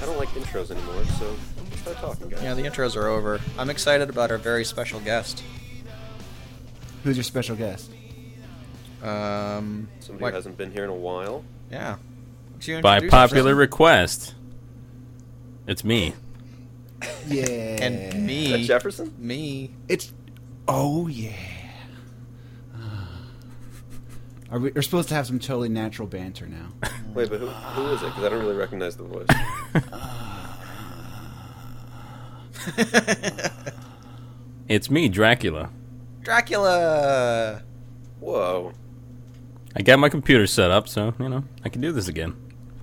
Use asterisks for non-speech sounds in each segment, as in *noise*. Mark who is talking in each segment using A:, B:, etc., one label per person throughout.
A: I don't like intros anymore, so let's start talking, guys.
B: Yeah, the intros are over. I'm excited about our very special guest.
C: Who's your special guest?
B: Um,
A: Somebody
B: what-
A: who hasn't been here in a while.
B: Yeah. Would you
D: By
B: introduce
D: popular
B: yourself?
D: request, it's me.
C: Yeah.
B: and
A: Is that
B: me,
A: Jefferson?
B: me.
C: It's. Oh yeah. Are we, we're supposed to have some totally natural banter now.
A: Wait, but who, who is it? Because I don't really recognize the voice.
D: It's me, Dracula.
B: Dracula.
A: Whoa.
D: I got my computer set up, so you know I can do this again.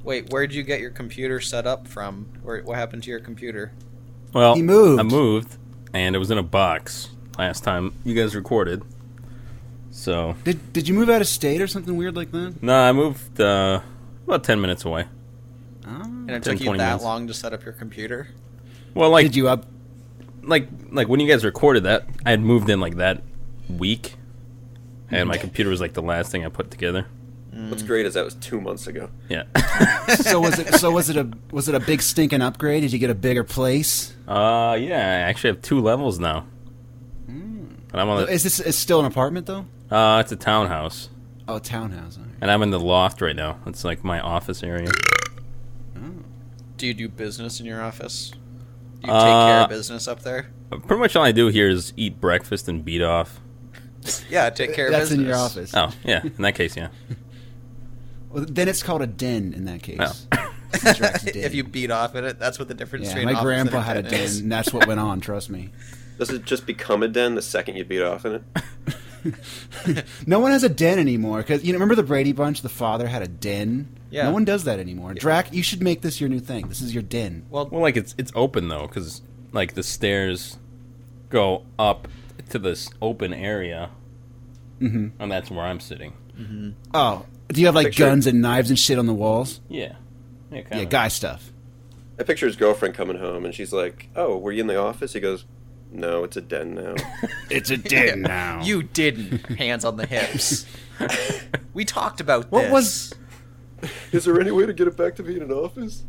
B: Wait, where'd you get your computer set up from? Where, what happened to your computer?
D: Well,
C: He moved.
D: I moved, and it was in a box last time you guys recorded. So
C: Did Did you move out of state or something weird like that?
D: no, I moved uh, about ten minutes away.
C: Oh.
B: And it
D: 10,
B: took you that
D: 20 minutes.
B: long to set up your computer?
D: Well, like
C: Did you up?
D: like like when you guys recorded that, I had moved in like that week, and my computer was like the last thing I put together.
A: What's great is that was two months ago.
C: *laughs*
D: Yeah.
C: So was it? So was it a? Was it a big stinking upgrade? Did you get a bigger place?
D: uh, yeah. I actually have two levels now,
C: Hmm.
D: and
B: Oh.
D: I'm on the.
C: Is this is still an apartment though?
D: Uh, it's a townhouse,
C: Oh, a townhouse. all right.
D: and I'm in the loft right now. It's like my office area.
B: Do you do business in your office? Do you take care
D: Uh,
B: of business up there?
D: Pretty much all I do here is eat breakfast and beat off.
B: Yeah,
C: *laughs*
B: take care
C: That's
B: of business.
C: in
B: *laughs*
C: your office.
D: Oh, yeah. In that case, yeah.
C: Well, then it's called a den in that case.
D: Oh.
C: Drax
B: *laughs*
C: did.
B: if you beat off in it, that's what the difference
C: Yeah,
B: between
C: my
B: office and
C: grandpa had a den,
B: *laughs* is.
C: and that's what went on. Trust me.
A: Does it just become a den the second you beat off in it?
C: No one has a den anymore because you know, remember the Brady Bunch. The father had a den.
B: Yeah.
C: No one does that anymore. Drac, you should make this your new thing. This is your den.
D: Well, like it's it's open though, because like the stairs go up to this open area, mm-hmm. and that's where I'm sitting.
C: Oh, do you have like
A: Picture-
C: guns and knives and shit on the walls?
D: Yeah. Yeah.
C: Yeah,
D: Kinda.
C: guy stuff.
A: I picture his girlfriend coming home, and she's like, "Oh, were you in the office?" He goes, "No, it's a den now."
C: It's a *laughs* den now.
B: You didn't. Oh. *laughs* Hands on the *laughs* hips. we talked about
C: What
B: this.
C: was-
A: is there any way to get it back to being an office?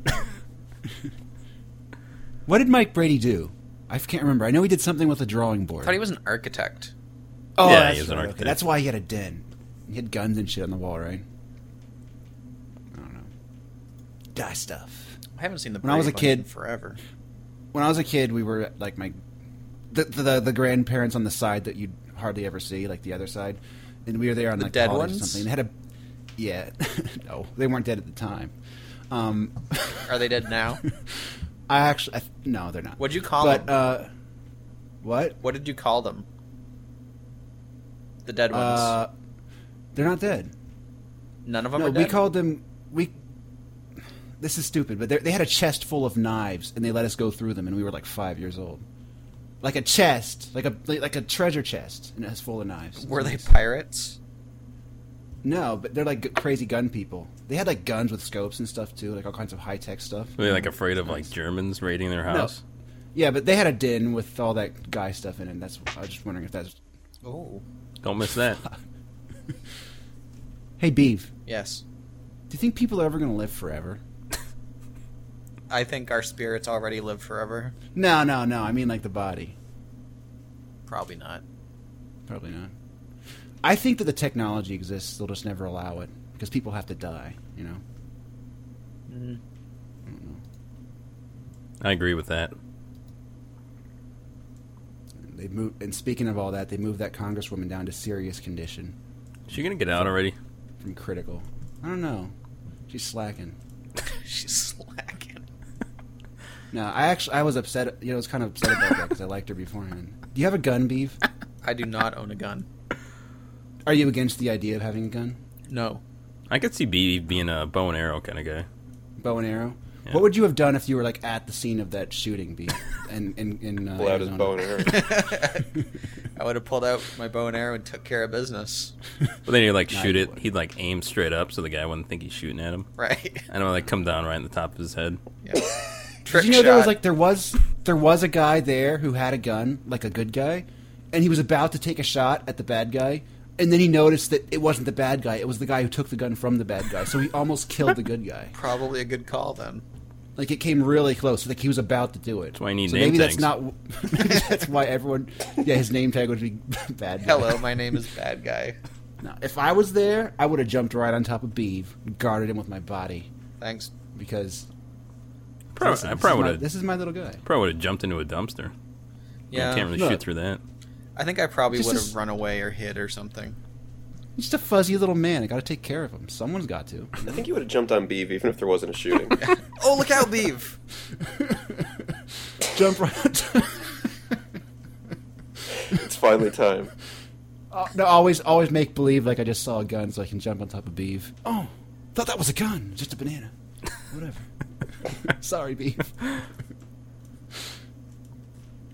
C: What did Mike Brady do? I can't remember. I know he did something with a drawing board.
B: I thought he was an architect.
C: oh,
D: Yeah, he
C: that's,
D: was an
C: right. Okay,
D: architect.
C: that's why he had a den. He had guns and shit on the wall, right? I don't know. Guy stuff.
B: I haven't seen the.
C: When I was
B: Brady
C: a
B: Bunch in
C: kid-
B: forever.
C: when I was a kid, we were like my the the, the grandparents on the side that you'd hardly ever see, like the other side, and we were there on
B: The
C: like
B: dead
C: holidays
B: ones?
C: or something. And had a yeah, *laughs* no, they weren't dead at the time. Um,
B: Are they dead now?
C: *laughs* I actually I, no, they're not.
B: What'd you call
C: but,
B: them?
C: Uh, what?
B: What did you call them? The dead ones.
C: Uh, they're not dead.
B: None of them.
C: no,
B: are
C: we
B: dead?
C: called them we. This is stupid, but they- they had a chest full of knives, and they let us go through them, and we were like five years old. Like a chest, like a like, like a treasure chest, and it was full of knives.
B: Were they
C: Nice.
B: pirates?
C: No, but they're like g- crazy gun people. They had like guns with scopes and stuff too, like all kinds of high tech stuff.
D: Were they like afraid of like Germans raiding their house?
C: Yeah, but they had a den with all that guy stuff in it. That's I was just wondering if that's.
B: Oh.
D: Don't miss that.
C: Hey, Beef,
B: Yes.
C: do you think people are ever gonna live forever?
B: I think our spirits already live forever.
C: No, no, no. I mean like the body.
B: Probably not. *laughs*
C: Probably not. I think that the technology exists. They'll just never allow it because people have to die. You know.
D: I agree with that.
C: They move. And speaking of all that, they moved that congresswoman down to serious condition
D: Is she gonna get out already?
C: from critical. I don't know. She's slacking.
B: She's slacking.
C: No, I actually I was upset. You know, I was kind of upset about that because I liked her beforehand. Do you have a gun, Beef?
B: I do not own a gun.
C: Are you against the idea of having a gun,
B: No.
D: I could see B being a bow and arrow kind of guy.
C: bow and arrow?
D: Yeah.
C: What would you have done if you were like at the scene of that shooting, Beef? And in in uh,
A: Pull out his
C: Arizona?
A: bow and arrow.
B: I would have pulled out my bow and arrow and took care of business. *laughs*
D: But then he'd like
C: Nah,
D: shoot
C: you
D: it.
C: wouldn't.
D: He'd like aim straight up, so the guy wouldn't think he's shooting at him.
C: *laughs*
B: Right.
D: And it would like come down right on the top of his head.
B: Yeah. Trick
C: Did you know there was
B: shot.
C: like there was there was a guy there who had a gun, like a good guy, and he was about to take a shot at the bad guy, and then he noticed that it wasn't the bad guy; it was the guy who took the gun from the bad guy. So he almost killed the good guy.
B: probably a good call then.
C: Like it came really close. Like he was about to do it. That's
D: why I need
C: so
D: name
C: maybe
D: tags.
C: that's not. *laughs* maybe that's why everyone. Yeah, his name tag would be *laughs* bad. Guy.
B: Hello, my name
C: *laughs*
B: is Bad Guy.
C: No, if I was there, I would have jumped right on top of Beeve, guarded him with my body,
B: Thanks.
C: because
D: Probably,
C: listen,
D: I
C: this, is
D: probably
C: my,
D: would have
C: this is my little guy.
D: probably would have jumped into a dumpster.
B: Yeah,
D: I can't really
C: Look.
D: shoot through that.
B: I think I probably
C: Just
B: would
C: as-
B: have run away or hid or something.
C: He's just a fuzzy little man. I got to take care of him. Someone's got to.
A: I think you would have jumped on Beeve even if there wasn't a shooting.
B: Oh, look out, leave!
C: Jump right. on top.
A: it's finally time.
C: Uh, *laughs* no, always, always make believe like I just saw a gun, so I can jump on top of Beeve. Oh, thought that was a gun, just a banana. Whatever. *laughs* Sorry, *laughs* Beeve.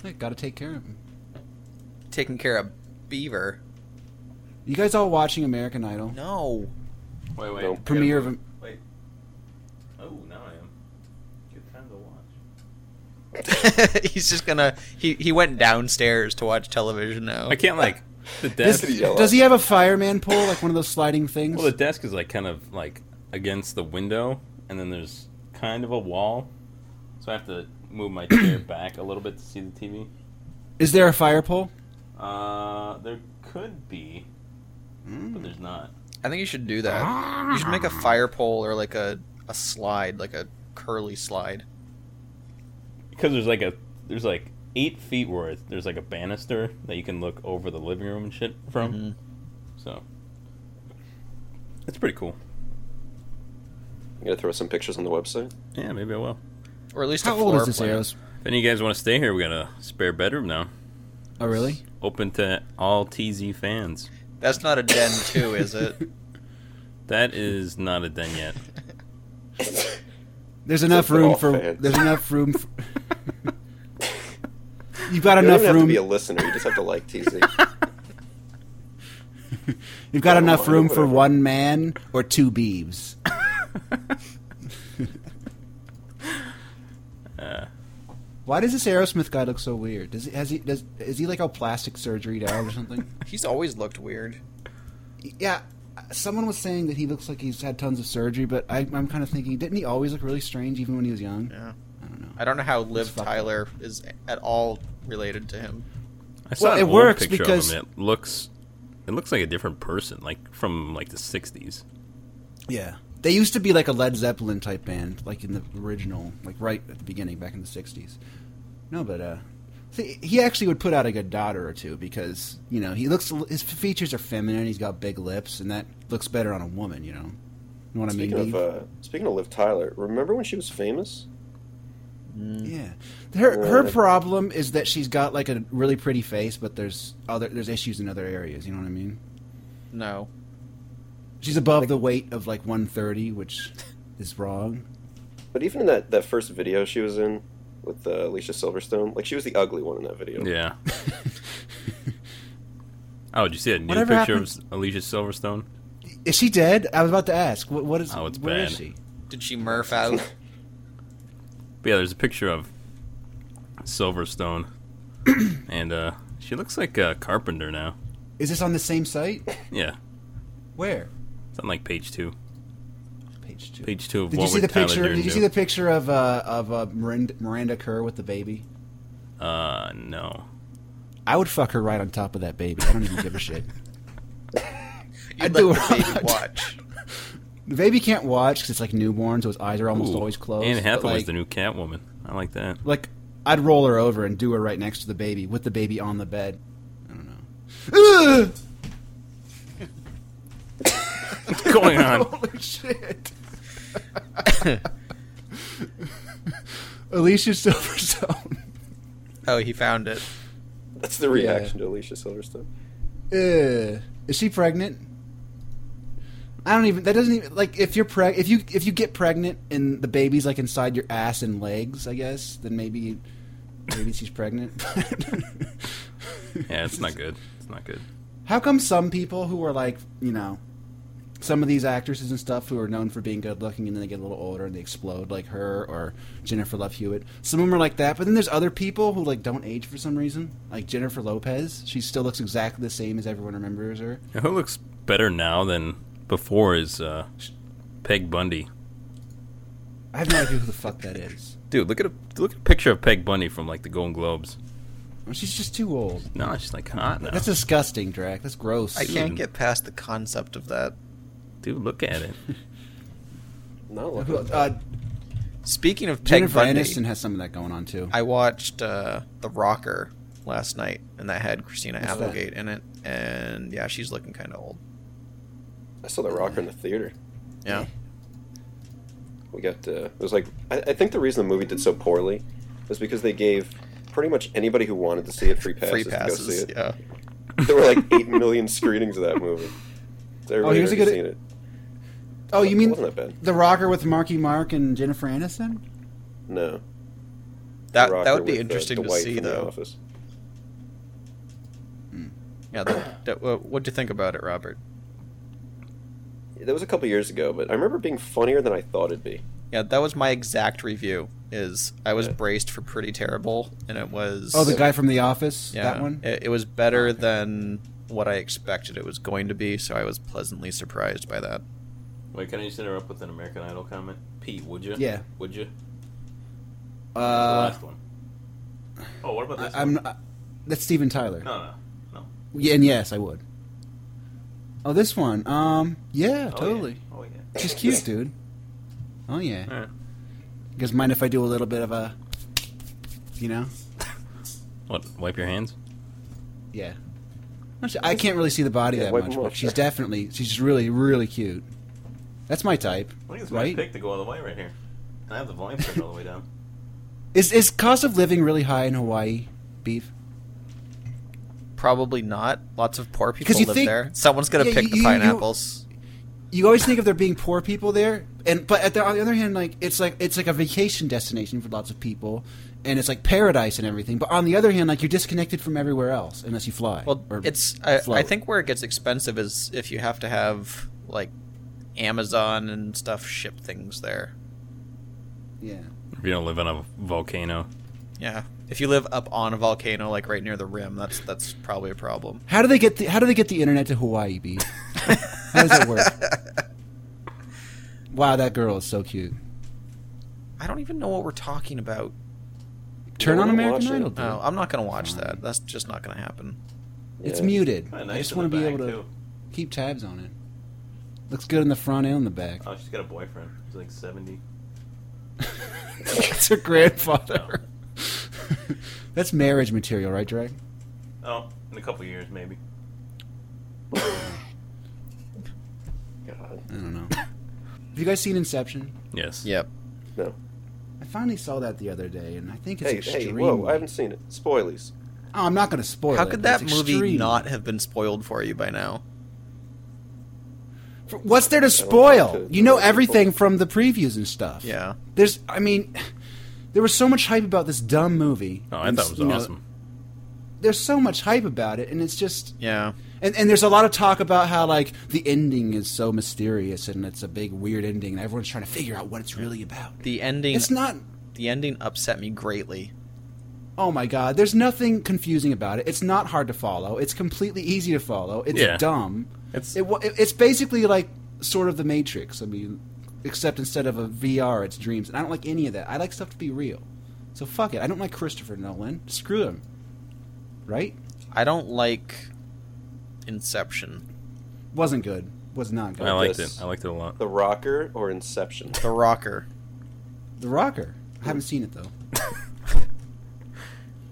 C: I got to take care of him.
B: *laughs* Taking care of Beaver.
C: You guys all watching American Idol?
B: No.
D: Wait, wait.
A: Nope.
C: Premiere of.
D: Wait. Oh, now I am. Good time to
B: *laughs*
D: watch.
B: He's just gonna. He, he went downstairs to watch television now.
D: I can't like the
C: Does,
D: desk.
A: This- yellow.
C: does he have a fireman pole, like one of those sliding things?
D: well, the desk is like kind of like against the window, and then there's kind of a wall, so I have to move my chair back a little bit to see the TV.
C: Is there a fire pole?
D: Uh, there could be, but there's not.
B: I think you should do that. You should make a
D: Ah.
B: fire pole or like a, a slide, like a curly slide.
D: because there's like a there's like eight feet worth. There's like a banister that you can look over the living room and shit from. So it's pretty cool.
A: I'm gonna throw some pictures on the website.
D: Yeah, maybe I will.
B: Or at least
C: How
B: a
C: old
B: floor
C: is this
B: plan.
C: Arrows?
D: If any of you guys want to stay here, we got a spare bedroom now,
C: Oh, really?
D: open to all TZ fans.
B: That's not a den too, is it?
C: *laughs*
D: That is not a den yet.
C: There's enough
A: for
C: room
A: all
C: for.
A: fans.
C: There's enough room. For, *laughs* you've got
A: You don't
C: enough
A: even have to
C: room.
A: be a listener. You just have to like TZ.
C: You've got
A: Oh,
C: enough room for
A: whatever.
C: one man or two beeves. Why does this Aerosmith guy look so weird? Does he, has he does is he like all plastic surgery down or something?
B: He's always looked weird.
C: yeah, someone was saying that he looks like he's had tons of surgery, but I, I'm kind of thinking, didn't he always look really strange even when he was young?
B: Yeah.
C: I don't know.
B: I don't know how Liv
C: fucked up.
B: Tyler is at all related to him.
D: I saw
C: Well,
D: an
C: it
D: old
C: works
D: picture
C: because-
D: of him. It looks it looks like a different person, like from like the '60s.
C: Yeah. They used to be like a Led Zeppelin type band, like in the original, like right at the beginning, back in the '60s. No, but uh, see, he actually would put out a good daughter or two because you know he looks his features are feminine. He's got big lips, and that looks better on a woman. You know, you know what
A: Speaking
C: I mean?
A: of
C: Dave?
A: uh, speaking of Liv Tyler, remember when she was famous?
C: yeah, her her
A: Yeah.
C: problem is that she's got like a really pretty face, but there's other there's issues in other areas. You know what I mean?
B: No.
C: She's above the weight of like 130, which is wrong.
A: But even in that, that first video she was in with uh, Alicia Silverstone, like she was the ugly one in that video.
C: *laughs*
D: Yeah. oh, did you see that new
C: Whatever
D: picture
C: happened-
D: of Alicia Silverstone?
C: Is she dead? I was about to ask. What, what is?
D: Oh, it's
C: where is
D: bad.
C: she?
B: Did she murph *laughs* out?
D: But yeah, there's a picture of
C: *clears throat*
D: Silverstone, and uh, she looks like a carpenter now.
C: Is this on the same site?
D: Yeah,
C: Where?
D: it's on like page two.
C: Page two.
D: Page two of
C: Did
D: what
C: you see
D: would
C: the
D: Tyler
C: picture?
D: Durden
C: Did you see
D: do?
C: the picture of uh, of uh, Miranda, Miranda Kerr with the baby?
D: Uh, no.
C: I would fuck her right on top of that baby. I don't even give a shit.
B: You
C: I
B: let
C: do.
B: the baby watch.
C: *laughs* The baby can't watch because it's like newborn, so his eyes are almost
D: Ooh,
C: always closed.
D: Anne
C: but,
D: Hathaway's
C: like,
D: the new Catwoman. I
C: *laughs*
D: like that.
C: Like, I'd roll her over and do her right next to the baby with the baby on the bed. I don't know. Ugh!
D: What's going on?
C: *laughs* Holy *laughs* shit. Alicia *laughs* Silverstone.
B: Oh, he found it.
A: That's the reaction to Alicia Silverstone.
C: Ugh. Uh, Is she pregnant? I don't even. That doesn't even like if you're preg. If you if you get pregnant and the baby's like inside your ass and legs, I guess then maybe maybe she's pregnant. *laughs*
D: Yeah, it's not good. It's not good.
C: How come some people who are like you know some of these actresses and stuff who are known for being good looking and then they get a little older and they explode like her or Jennifer Love Hewitt. Some of them are like that, but then there's other people who like don't age for some reason. Like Jennifer Lopez, she still looks exactly the same as everyone remembers her.
D: You know who looks better now than before is uh, Peg Bundy.
C: I have no idea who the fuck that is.
D: Dude, look at a look at a picture of Peg Bundy from like the Golden Globes.
C: She's just too old.
D: No, she's like hot now.
C: That's disgusting, Drac. That's gross.
B: I can't
D: Dude.
B: get past the concept of that.
D: Dude, look at it.
A: Not
C: Uh,
A: like
C: who- uh,
B: Speaking of Peg
C: Jennifer
B: Bundy,
C: Aniston has some of that going on too.
B: I watched uh, The Rocker last night, and that had Christina
C: What's that?
B: Applegate in it, and yeah, she's looking kind of old.
A: I saw the rocker in the theater.
B: Yeah,
A: We got uh, it was like I, I think the reason the movie did so poorly was because they gave pretty much anybody who wanted to see it free passes,
B: free
A: to go
B: passes.
A: see it.
B: Yeah,
A: There were like
B: *laughs*
A: eight million screenings of that movie. So everybody
C: here's a
A: had already
C: good-
A: seen it.
C: oh, you mean
A: wasn't that bad?
C: the rocker with Marky Mark and Jennifer Aniston?
A: No,
B: that
A: The Rocker
B: that would be
A: with, uh,
B: interesting to
A: Dwight
B: see
A: from The
B: though.
A: Office.
B: Yeah, that, that, what what'd you think about it, Robert?
A: That was a couple years ago, but I remember it being funnier than I thought it'd be.
B: Yeah, that was my exact review. Is I was
A: Yeah.
B: braced for pretty terrible, and it was
C: Oh, the guy from The Office. that one. Oh,
B: It, it was better than what I expected it was going to be, so I was pleasantly surprised by that.
D: Wait, can I just interrupt with an American Idol comment? Pete, would you?
C: Yeah.
D: Would you? the
C: Uh,
D: last one. Oh, what about this
C: I, am
D: one?
C: that's Steven Tyler.
D: No, no, no. Oh,
C: Yeah, and yes, I would. Oh, this one. Um, yeah,
D: Oh,
C: totally.
D: yeah. Oh yeah.
C: She's cute, dude. Oh yeah.
D: All right.
C: You guys mind if I do a little bit of a, you know?
D: What? Wipe your hands.
C: Yeah. Actually, I can't really see the body
A: Yeah,
C: that
A: wipe
C: much,
A: them
C: but
A: off,
C: she's
A: sure.
C: definitely she's just really really cute. That's my type,
D: I think it's my
C: right?
D: pick to go all the way right here. And I have the volume turned all the way down.
C: Is is cost of living really high in Hawaii? Beef.
B: Probably not. Lots of poor people
C: Because you
B: live
C: think-
B: there. Someone's gonna
C: Yeah,
B: pick
C: you-
B: the
C: you- you-
B: pineapples.
C: You always think of there being poor people there, and but at the, on the other hand, like it's like it's like a vacation destination for lots of people, and it's like paradise and everything. But on the other hand, like you're disconnected from everywhere else unless you fly.
B: well,
C: or
B: it's I, I
C: float.
B: think where it gets expensive is if you have to have like Amazon and stuff ship things there.
C: yeah.
D: *laughs* If you don't live on a volcano,
B: Yeah, if you live up on a volcano, like right near the rim, that's that's probably a problem.
C: How do they get the How do they get the internet to Hawaii, B? how does that work? Wow, that girl is so cute.
B: I don't even know what we're talking about.
C: Turn
A: No,
C: on
A: I don't
C: American
A: watch it.
C: Idol. dude.
B: No, Oh, I'm not gonna watch that. That's just not gonna happen.
C: It's
A: Yeah.
C: muted.
D: Kinda
C: I
D: nice
C: just
D: in
C: want
D: the
C: to be
D: back,
C: able to
D: too.
C: keep tabs on it. Looks good in the front and the back. *laughs*
D: oh, she's got a boyfriend. He's like seventy.
C: That's her grandfather. *laughs* That's marriage material, right, Drag?
D: Oh, in a couple years maybe.
A: God,
C: I don't know. Have you guys seen Inception?
D: Yes.
B: Yep.
A: no.
C: I finally saw that the other day, and I think it's
A: Hey,
C: extremely.
A: hey, whoa! I haven't seen it. Spoilies.
C: Oh, I'm not going to spoil
B: How
C: it,
B: could
C: but
B: that
C: it's
B: movie
C: extremely-
B: not have been spoiled for you by now?
C: For- What's there to
A: don't
C: spoil?
A: want to-
C: You know
A: to people.
C: everything from the previews and stuff.
B: Yeah.
C: There's, I mean, *sighs* there was so much hype about this dumb movie.
D: Oh, I
C: And,
D: thought it was
C: you know,
D: awesome.
C: there's so much hype about it, and it's just,
B: Yeah.
C: and, and there's a lot of talk about how like the ending is so mysterious and it's a big weird ending, and everyone's trying to figure out what it's really about.
B: The ending
C: It's not.
B: the ending upset me greatly.
C: Oh my god, there's nothing confusing about it. It's not hard to follow. It's completely easy to follow. It's
D: Yeah.
C: dumb.
D: It's-
C: It wa- it's basically like sort of the Matrix. I mean, except instead of a VR, it's dreams, and I don't like any of that. I like stuff to be real. So fuck it. I don't like Christopher Nolan. Screw him. Right?
B: I don't like Inception.
C: Wasn't good. Was not good.
D: I liked
A: this.
D: it. I liked it a lot.
A: The Rocker or Inception?
B: The Rocker.
C: The Rocker. I haven't seen it though.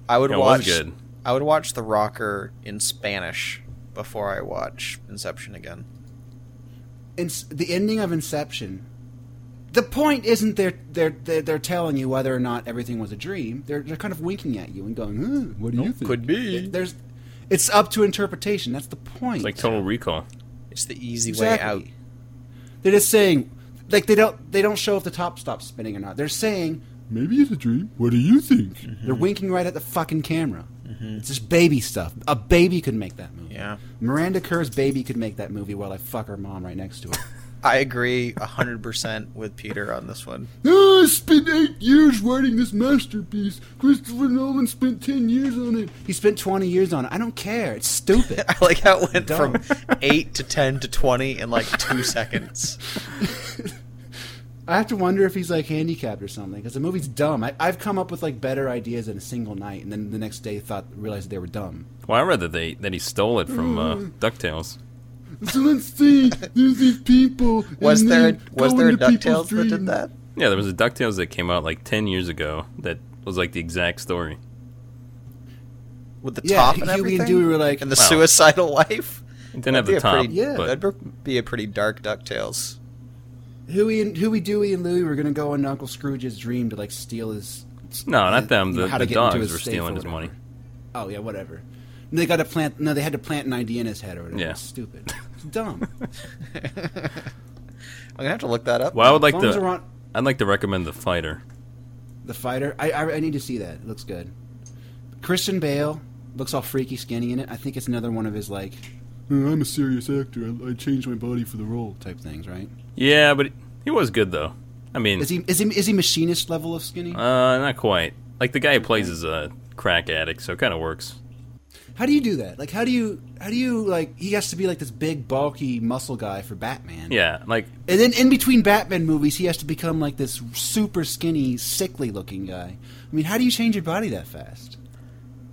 B: I would
D: It
B: watch
D: was good.
B: I would watch The Rocker in Spanish before I watch Inception again.
C: in, the ending of Inception. The point isn't they're they're they're, they're telling you whether or not everything was a dream. They're, they're kind of winking at you and going, "Huh, "What do you think?"
B: could be.
C: It- There's, it's up to interpretation. That's the point.
D: It's like Total Recall.
B: It's the easy
C: Exactly.
B: way out.
C: They're just saying, like they don't they don't show if the top stops spinning or not. They're saying maybe it's a dream. What do you think? *laughs* They're winking right at the fucking camera. It's just baby stuff. A baby could make that movie.
B: Mm-hmm. Yeah.
C: Miranda Kerr's baby could make that movie while I fuck her mom right next
B: *laughs*
C: to her.
B: I agree 100% with Peter on this one. *laughs*
C: Oh, I spent eight years writing this masterpiece. Christopher Nolan spent ten years on it. He spent twenty years on it. I don't care. It's stupid.
D: *laughs*
B: I like how it went
C: Dumb. *laughs*
B: from 8 to 10 to 20 in like 2 seconds.
C: I have to wonder if he's like handicapped or something because the movie's dumb. I, I've come up with like better ideas in a single night, and then the next day thought realized they were dumb.
D: Well, I read that they that he stole it from uh,
C: Mm.
D: Ducktales.
C: So let's see, there's these people.
B: Was
C: and
B: there
C: they
B: was
C: Mm-hmm. go
B: there a
C: into people's
B: Ducktales that did
C: dreams.
B: that?
D: Yeah, there was a Ducktales that came out like ten years ago that was like the exact story.
B: With the
C: Yeah,
B: top and
C: Huey and
B: everything.
C: Dewey were like-
B: and the
D: Wow.
B: suicidal *laughs* wife.
D: It didn't have
B: That'd be
D: the
B: a
D: top,
B: pretty-
C: Yeah.
D: but
B: That'd be a pretty dark Ducktales.
C: Huey and Huey, Dewey, and Louie were gonna go into Uncle Scrooge's dream to like steal his.
D: no, not them.
C: you know,
D: The,
C: how to
D: the
C: get into
D: dogs
C: his
D: were
C: safe
D: stealing
C: or
D: his
C: whatever.
D: money.
C: Oh yeah, whatever. And they got to plant. No, they had to plant an idea in his head or whatever.
D: Yeah.
C: It's stupid. It's dumb.
B: I'm gonna have to look that up.
D: Well, *laughs* I would like
C: Phones
D: to.
C: are on-
D: I'd like to recommend the fighter.
C: The fighter. I, I I need to see that. It looks good. Christian Bale looks all freaky skinny in it. I think it's another one of his like, "Oh, I'm a serious actor. I, I changed my body for the role type things, right?
D: Yeah, but he was good though. I mean,
C: Is he is he is he machinist level of skinny?
D: Hmm. uh, not quite. Like the guy who plays is a crack addict, so it kind of works.
C: How do you do that? Like how do you how do you like he has to be like this big bulky muscle guy for Batman?
D: Yeah, like
C: And then in between Batman movies, he has to become like this super skinny, sickly looking guy. I mean, how do you change your body that fast?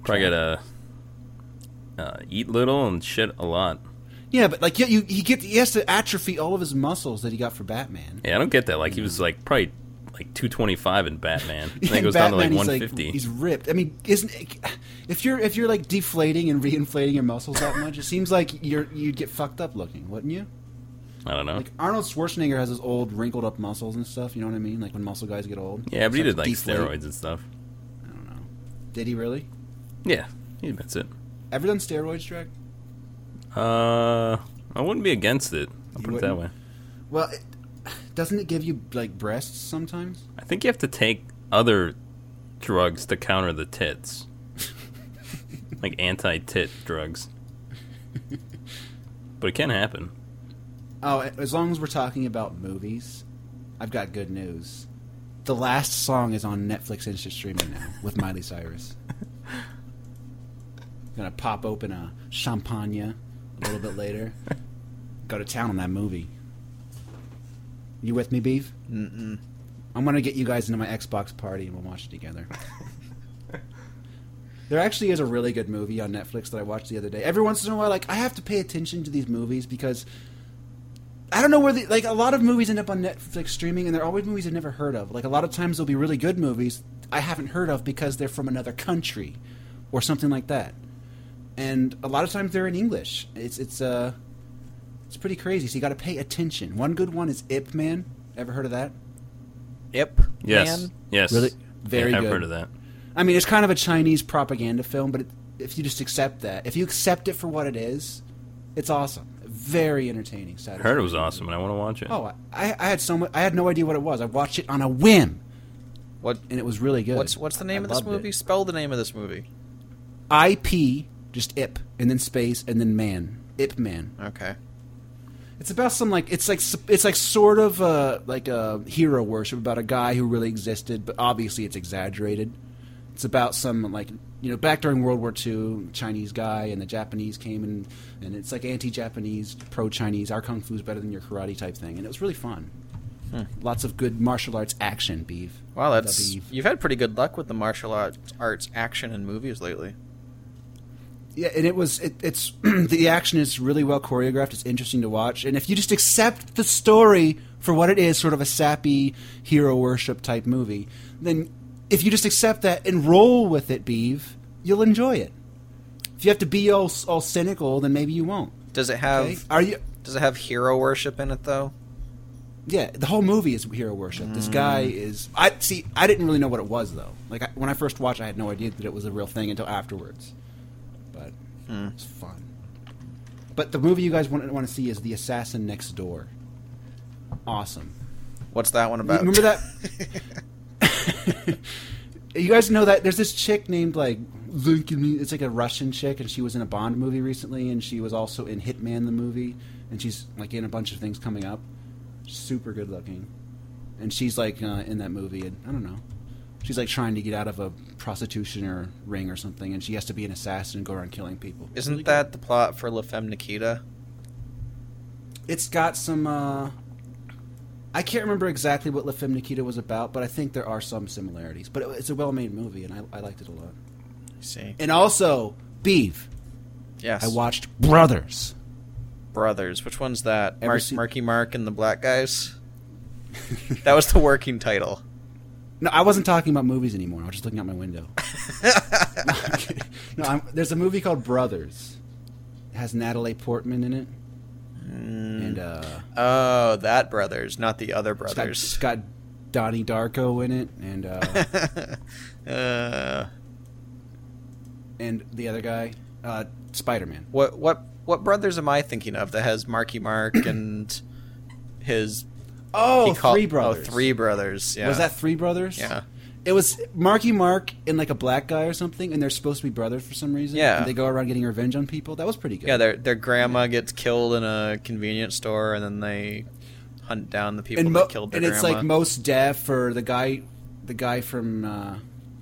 D: probably gotta uh, eat little and shit a lot.
C: Yeah, but like you, you he get he has to atrophy all of his muscles that he got for Batman.
D: Yeah, I don't get that. Like he was like probably like 225 in Batman. I think it
C: Mm. *laughs* In
D: goes down to like
C: he's
D: 150.
C: He's ripped. I mean, isn't if you're if you're like deflating and *laughs* reinflating your muscles that much, it seems like you're you'd get fucked up looking, wouldn't you?
D: I don't know.
C: Like Arnold Schwarzenegger has his old wrinkled up muscles and stuff. You know what I mean? Like when muscle guys get old.
D: yeah, but he
C: starts
D: did like
C: deflate.
D: steroids and stuff.
C: I don't know. Did he really?
D: Yeah, he admits it.
C: Ever done steroids, Drake?
D: Uh, I wouldn't be against it. I'll
C: You
D: put it that way.
C: wouldn't? Well, it, *sighs* doesn't it give you like breasts sometimes?
D: I think you have to take other drugs to counter
C: *laughs*
D: the tits, like anti-tit drugs. But it can happen.
C: Oh, as long as we're talking about movies, I've got good news. The last song is on Netflix Instant Streaming now with Miley Cyrus. Gonna pop open a champagne a little bit later. Go to town on that movie. You with me, Beef? Mm-mm. I'm gonna get you guys into my Xbox party and we'll watch it together. There actually is a really good movie on Netflix that I watched the other day. Every once in a while, like I have to pay attention to these movies because I don't know where the like a lot of movies end up on Netflix streaming, and they're always movies I've never heard of. Like a lot of times, they'll be really good movies I haven't heard of because they're from another country or something like that. And a lot of times they're in English. It's it's uh it's pretty crazy. So you got to pay attention. One good one is Ip Man. Ever heard of that?
B: Yep.
D: Yes.
B: man.
D: Yes.
C: Really?
D: Yeah,
C: Very
D: I've
C: good.
D: heard of that.
C: I mean, it's kind of a Chinese propaganda film, but it, if you just accept that, if you accept it for what it is, it's awesome. Very entertaining.
D: I
C: Satisfying.
D: heard it was awesome, and I want to watch it.
C: Oh, I, I had so much, I had no idea what it was. I watched it on a whim,
B: What?
C: and it was really good.
B: What's What's the name
C: I
B: of this
C: loved it.
B: movie? Spell the name of this movie.
C: IP, just IP, and then space, and then man. IP man.
B: Okay.
C: It's about some like it's like s- it's like sort of uh, like a hero worship about a guy who really existed, but obviously it's exaggerated. It's about some like you know back during World War II, Chinese guy and the Japanese came and and it's like anti-Japanese, pro-Chinese. Our kung fu's better than your karate type thing, and it was really fun. Lots of good martial arts action, beef.
B: Hmm. Wow, that's
C: Beef.
B: you've had pretty good luck with the martial arts, arts action in movies lately.
C: Yeah, and it was it, it's *clears throat* the action is really well choreographed. It's interesting to watch, and if you just accept the story for what it is, sort of a sappy hero worship type movie, then if you just accept that and roll with it, Beeve, you'll enjoy it. If you have to be all all cynical, then maybe you won't.
B: Does it have uh,
C: Okay? Are you?
B: Does it have hero worship in it though?
C: Yeah, the whole movie is hero worship. This guy is. I see. I didn't really know what it was though. Like I, when I first watched, I had no idea that it was a real thing until afterwards. But it's fun. But the movie you guys want, want to see is The Assassin Next Door. Awesome.
B: What's that one
C: You
B: about?
C: remember that? you guys know that there's this chick named like Lincoln. It's like a Russian chick, and she was in a Bond movie recently, and she was also in Hitman the movie, and she's like in a bunch of things coming up. Super good looking, and she's like uh, in that movie, and I don't know. She's like trying to get out of a prostitution or ring or something, and she has to be an assassin and go around killing people.
B: Isn't
C: Really good.
B: that the plot for La Femme Nikita?
C: It's got some. uh I can't remember exactly what La Femme Nikita was about, but I think there are some similarities. But it- it's a well-made movie, and I, I liked it a lot.
B: See,
C: And also, Beeve.
B: yes,
C: I watched Brothers.
B: Brothers. Which one's that?
C: Ever
B: Mark,
C: seen-
B: Marky Mark and the Black guys. That was the working title.
C: No, I wasn't talking about movies anymore. I was just looking out my *laughs* window. no, I'm kidding. No, I'm, there's a movie called Brothers. It has Natalie Portman in it, and uh,
B: Oh, that brothers, not the other
C: it's got,
B: brothers.
C: it's got Donnie Darko in it, and *laughs* uh,
B: uh,
C: and the other guy, uh, Spider Man.
B: what what what brothers am I thinking of that has Marky
C: *coughs*
B: Mark and his
C: Oh,
B: he called-
C: Three Brothers.
B: Oh, three brothers. Yeah.
C: Was that Three Brothers?
B: Yeah.
C: It was Marky Mark and like a black guy or something, and they're supposed to be brothers for some reason.
B: Yeah.
C: And they go around getting revenge on people. That was pretty good.
B: Yeah, their their grandma gets killed in a convenience store, and then they hunt down the people
C: and,
B: that
C: mo-
B: killed their
C: and it's
B: grandma.
C: like most deaf or the guy, the guy from uh,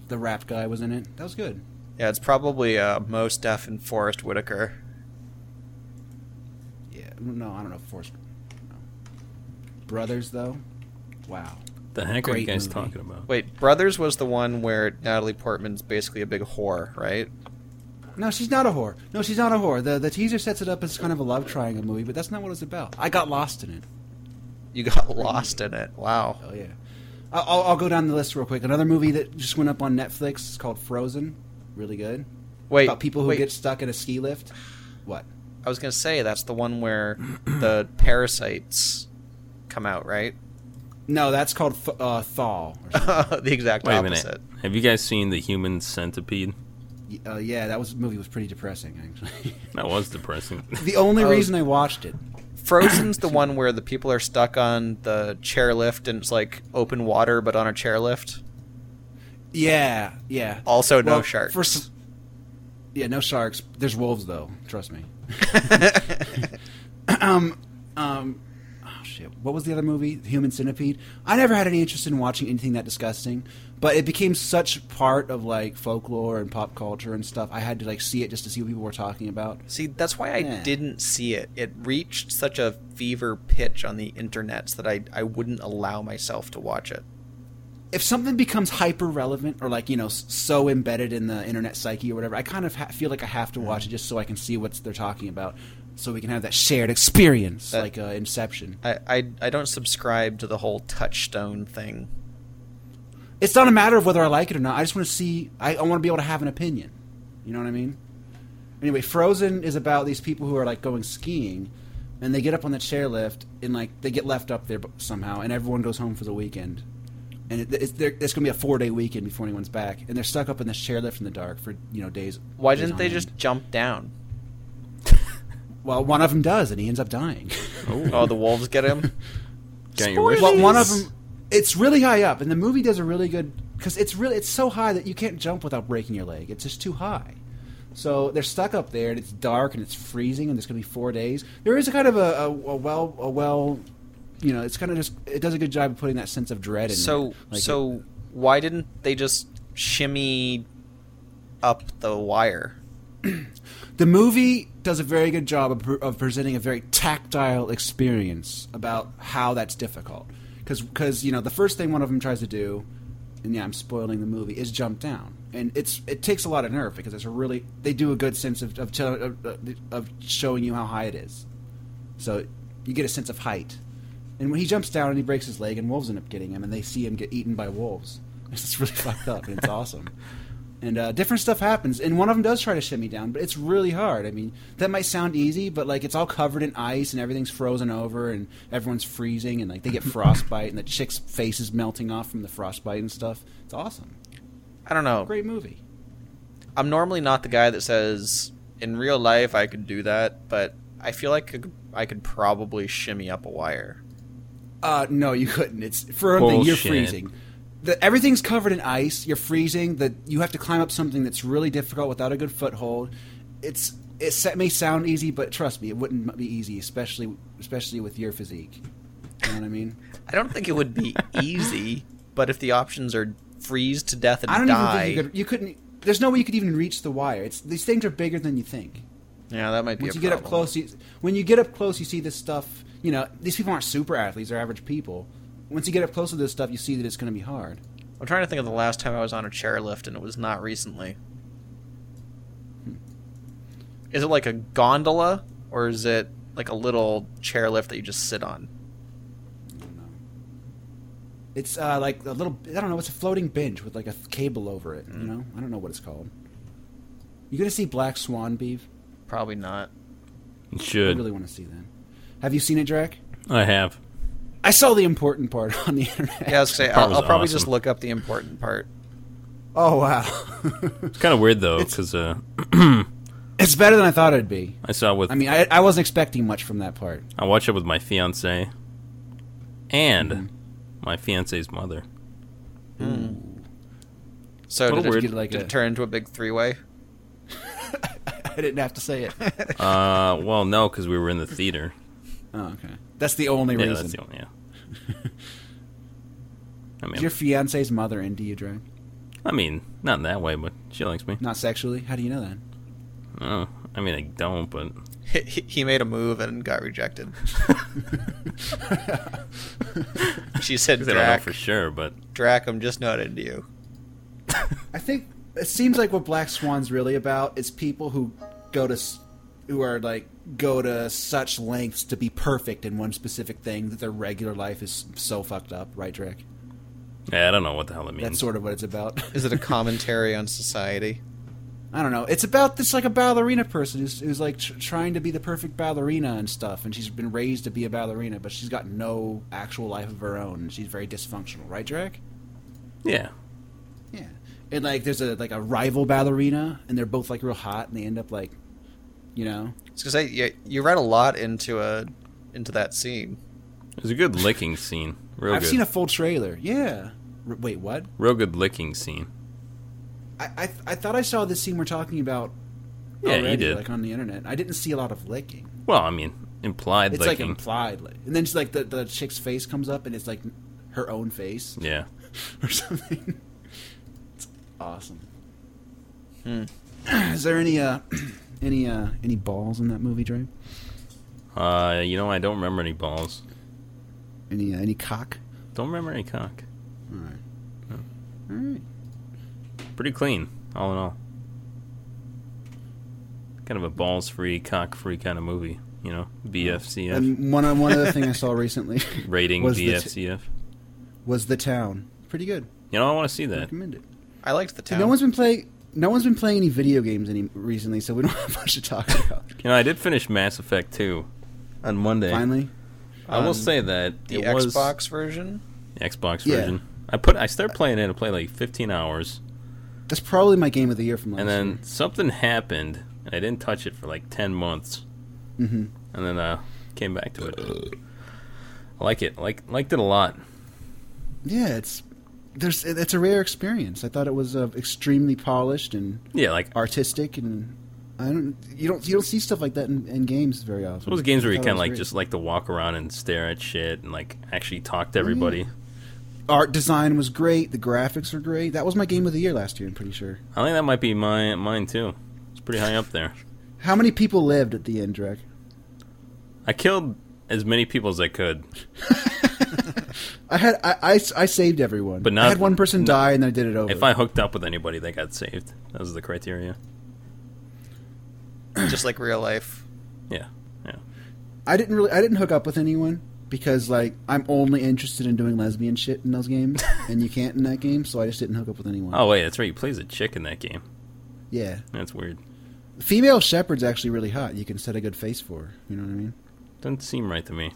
C: the rap guy was in it. That was good.
B: yeah, it's probably uh, Mos Def and Forrest Whitaker.
C: Yeah. No, I don't know. Force. no. Brothers though. Wow.
D: The heck are you
C: Great
D: guys
C: movie.
D: talking about?
B: Wait, Brothers was the one where Natalie Portman's basically a big whore, right?
C: No, she's not a whore. No, she's not a whore. The the teaser sets it up as kind of a love triangle movie, but that's not what it's about. I got lost in it.
B: You got *laughs* lost in it. Wow.
C: Oh yeah. I- I'll, I'll go down the list real quick. Another movie that just went up on Netflix is called Frozen. Really good.
B: Wait,
C: about people who
B: wait.
C: get stuck in a ski lift. What?
B: I was gonna say that's the one where *clears throat* the parasites come out, right? *laughs*
C: No, that's called th- uh, Thaw. Or something.
B: the exact
D: Wait a minute.
B: opposite.
D: Have you guys seen the Human Centipede?
C: Y- uh, yeah, that was movie was pretty depressing actually. *laughs*
D: That was depressing.
C: the only
B: Oh.
C: reason I watched it.
B: Frozen's the one where the people are stuck on the chairlift and it's like open water, but on a chairlift.
C: Yeah, yeah.
B: Also, no
C: Well,
B: sharks.
C: for s- yeah, no sharks. There's wolves though.
B: *laughs*
C: Trust me. um, um, oh shit. What was the other movie? The Human Centipede. I never had any interest in watching anything that disgusting, but it became such part of like folklore and pop culture and stuff. I had to like see it just to see what people were talking about.
B: See, that's why I
C: Yeah.
B: didn't see it. It reached such a fever pitch on the internets that I, I wouldn't allow myself to watch it.
C: If something becomes hyper relevant or like you know s- so embedded in the internet psyche or whatever, I kind of ha- feel like I have to watch it just so I can see what they're talking about, so we can have that shared experience,
B: That-
C: like uh, Inception.
B: I, I, I don't subscribe to the whole touchstone thing.
C: it's not a matter of whether I like it or not. I just want to see. I, I want to be able to have an opinion. You know what I mean? Anyway, Frozen is about these people who are like going skiing, and they get up on the chairlift and like they get left up there somehow, and everyone goes home for the weekend. And it, it's, there- it's going to be a four day weekend before anyone's back, and they're stuck up in this chairlift in the dark for you know days.
B: Why
C: days
B: didn't
C: on
B: they
C: end.
B: just jump down?
C: Well, one of them does, and he ends up dying. *laughs*
B: Oh, the wolves get him?
D: Got your wish
C: well, one of
D: list?
C: them, it's really high up, and the movie does a really good because it's really it's so high that you can't jump without breaking your leg. It's just too high. So they're stuck up there, and it's dark, and it's freezing, and there's going to be four days. There is a kind of a, a, a well, a well, you know, it's kind of just it does a good job of putting that sense of dread in.
B: So,
C: there. Like,
B: so why didn't they just shimmy up the wire?
C: the movie does a very good job of, pre- of presenting a very tactile experience about how that's difficult because you know the first thing one of them tries to do and yeah i'm spoiling the movie is jump down and it's it takes a lot of nerve because it's a really they do a good sense of of, tell- of, of showing you how high it is so you get a sense of height and when he jumps down and he breaks his leg and wolves end up getting him and they see him get eaten by wolves *laughs* it's really fucked up and it's awesome and uh, different stuff happens. And one of them does try to shimmy down, but it's really hard. I mean, that might sound easy, but like it's all covered in ice and everything's frozen over and everyone's freezing and like they get frostbite and the chick's face is melting off from the frostbite and stuff. It's awesome.
B: I don't know.
C: Great movie.
B: I'm normally not the guy that says in real life I could do that, but I feel like I could- I could probably shimmy up a wire.
C: Uh, no, you couldn't. It's for one thing, you're
D: Bullshit.
C: freezing. The, everything's covered in ice. You're freezing. That you have to climb up something that's really difficult without a good foothold. It's it sa- may sound easy, but trust me, it wouldn't be easy, especially especially with your physique. You know what
B: *laughs*
C: I mean?
B: I don't think it would
C: *laughs*
B: be easy, but if the options are freeze to death and
C: I don't
B: die,
C: even think you could. You couldn't. There's no way you could even reach the wire. It's these things are bigger than you think.
B: yeah, that might be.
C: Once
B: a
C: you get up
B: problem.
C: close, you, when you get up close, you see this stuff. You know, these people aren't super athletes; they're average people. once you get up close to this stuff, you see that it's going to be hard.
B: I'm trying to think of the last time I was on a chairlift, and it was not recently. Is it like a gondola, or is it like a little chairlift that you just sit on?
C: I don't know. It's uh, like a little. I don't know. It's a floating binge with like a th- cable over it.
D: Mm.
C: You know. I don't know what it's called. You gonna see Black Swan, Beeve?
B: Probably not.
D: It
C: I
D: should.
C: really want to see that. Have you seen it, Drac?
D: I have.
C: I saw the important part *laughs* on the internet.
B: Yeah, I was gonna say,
D: That
B: I'll,
D: was
B: I'll probably
D: awesome.
B: just look up the important part.
C: Oh wow.
D: It's kind of weird though,
C: It's-
D: because uh,
C: it's better than I thought it'd be.
D: I saw it with
C: I mean, I, I wasn't expecting much from that part.
D: I watched it with my fiance and
C: Mm-hmm.
D: my fiance's mother.
B: So
D: What a
B: did, it,
D: weird-
C: Get like
B: did
C: a-
B: it turn into a big three-way?
C: *laughs* I didn't have to
D: *laughs*
C: say it.
D: Uh, well, no, because we were in the theater.
C: oh, okay. That's the only
D: Yeah,
C: reason.
D: that's the only.
C: *laughs*
D: Yeah. I
C: Is
D: mean,
C: your fiance's mother into you, Drac?
D: I mean, not in that way, but she likes me.
C: Not sexually? How do you know that?
D: Oh, I mean, I don't, but
B: He, he- he made a move and got
D: *laughs*
B: rejected. She said,
D: 'cause I don't know
B: Drac,
D: for sure. But
B: Drac, I'm just not into you.
C: I think it seems like what Black Swan's really about is people who go to s- who are like go to such lengths to be perfect in one specific thing that their regular life is so fucked up, right, Drac?
D: yeah, I don't know what the hell it
C: That's
D: means.
C: sort of what it's about. *laughs*
B: Is it a commentary on society?
C: I don't know. It's about this like a ballerina person who's, who's like tr- trying to be the perfect ballerina and stuff, and she's been raised to be a ballerina, but she's got no actual life of her own, and she's very dysfunctional, right, Drac?
D: yeah,
C: Yeah. And like, there's a like a rival ballerina, and they're both like real hot, and they end up like, you know,
B: It's because you, you read a lot into a into that scene.
D: it was a good licking scene. Real
C: I've
D: good.
C: seen a full trailer. Yeah. R- wait, what?
D: Real good licking scene.
C: I, I I thought I saw this scene we're talking about.
D: Yeah, he
C: already,
D: did.
C: Oh, Like on the internet, I didn't see a lot of licking.
D: Well, I mean, implied
C: It's like
D: licking.
C: implied, like, and then she's like the the chick's face comes up, and it's like her own face
D: yeah.
C: *laughs* or something. It's awesome. *clears throat* Is there any uh *clears throat* any uh any balls in that movie, Dre?
D: Uh, you know, I don't remember any balls.
C: Any uh, any cock?
D: Don't remember any cock.
C: All right. All right.
D: pretty clean, all in all. Kind of a balls free, cock free kind of movie, you know? BFCF
C: And one one other thing I saw recently
D: *laughs* rating
C: was the t-
D: BFCF.
C: was The Town. Pretty good.
D: you know, I want to see that.
C: Recommend it.
B: I liked the
C: And
B: town.
C: No one's been playing. No one's been playing any video games any recently, so we don't *laughs* have much to talk about.
D: You know, I did finish Mass Effect 2 on Monday.
C: Finally,
D: I will
B: On
D: say that
B: the
D: it was
B: Xbox version.
D: the Xbox
C: Yeah.
D: version. I put I started playing it and played like 15 hours,
C: that's probably my game of the year from last
D: and
C: year.
D: then something happened, and I didn't touch it for like 10 months. Mm-hmm. And then uh came back to it. I like it. Like liked it a lot.
C: Yeah, it's there's it's a rare experience. I thought it was uh, extremely polished and
D: Yeah, like
C: artistic, and I don't you don't you don't see stuff like that in, in games very often.
D: Those games where
C: I
D: you
C: thought
D: kind
C: it
D: of
C: was
D: like
C: great.
D: just like to walk around and stare at shit and like actually talk to everybody.
C: art design was great, the graphics were great. That was my game of the year last year. I'm pretty sure.
D: I think that might be my mine too. It's pretty high up there.
C: How many people lived at the end, Drek?
D: I killed as many people as I could.
C: I had I, I, I saved everyone,
D: But
C: I
D: not-
C: had one person
D: not-
C: die and then I did it over.
D: If I hooked up with anybody, they got saved. That was the criteria.
B: just like real life.
D: Yeah, yeah.
C: I didn't really I didn't hook up with anyone because like I'm only interested in doing lesbian shit in those games and you can't in that game, so I just didn't hook up with anyone.
D: Oh wait, that's right. You play as a chick in that game.
C: Yeah.
D: That's weird.
C: Female shepherd's actually really hot. You can set a good face for. her, You know what I mean?
D: Doesn't seem right to me.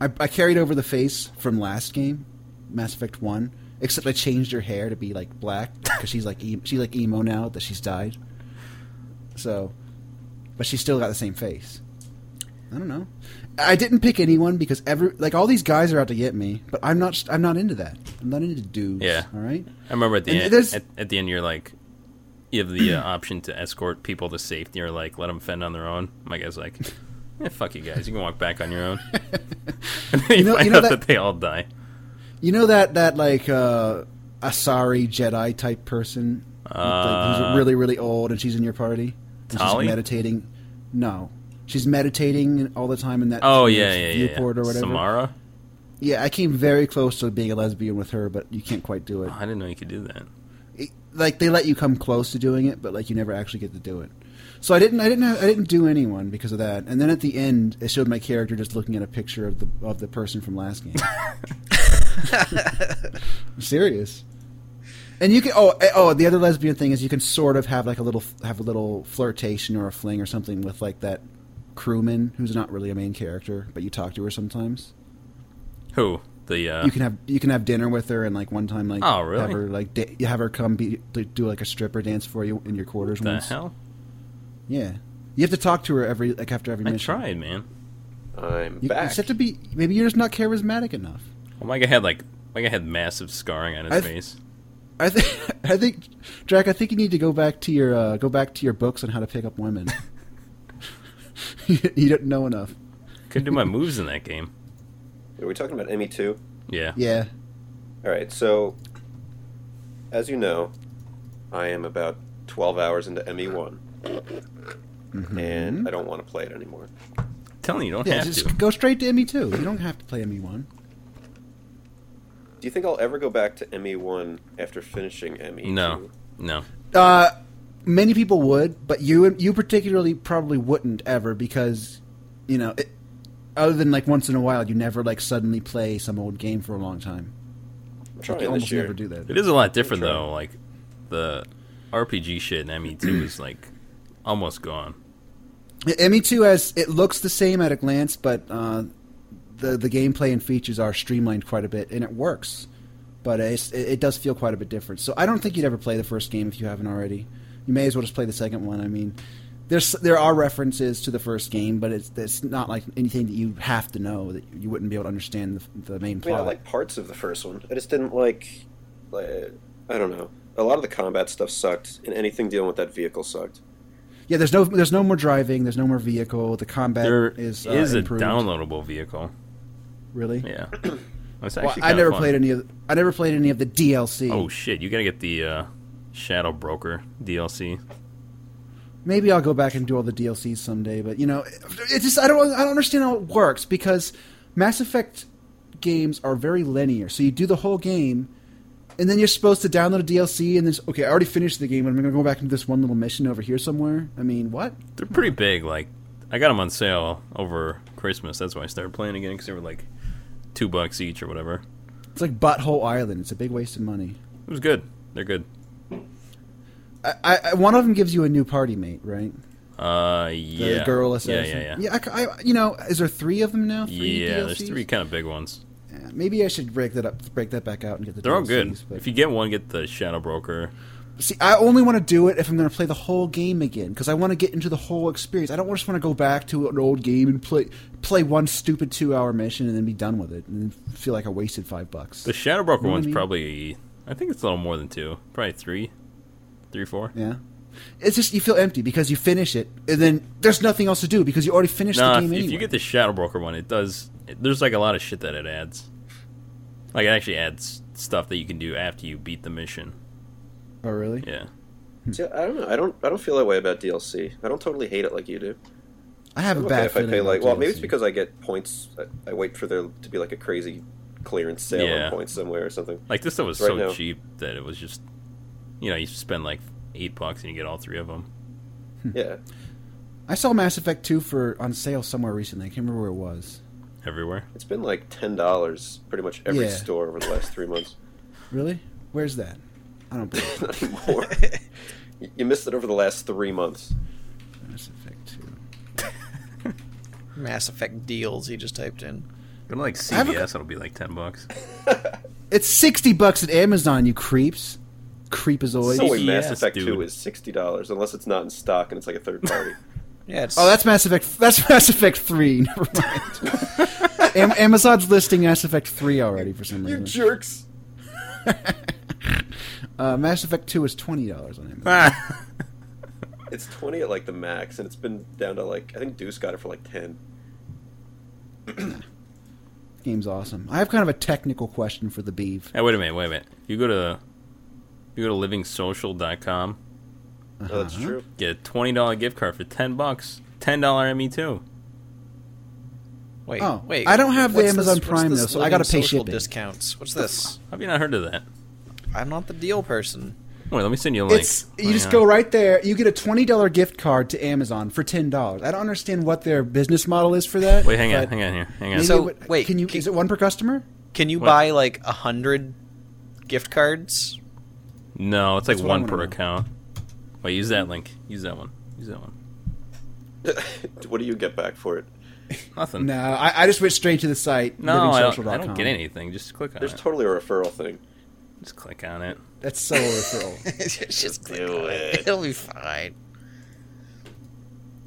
C: I, I carried over the face from last game, Mass Effect One, except I changed her hair to be like black because she's like e- she's like emo now that she's died. So, but she's still got the same face. I don't know. I didn't pick anyone because every like all these guys are out to get me, but I'm not. I'm not into that. I'm not into dudes.
D: Yeah.
C: All right.
D: I remember at the
C: And
D: end.
C: there's-
D: At, at the end, you're like, you
C: *clears throat*
D: have the uh, option to escort people to safety or like let them fend on their own. My guy's like, yeah, fuck you guys. You can walk back on your
C: *laughs*
D: own. and then you,
C: know-
D: find
C: you know
D: out
C: that-
D: that they all die.
C: You know that that like uh, Asari Jedi type person
D: Uh,
C: who's really really old, and she's in your party. And
D: Tali?
C: She's meditating. No, she's meditating all the time in that
D: Oh
C: weird
D: yeah, yeah, yeah.
C: viewport or whatever.
D: Samara.
C: Yeah, I came very close to being a lesbian with her, but you can't quite do it.
D: Oh, I didn't know you could do that.
C: it. Like they let you come close to doing it, but like you never actually get to do it. So I didn't, I didn't, have, I didn't do anyone because of that. And then at the end, it showed my character just looking at a picture of the of the person from last game. I'm serious. And you can oh eh, oh the other lesbian thing is you can sort of have like a little have a little flirtation or a fling or something with like that crewman who's not really a main character but you talk to her sometimes.
D: Who the? Uh,
C: you can have you can have dinner with her and like one time like
D: Oh, really?
C: have her like da- you have her come be, to do like a stripper dance for you in your quarters
D: the
C: once.
D: hell?
C: Yeah, you have to talk to her every like after every
D: I
C: mission.
D: tried, man.
A: I'm
C: You, you
A: back.
C: just have to be maybe you're just not charismatic enough.
D: Well, Micah had like Micah had massive scarring on his
C: I th-
D: face.
C: I think *laughs* I think Jack, I think you need to go back to your uh, go back to your books on how to pick up
D: *laughs*
C: women. *laughs* you, you don't know enough.
D: Couldn't
C: *laughs*
D: do my moves in that game.
A: Are we talking about ME two?
D: Yeah.
C: Yeah.
A: All right. So, as you know, I am about twelve hours into ME one,
C: Mm-hmm.
A: and I don't want to play it anymore.
D: I'm telling you, you don't
C: Yeah,
D: have
C: just
D: to.
C: go straight to ME two. You don't have to play ME one.
A: Do you think I'll ever go back to ME one after finishing ME?
D: No, no.
C: Uh, many people would, but you you particularly probably wouldn't ever because you know, it, other than like once in a while, you never like suddenly play some old game for a long time.
A: I'm
C: Like, you
A: trying
C: almost
A: this year.
C: never do that.
D: It is a lot different
A: Sure.
D: though. Like the RPG shit in
C: *clears throat*
D: ME two is like almost gone.
C: ME E two has it looks the same at a glance, but uh, the the gameplay and features are streamlined quite a bit, and it works. But it's, it, it does feel quite a bit different. So I don't think you'd ever play the first game if you haven't already. You may as well just play the second one. I mean, there's there are references to the first game, but it's it's not like anything that you have to know that you wouldn't be able to understand the, the main
A: I mean,
C: plot.
A: I like parts of the first one. I just didn't like. like I don't know. A lot of the combat stuff sucked, and anything dealing with that vehicle sucked.
C: yeah, there's no there's no more driving, there's no more vehicle. The combat
D: There
C: is
D: is,
C: uh,
D: a
C: improved.
D: downloadable vehicle.
C: Really? *clears throat*
D: Yeah. It's
C: Well,
D: actually
C: I
D: kinda
C: never
D: fun.
C: played any of I never played any of the DLC.
D: Oh shit! You gotta get the uh, Shadow Broker DLC.
C: Maybe I'll go back and do all the DLCs someday, but you know, it just I don't I don't understand how it works because Mass Effect games are very linear. So you do the whole game, and then you're supposed to download a DLC, and then okay, I already finished the game, and I'm gonna go back into this one little mission over here somewhere. I mean, what?
D: They're pretty big. Like I got them on sale over Christmas. That's why I started playing again because they were like two bucks each or whatever.
C: It's like Butthole Island. It's a big waste of money.
D: It was good. They're good.
C: I, I, I- one of them gives you a new party mate, right?
D: Uh,
C: The
D: yeah.
C: girl
D: yeah,
C: assassin.
D: yeah, yeah.
C: I c- I- you know, is there three of them now? Three
D: Yeah,
C: DLCs?
D: there's three kind of big ones.
C: Yeah, maybe I should break that up, break that back out, and get the.
D: They're all
C: DLCs,
D: good.
C: But...
D: If you get one, get the Shadow Broker.
C: See, I only want to do it if I'm going to play the whole game again because I want to get into the whole experience. I don't just want to go back to an old game and play play one stupid two hour mission and then be done with it and then feel like I wasted five bucks.
D: The Shadow Broker
C: Know what I
D: one's
C: mean?
D: probably, I think it's a little more than two. Probably three, three, four.
C: yeah, it's just you feel empty because you finish it and then there's nothing else to do because you already finished
D: Nah,
C: the
D: if,
C: game
D: if
C: anyway.
D: you get the Shadow Broker one, it does. It, there's like a lot of shit that it adds. Like it actually adds stuff that you can do after you beat the mission.
C: oh really?
D: Yeah.
C: Hmm.
A: See, I don't know. I don't. I don't feel that way about DLC. I don't totally hate it like you do.
C: I have a
A: I'm
C: bad
A: okay if I
C: feeling.
A: pay
C: about
A: like. Well, maybe it's
C: DLC.
A: because I get points. I, I wait for there to be like a crazy clearance sale
D: Yeah.
A: on points somewhere or something.
D: Like this stuff was
A: Right
D: so
A: now.
D: cheap that it was just, you know, you spend like eight bucks and you get all three of them.
C: Hmm.
A: Yeah.
C: I saw Mass Effect two for on sale somewhere recently. I can't remember where it was.
D: everywhere.
A: It's been like ten dollars pretty much every
C: Yeah.
A: store over the last three
D: *laughs*
A: months.
C: Really? Where's that? I don't believe
A: Not anymore. You- you missed it over the last three months.
C: it. Mass Effect two.
B: Mass Effect deals he just typed in.
D: Go to like
C: I have a-
D: CVS, it'll be like ten bucks.
C: It's sixty bucks at Amazon. You creeps, creepazoids.
A: No way Mass
D: CES,
A: Effect
D: dude.
A: 2 is $60 unless it's not in stock and it's like a third party.
C: *laughs*
B: Yeah, it's,
C: Oh, that's Mass Effect. That's Mass Effect Three. Never mind.
A: *laughs*
C: Am- Amazon's listing Mass Effect Three already for some
A: you
C: reason.
A: jerks!
C: *laughs* Uh, Mass Effect Two is twenty dollars on Amazon.
D: *laughs* Ah.
A: It's 20 at like the max and it's been down to like, I think Deuce got it for like 10.
C: Game's awesome. I have kind of a technical question for the Beeve.
D: hey, wait a minute, wait a minute. You go to you go to livingsocial.com,
C: Uh-huh.
A: Oh, that's true.
D: E get a twenty dollar gift card for ten bucks. Ten dollar ME two.
B: Wait,
C: Oh,
B: wait.
C: I don't have the
B: what's
C: Amazon
B: what's
C: Prime,
B: this
C: though, so I
B: living
C: gotta pay
B: social
C: shipping.
B: discounts. What's this?
D: Have you not heard of that?
B: I'm not the deal person.
D: Wait, let me send you a link.
C: it's
D: Hang
C: you just
D: on.
C: go right there. You get a twenty dollar gift card to Amazon for ten dollars. I don't understand what their business model is for that.
D: Wait, hang on,
C: but
D: hang on here, hang on.
C: maybe
B: So,
C: it would-
B: wait,
C: can you?
B: can-
C: is it one per customer?
B: Can you
D: What?
B: buy like a hundred gift
D: *laughs*
B: cards?
D: no, it's like
C: That's what I
D: one
C: wanna
D: per
C: know.
D: account. Wait, use that link. Use that one. Use that one.
A: what do you get back for it?
D: Nothing.
C: No, I, I just went straight to the site.
D: No, I don't, I
C: livingsocial.com.
D: don't get anything. Just click on
A: There's
D: it.
A: totally a referral thing.
D: Just click on it.
C: That's so
D: *laughs*
C: referral.
B: Just click
A: do
B: on
A: it.
B: It'll be fine.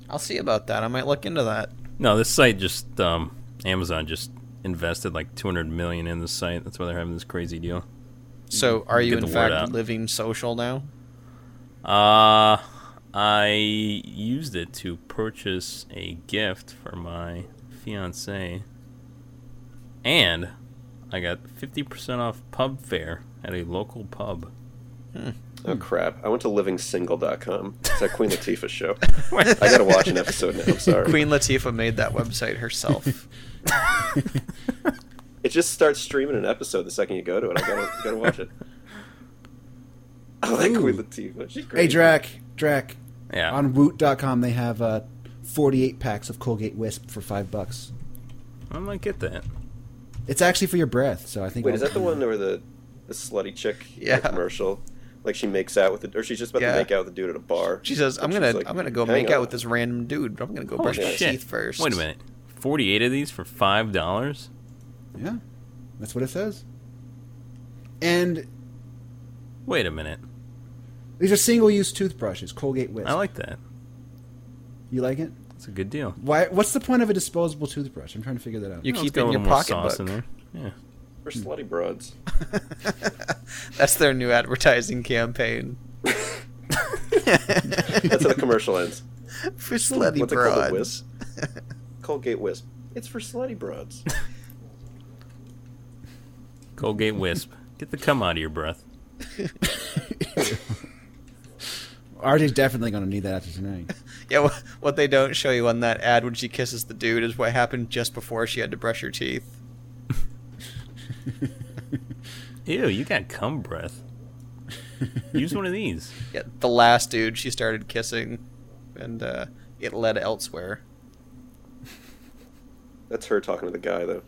B: I'll see about that. I might look into that.
D: No, this site just um, Amazon just invested like 200 million in this site. That's why they're having this crazy deal.
B: So, are you
D: Get
B: in
D: the word
B: fact
D: out.
B: living social now?
D: Uh I used it to purchase a gift for my fiance, and I got 50% off pub fare at a local pub.
A: Oh
B: Hmm.
A: crap! I went to livingsingle.com. It's that Queen Latifah
B: *laughs*
A: show. I gotta watch an episode now. I'm sorry.
B: Queen Latifah made that
A: *laughs*
B: website herself.
A: It just starts streaming an episode the second you go to it. I gotta gotta watch it. I like
C: Ooh.
A: Queen Latifah. She's great.
C: hey, Drac, Drac.
D: Yeah.
C: On Woot.com, they have uh, 48 packs of Colgate Wisp for five bucks.
D: I might get that.
C: It's actually for your breath, so I think.
A: Wait, is that the one where the the slutty chick in the
B: Yeah.
A: commercial? Like she makes out with the, or she's just about
B: Yeah.
A: to make out with the dude at a bar.
B: she says,
A: And
B: "I'm
A: she's
B: gonna,
A: like,
B: I'm gonna go
A: "Hang
B: make out
A: on."
B: with this random dude. But I'm gonna go
D: Holy
B: brush my
D: Oh, shit.
B: teeth first.
D: Wait a minute. 48 of these for $5?
C: Yeah, that's what it says. And
D: Wait a minute.
C: these are single-use toothbrushes, Colgate Wisp.
D: I like that.
C: you like it?
D: That's a good deal.
C: Why? What's the point of a disposable toothbrush? I'm trying to figure that out.
B: You
D: Well, it's
B: keep
D: got
B: it
D: a
B: in your
D: little more sauce
B: pocketbook.
D: in there. Yeah.
A: We're slutty broads.
B: *laughs* That's their new advertising campaign.
A: That's how the commercial ends.
B: For slutty
A: What's it called, a
B: broads.
A: wisp? Colgate Wisp. It's for slutty broads.
D: Colgate Wisp. Get the cum out of your breath.
C: RJ's definitely going to need that after tonight.
B: Yeah, wha- what they don't show you on that ad when she kisses the dude is what happened just before she had to brush her teeth.
D: Ew, you got cum breath. Use one of these.
B: Yeah, the last dude she started kissing, and uh, it led elsewhere. *laughs*
A: That's her talking to the guy though.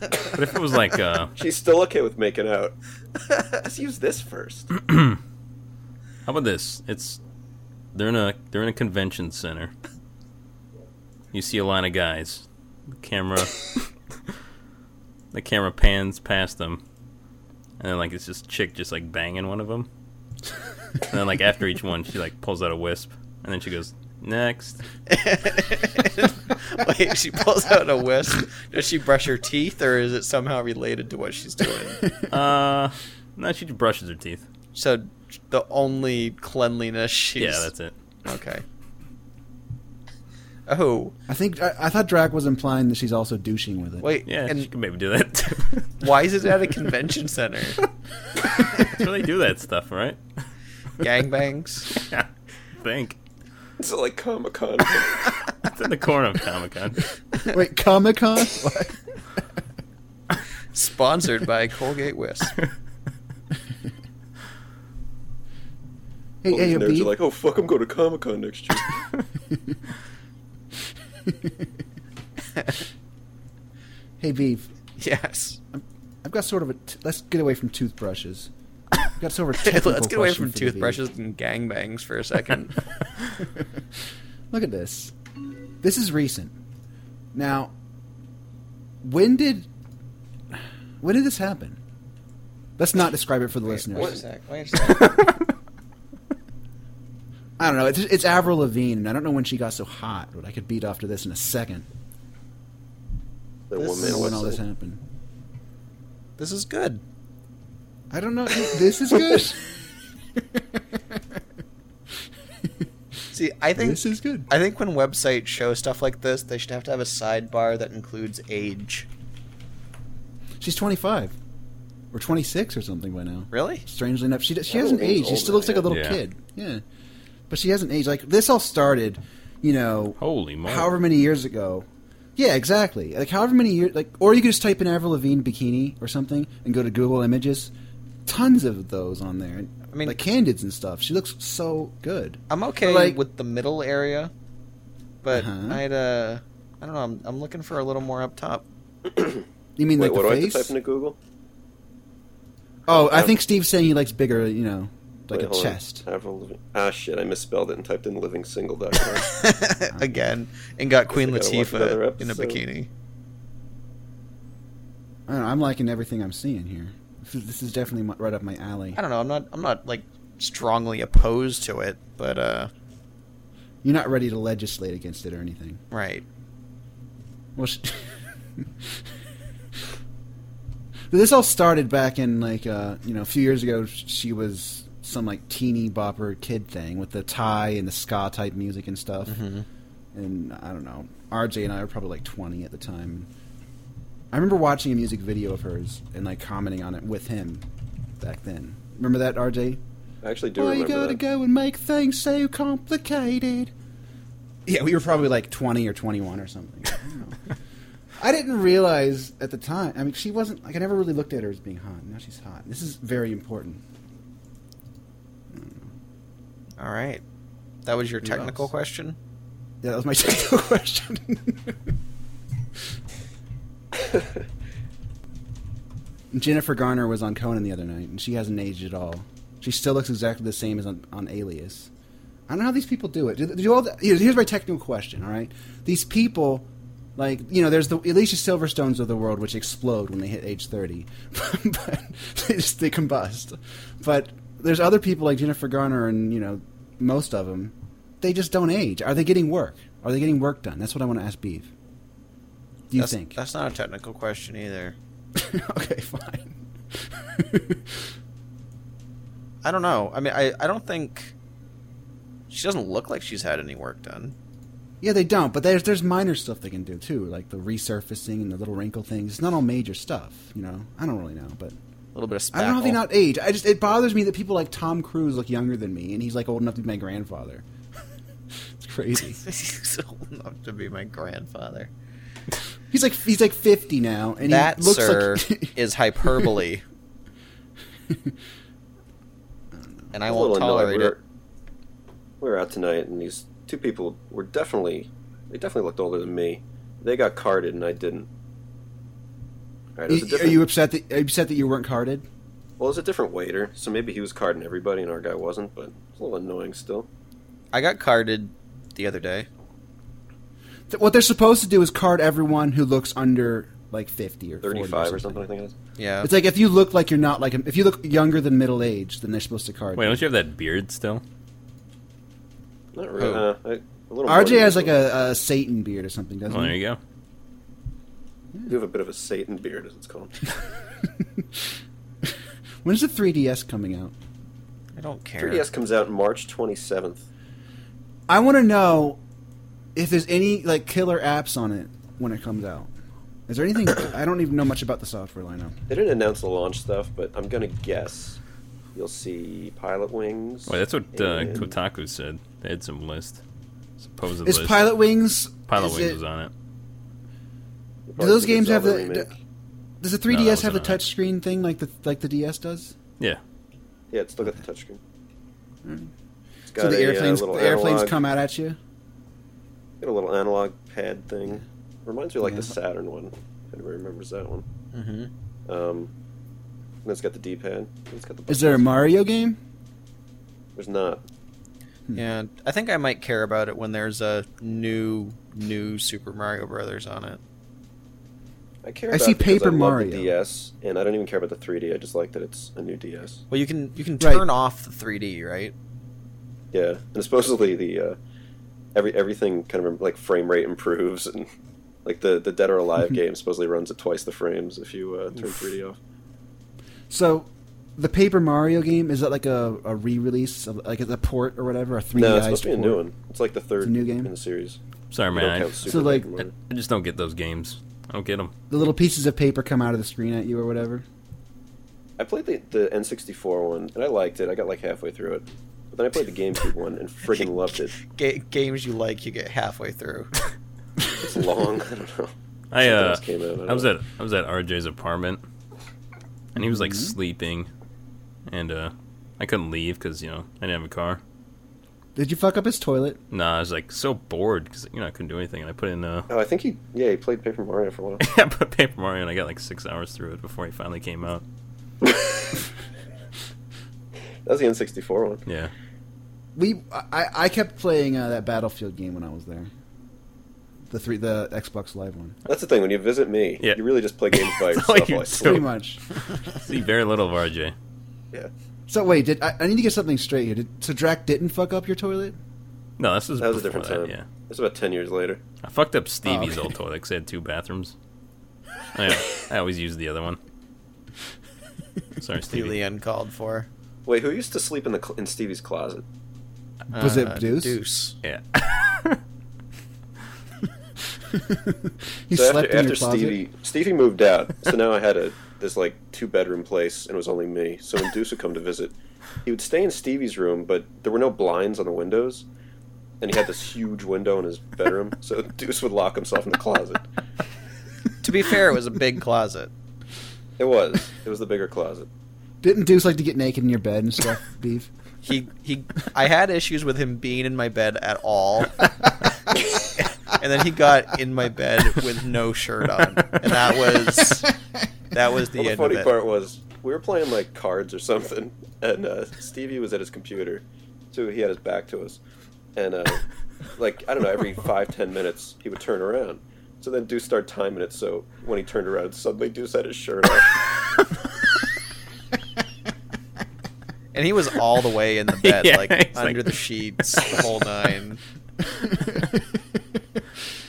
D: But if it was like uh,
A: She's still okay with making out. Let's use this first.
D: How about this? It's they're in a they're in a convention center. You see a line of guys.
B: *laughs*
D: The camera the camera pans past them, and then like it's just chick just like banging one of them. And then like after each one, she like pulls out a wisp, and then she goes next.
B: Wait, she pulls out a wisp. Does she brush her teeth, or is it somehow related to what she's doing?
D: Uh, no, she just brushes her teeth.
B: So the only cleanliness she's
D: Yeah, that's it.
B: okay. Oh
C: *laughs* I think I, I thought Drac was implying that she's also douching with it.
B: wait,
D: Yeah, she
B: and
D: can maybe do that. too.
B: why is it at a convention center?
D: *laughs* That's where they do that stuff, right? *laughs*
B: Gangbangs.
D: Think.
A: It's like Comic
B: *laughs*
A: Con.
D: It's in the corner of Comic Con.
C: wait, Comic
B: *laughs*
C: Con?
B: Sponsored by Colgate Wisp.
C: hey, hey,
A: nerds
C: B.
A: are like, oh fuck, I'm going to Comic Con next year.
C: hey, B.
B: Yes.
C: I've got sort of a. T- let's get away from toothbrushes. I've got sort of a
B: *laughs*
C: technical
B: Let's get away
C: question
B: from
C: for you, B.
B: toothbrushes and gangbangs for a second.
C: Look at this. This is recent. Now, when did when did this happen? Let's not describe it for the listeners.
B: Wait a sec. Wait a sec.
C: I don't know. It's, it's Avril Lavigne, and I don't know when she got so hot, but I could beat off to this in a second.
A: The
B: This-
C: I don't
A: woman
C: know when all
A: whistle.
C: this happened.
B: This is good.
C: I don't know. This
B: *laughs*
C: is good.
B: See, I think
C: this is good.
B: I think when websites show stuff like this, they should have to have a sidebar that includes age.
C: She's 25 or 26 or something by now.
B: Really?
C: Strangely enough, she she
A: Avril
C: hasn't
A: Lavigne's
C: aged. She still
A: older,
C: looks like a
A: yeah.
C: little
D: Yeah.
C: kid. Yeah, but she hasn't aged. Like this all started you know,
D: Holy moly!
C: however many years ago. Yeah, exactly. Like however many years, like or you could just type in Avril Lavigne bikini or something and go to Google Images. Tons of those on there.
B: I mean-
C: like candids and stuff. She looks so good.
B: I'm okay
C: Like-
B: with the middle area, but
C: Uh-huh.
B: I'd uh, I don't know. I'm, I'm looking for a little more up top. *laughs*
C: You mean
A: Wait,
C: like
A: what do I
C: the
A: have
C: face?
A: to type into Google?
C: oh, I
A: Um,
C: think Steve's saying he likes bigger. You know, like
A: Wait,
C: a
A: hold on.
C: chest.
A: Avril Lavigne. Ah, shit, I misspelled it and typed in livingsingle.com.
C: Uh-huh.
B: Again, and got Queen
A: I gotta watch another
B: Latifah in a
A: episode.
B: bikini.
C: I don't know, I'm liking everything I'm seeing here. This is, this is definitely my, right up my alley.
B: I don't know. I'm not. I'm not like strongly opposed to it, but uh,
C: You're not ready to legislate against it or anything.
B: right.
C: Well, sh- But *laughs* this all started back in like uh, you know a few years ago. sh- She was some like teeny bopper kid thing with the tie and the ska type music and stuff. And I don't know. RJ and I were probably like 20 at the time. I remember watching a music video of hers and like commenting on it with him back then. Remember that RJ?
A: I actually do
C: oh, you
A: remember
C: gotta
A: that.
C: go and make things so complicated. Yeah, we were probably like 20 or 21 or something. I don't know. *laughs* I didn't realize at the time. I mean, she wasn't like I never really looked at her as being hot. Now she's hot. This is very important.
B: All right. That was your
C: Who
B: technical
C: else?
B: question.
C: Yeah, that was my *laughs* technical question. *laughs* Jennifer Garner was on Conan the other night, and she hasn't aged at all. She still looks exactly the same as on, on Alias. I don't know how these people do it. Do, do all the, here's, here's my technical question. All right, these people, like you know, there's the Alicia Silverstones of the world, which explode when they hit age thirty, *laughs* but they just they combust. But there's other people like Jennifer Garner, and you know, most of them, they just don't age. Are they getting work? Are they getting work done? That's what I want to ask Beef. Do you
B: that's,
C: think?
B: that's not a technical question either?
C: *laughs* okay, fine. *laughs*
B: I don't know. I mean, I, I don't think she doesn't look like she's had any work done.
C: yeah, they don't, but there's there's minor stuff they can do too, like the resurfacing and the little wrinkle things. It's not all major stuff, you know. I don't really know, but
B: A little bit of spackle.
C: I don't know how they not age. I just it bothers me that people like Tom Cruise look younger than me, and he's like old enough to be my grandfather. *laughs* it's crazy.
B: *laughs* He's old enough to be my grandfather.
C: He's like he's like fifty now, and
B: that
C: he looks *laughs*
B: sir
C: like
B: is hyperbole, and I
A: was a
B: won't
A: little annoyed.
B: tolerate
A: we
B: it.
A: were, We were out tonight, and these two people were definitely they definitely looked older than me. They got carded, and I didn't. All right, it was a
C: are
A: different,
C: you upset that are you upset that you weren't carded?
A: well, it was a different waiter, so maybe he was carding everybody, and our guy wasn't. But it's a little annoying still.
B: I got carded the other day.
C: Th- What they're supposed to do is card everyone who looks under like fifty or 40
A: Thirty-five or something, I think it is.
B: Yeah,
C: It's like if you look like you're not like if you look younger than middle age, then they're supposed to card.
D: Wait,
C: you.
D: don't you have that beard still?
A: Not really.
B: Who?
A: Uh, I, a little more
C: RJ has
A: than
C: like a, a Satan beard or something, doesn't
D: Well, Oh, there
C: he?
D: you go.
A: usual. You have a bit of a Satan beard, as it's called.
C: When's the 3DS coming out?
B: I don't care.
A: 3DS comes out March twenty-seventh.
C: I want to know if there's any like killer apps on it when it comes out. Is there anything? *coughs* I don't even know much about the software lineup.
A: They didn't announce the launch stuff, but I'm gonna guess you'll see Pilot Wings.
D: Wait, that's what uh,
A: and-
D: Kotaku said. They had some list, supposed
C: Is
D: list.
C: Pilot Wings?
D: Pilot
C: is
D: Wings
C: it-
D: was on it.
A: Parts
C: those
A: of
C: games have
A: Zelda
C: the-
A: remake.
C: Does the
D: No, that
C: 3DS have
D: wasn't
C: the
D: on it.
C: touchscreen thing like the like the DS does?
D: Yeah,
A: Yeah, it's still got the touchscreen. It's got
C: Mm-hmm. So the
A: a, uh,
C: airplanes
A: little
C: the airplanes
A: analog-
C: come out at you.
A: got a little analog pad thing. Reminds me like
C: Yeah. Mm-hmm.
A: the Saturn one. If anybody remembers that one.
B: hmm
A: Um, and it's got the D-pad. and It's got the.
C: Is there a
A: buttons.
C: Mario game?
A: There's not.
B: Yeah, I think I might care about it when there's a new new Super Mario Brothers on it.
A: I care.
C: I
A: about
C: see
A: it because
C: Paper
A: love the
C: Mario.
A: DS, and I don't even care about the 3D. I just like that it's a new DS.
B: Well, you can you can
C: Right.
B: turn off the 3D, right?
A: Yeah, and supposedly the uh, every everything kind of like frame rate improves, and like the the Dead or
C: Mm-hmm.
A: Alive game supposedly runs at twice the frames if you uh, turn 3D off.
C: So, the Paper Mario game is that like a, a re-release, of, like it's a port or whatever, a three
A: No, it's
C: guys
A: supposed to be a
C: port?
A: new one. It's like the third
C: new game?
A: in the series.
D: sorry,
A: They don't
D: man.
A: count
D: I,
A: Super
C: So, like,
A: Paper
D: I,
A: Mario.
D: I just don't get those games. I don't get them.
C: The little pieces of paper come out of the screen at you or whatever.
A: I played the, the N64 one and I liked it. I got like halfway through it. But then I played the GameCube one
D: *laughs*
A: and friggin' loved it.
B: Ga- games you like, you get halfway
C: *laughs*
B: through.
A: It's long. I don't know.
D: *laughs* I
A: Something
D: uh,
A: else came out, I don't
D: I was
A: know.
D: at I was at RJ's apartment, and he was like sleeping, and uh, I couldn't leave because you know I didn't have a car.
C: Did you fuck up his toilet?
D: Nah, I was like so bored because you know I couldn't do anything, and I put in uh, *laughs*
A: Oh, I think he yeah he played Paper Mario for a while.
D: I put Paper Mario, and I got like six hours through it before he finally came out.
A: That was the N64 one.
D: Yeah,
C: We I, I kept playing uh, that Battlefield game when I was there. The three the Xbox Live one.
A: That's the thing when you visit me,
D: Yeah.
A: you really just play games by
D: *laughs* That's
A: yourself
D: all you
A: while I
D: do.
A: sleep.
C: Pretty much.
D: see very little of RJ.
A: Yeah,
C: So wait, did I, I need to get something straight here? Did, so Drac didn't fuck up your toilet?
D: No, this was
A: that was a
D: before
A: different Oh, time.
D: that, Yeah,
A: It's about ten years later.
D: I fucked up Stevie's
C: okay.
D: old toilet because it had
A: *laughs*
D: two bathrooms. I, I always use the other one. Sorry,
B: Completely
D: Stevie.
B: uncalled for.
A: Wait, who used to sleep in the cl- in Stevie's closet?
C: Was it
B: Uh,
C: Deuce?
B: Deuce.
D: Yeah. *laughs*
C: he
A: so
C: slept
A: after,
C: in
A: after
C: your closet.
A: Stevie Stevie moved out, so now I had a this like two bedroom place, and it was only me. So when Deuce would come to visit, he would stay in Stevie's room, but there were no blinds on the windows, and he had this huge window in his bedroom. So Deuce would lock himself in the closet.
B: To be fair, it was a big *laughs* closet.
A: It was it was the bigger closet.
C: Didn't Deuce like to get naked in your bed and stuff, *laughs* Beef?
B: He he. I had issues with him being in my bed at
D: *laughs*
B: all, and then he got in my bed with no shirt on, and that was that was the
A: Well, the
B: end
A: funny
B: of it.
A: part was we were playing like cards or something, *laughs* and uh, Stevie was at his computer, so he had his back to us, and
B: *laughs*
A: uh, like I don't know, every five ten minutes he would turn around. So then Deuce started timing it, so when he turned around, suddenly Deuce had his shirt
B: *laughs*
A: off.
B: And he was all the way in the bed,
D: *laughs* Yeah,
B: like
D: he's
B: under
D: like-
B: the sheets, the whole
D: *laughs*
B: nine.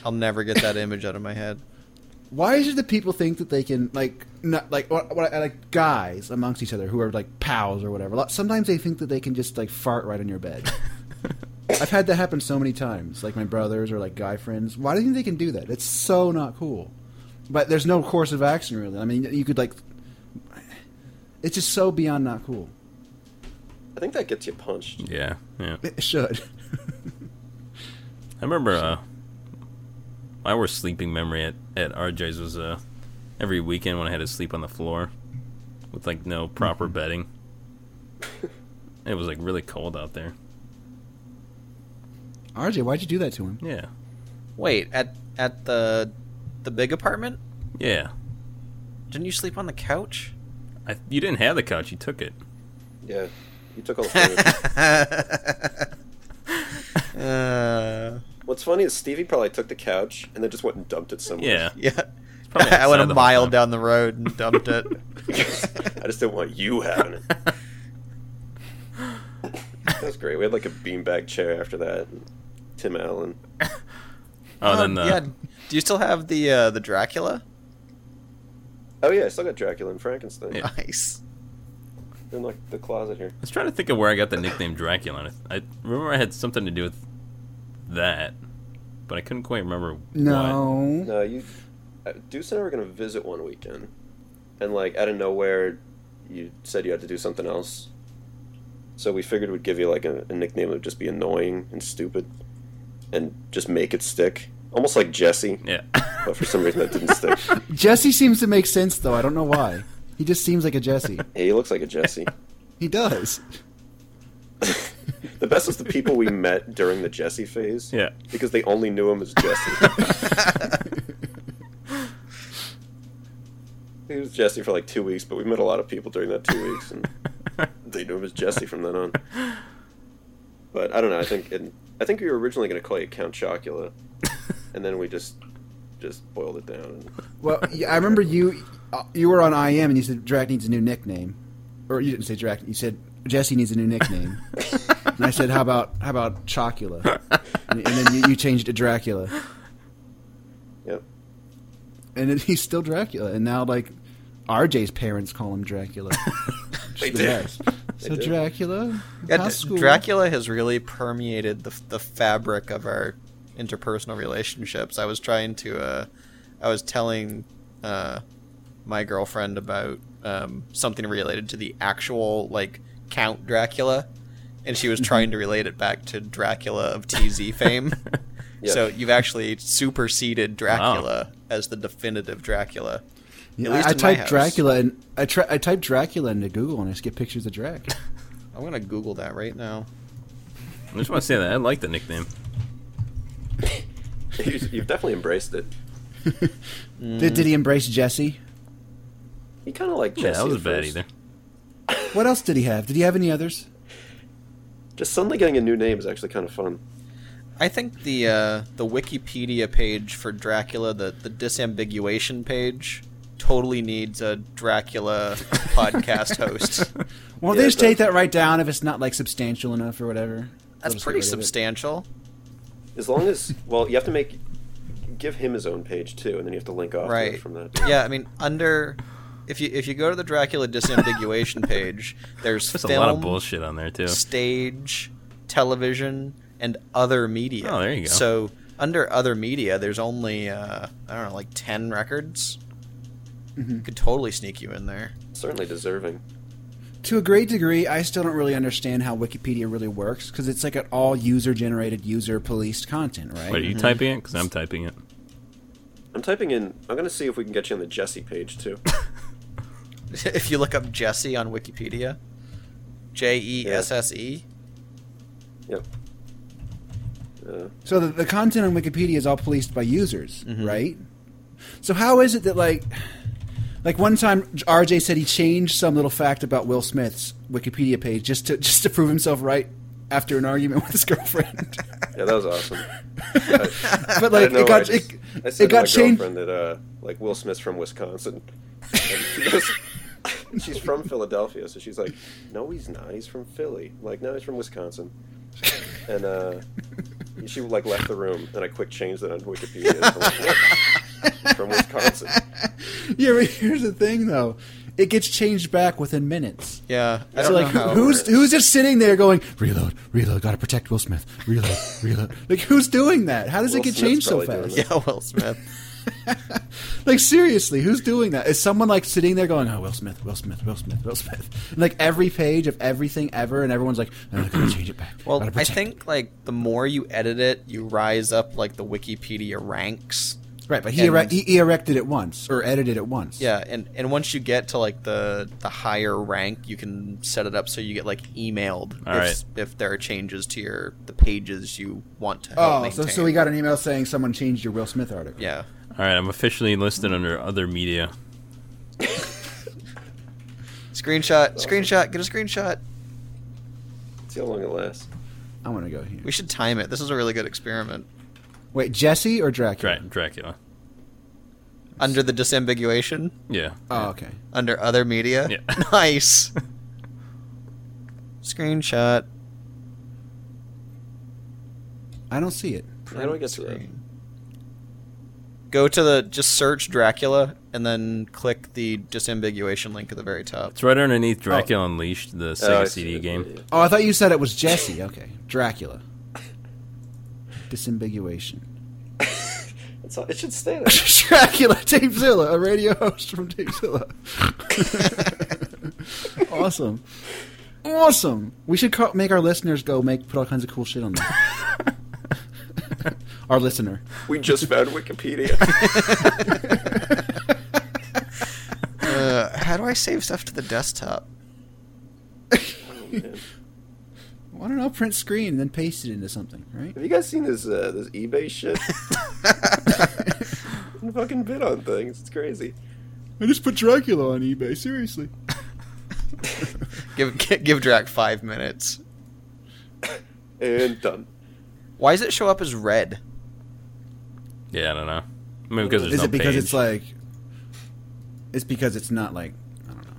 B: I'll never get that image out of my head.
C: Why is it that people think that they can like not like what, what I- like guys amongst each other who are like pals or whatever? lot- Sometimes they think that they can just like fart right on your bed. I've had that happen so many times, like my brothers or like guy friends. Why do you think they can do that? It's so not cool. But there's no course of action really. I mean, you could like, it's just so beyond not cool.
A: I think that gets you punched.
D: yeah, yeah.
C: It should. *laughs*
D: I remember uh, my worst sleeping memory at, at RJ's was uh, every weekend when I had to sleep on the floor with like no proper
A: Mm-hmm.
D: bedding. it was like really cold out there.
C: RJ, why'd you do that to him?
D: Yeah,
B: Wait, at at the the big apartment?
D: yeah.
B: Didn't you sleep on the couch?
D: I, you didn't have the couch; you took it.
A: Yeah, you took all the furniture.
B: Uh, *laughs*
A: What's funny is Stevie probably took the couch and then just went and dumped it somewhere.
D: Yeah,
B: yeah. *laughs*
D: probably
B: I
D: outside
B: went a
D: the whole
B: mile
D: time.
B: down the road and dumped it.
D: *laughs*
A: I just didn't want you having it. that was great. We had like a beanbag chair after that. And Tim Allen.
D: Oh,
B: Um,
D: then the,
B: yeah. Do you still have the uh, the Dracula?
A: Oh yeah, I still got Dracula and Frankenstein.
D: Yeah.
B: Nice.
A: in like the closet here.
D: I was trying to think of where I got the nickname Dracula. I, I remember I had something to do with that, but I couldn't quite remember. What.
C: No.
A: No, you, uh, Deuce and I were gonna visit one weekend, and like out of nowhere, you said you had to do something else. So we figured we'd give you like a, a nickname that would just be annoying and stupid, and just make it stick, almost like Jesse.
D: Yeah. *laughs*
A: But for some reason that didn't stick.
C: Jesse seems to make sense though. I don't know why. He just seems like a *laughs* Jesse.
A: Hey, he looks like a Jesse.
C: He does.
A: The best was the people we met during the Jesse phase.
D: Yeah.
A: Because they only knew him as
D: *laughs*
A: Jesse. he was Jesse for like two weeks, but we met a lot of people during that two weeks,
D: *laughs*
A: and they knew him as Jesse from then on. But I don't know. I think it, I think we were originally going to call you Count Chocula, and then we just just boiled it down.
C: Well, yeah, I remember you uh, you were on IM and you said Drac needs a new nickname, or you didn't say Drac. You said Jesse needs a
B: *laughs*
C: new nickname, and I said how about how about Chocula, and, and then you, you changed it to Dracula,
A: Yep.
C: and then he's still Dracula, and now like RJ's parents call
B: *laughs*
C: him Dracula.
A: They
C: It's the
A: did.
C: best.
A: They
C: So
A: did.
C: Dracula,
B: Yeah,
C: how's
B: D-
C: school?
B: Dracula has really permeated the, the fabric of our interpersonal relationships. I was trying to, uh, I was telling uh, my girlfriend about um, something related to the actual like Count Dracula, and she was trying to relate it back to Dracula of TZ fame.
A: Yes.
B: So you've actually superseded Dracula as the definitive Dracula. At
C: Yeah,
B: least
C: I, I
B: in my
C: typed
B: house.
C: Dracula and I, tra- I typed Dracula into Google and I just get pictures of Drac.
B: I'm gonna Google that right now.
D: I just want to say that I like the nickname.
A: You- You've definitely embraced it.
B: Mm.
C: Did, did he embrace Jesse?
A: He kind of liked
D: Yeah,
A: Jesse.
D: that was
A: at
D: bad
A: first.
D: either.
C: What else did he have? Did he have any others?
A: Just suddenly getting a new name is actually kind of fun.
B: I think the uh, the Wikipedia page for Dracula, the the disambiguation page, totally needs a
D: *laughs*
B: Dracula podcast host.
C: Well,
A: Yeah,
C: they just
A: but-
C: take that right down if it's not like substantial enough or whatever. They'll
B: That's
C: just
B: pretty
C: get rid of it.
B: substantial.
A: As long as well, you have to make give him his own page too, and then you have to link off to it
B: right
A: from that.
B: yeah i mean under if you if you go to the
A: *laughs*
B: dracula disambiguation page there's
D: There's
B: film,
D: a lot of bullshit on there too.
B: stage television and other media
D: Oh, there you go.
B: so under other media there's only uh, i don't know like 10 records
C: Mm-hmm.
B: could totally sneak you in there *laughs*
A: Certainly deserving.
C: To a great degree, I still don't really understand how Wikipedia really works because it's like an all user generated, user policed content, right?
D: Wait, are you typing it? Because I'm typing it.
A: I'm typing in. I'm gonna see if we can get you on the Jesse page
C: *laughs*
A: too.
B: if you look up jesse on wikipedia E j-e-s-s-e
A: yep. Uh,
C: So the, the content on Wikipedia is all policed by users,
B: Mm-hmm.
C: right? So how is it that like like one time RJ said he changed some little fact about Will Smith's Wikipedia page just to just to prove himself right after an argument *laughs* with
B: *laughs*
C: his girlfriend.
A: yeah, that was awesome.
C: but like it got it,
A: I said
C: it
A: to my
C: got changed.
A: girlfriend that uh, like Will Smith's from
C: *laughs*
A: Wisconsin. And she goes, *laughs* she's from Philadelphia, so she's like, "No, he's not. He's from Philly." I'm like, no, he's from Wisconsin. And uh, she like left the room, and I quick changed it on
C: *laughs*
A: Wikipedia. I'm like, "What? He's from Wisconsin.
C: Yeah, but *laughs* here's the thing though. It gets changed back within minutes.
B: yeah i
C: So
B: don't
C: like
B: know how it
C: who's
B: works.
C: who's just sitting there going reload, reload, gotta protect Will Smith, reload, *laughs* reload. Like who's doing that? How does
A: Will
C: it get
A: Smith's
C: changed so
A: probably doing
C: fast?
A: that.
B: *laughs* yeah will smith
C: Like seriously, who's doing that? Is someone like sitting there going, "Oh, Will Smith, Will Smith, Will Smith, Will Smith," *laughs* and, like every page of everything ever, and everyone's like, "I'm gonna
B: *clears throat*
C: change it back."
B: Well,
C: Gotta
B: I
C: protect
B: think like the more you edit it, you rise up like the Wikipedia ranks.
C: it." right, but he, ere-
B: and-
C: he he erected it once or edited it once.
B: Yeah, and and once you get to like the the higher rank, you can set it up so you get like emailed
D: All
B: if,
D: right.
B: if there are changes to your the pages you want to. help
C: Oh, so, so
B: maintain.
C: we got an email saying someone changed your Will Smith article.
B: yeah.
D: All right, I'm officially listed under other media.
B: Screenshot, screenshot, get a screenshot.
A: See how long it lasts.
C: I want to go here.
B: We should time it. This is a really good experiment.
C: Wait, Jesse or Dracula?
D: Dra- Dracula.
B: Under the disambiguation,
D: Yeah.
C: Oh, okay.
B: under other media.
D: Yeah.
B: *laughs* Nice. screenshot.
C: I don't see it.
A: How do I get to that?
B: Screen. Go to the just search Dracula and then click the disambiguation link at the very top.
D: It's right underneath Dracula Unleashed, the
A: Oh, I
D: Sega
A: see
D: CD
A: it.
D: game.
A: Yeah.
C: Oh, I thought you said it was Jesse. Okay, Dracula. Disambiguation. *laughs*
A: It's, it should stay there.
C: Dracula Tapezilla, a radio host from Tapezilla. *laughs* awesome, awesome. We should call, make our listeners go make put all kinds of cool shit on there. *laughs* our listener.
A: *laughs* We just found *laughs* Wikipedia.
B: Uh, how do I save stuff to the desktop?
A: Oh, man.
C: I don't know. Print screen, and then paste it into something, right?
A: Have you guys seen this uh, this eBay
C: *laughs*
A: shit? You fucking bid on things. It's crazy.
C: I just put Dracula on eBay. Seriously.
B: Give *laughs* gi- give Drac five minutes.
A: And done.
B: Why does it show up as red?
D: Yeah, I don't know. Maybe because there's
C: Is
D: no
C: it because
D: page.
C: it's like? It's because it's not like I don't know.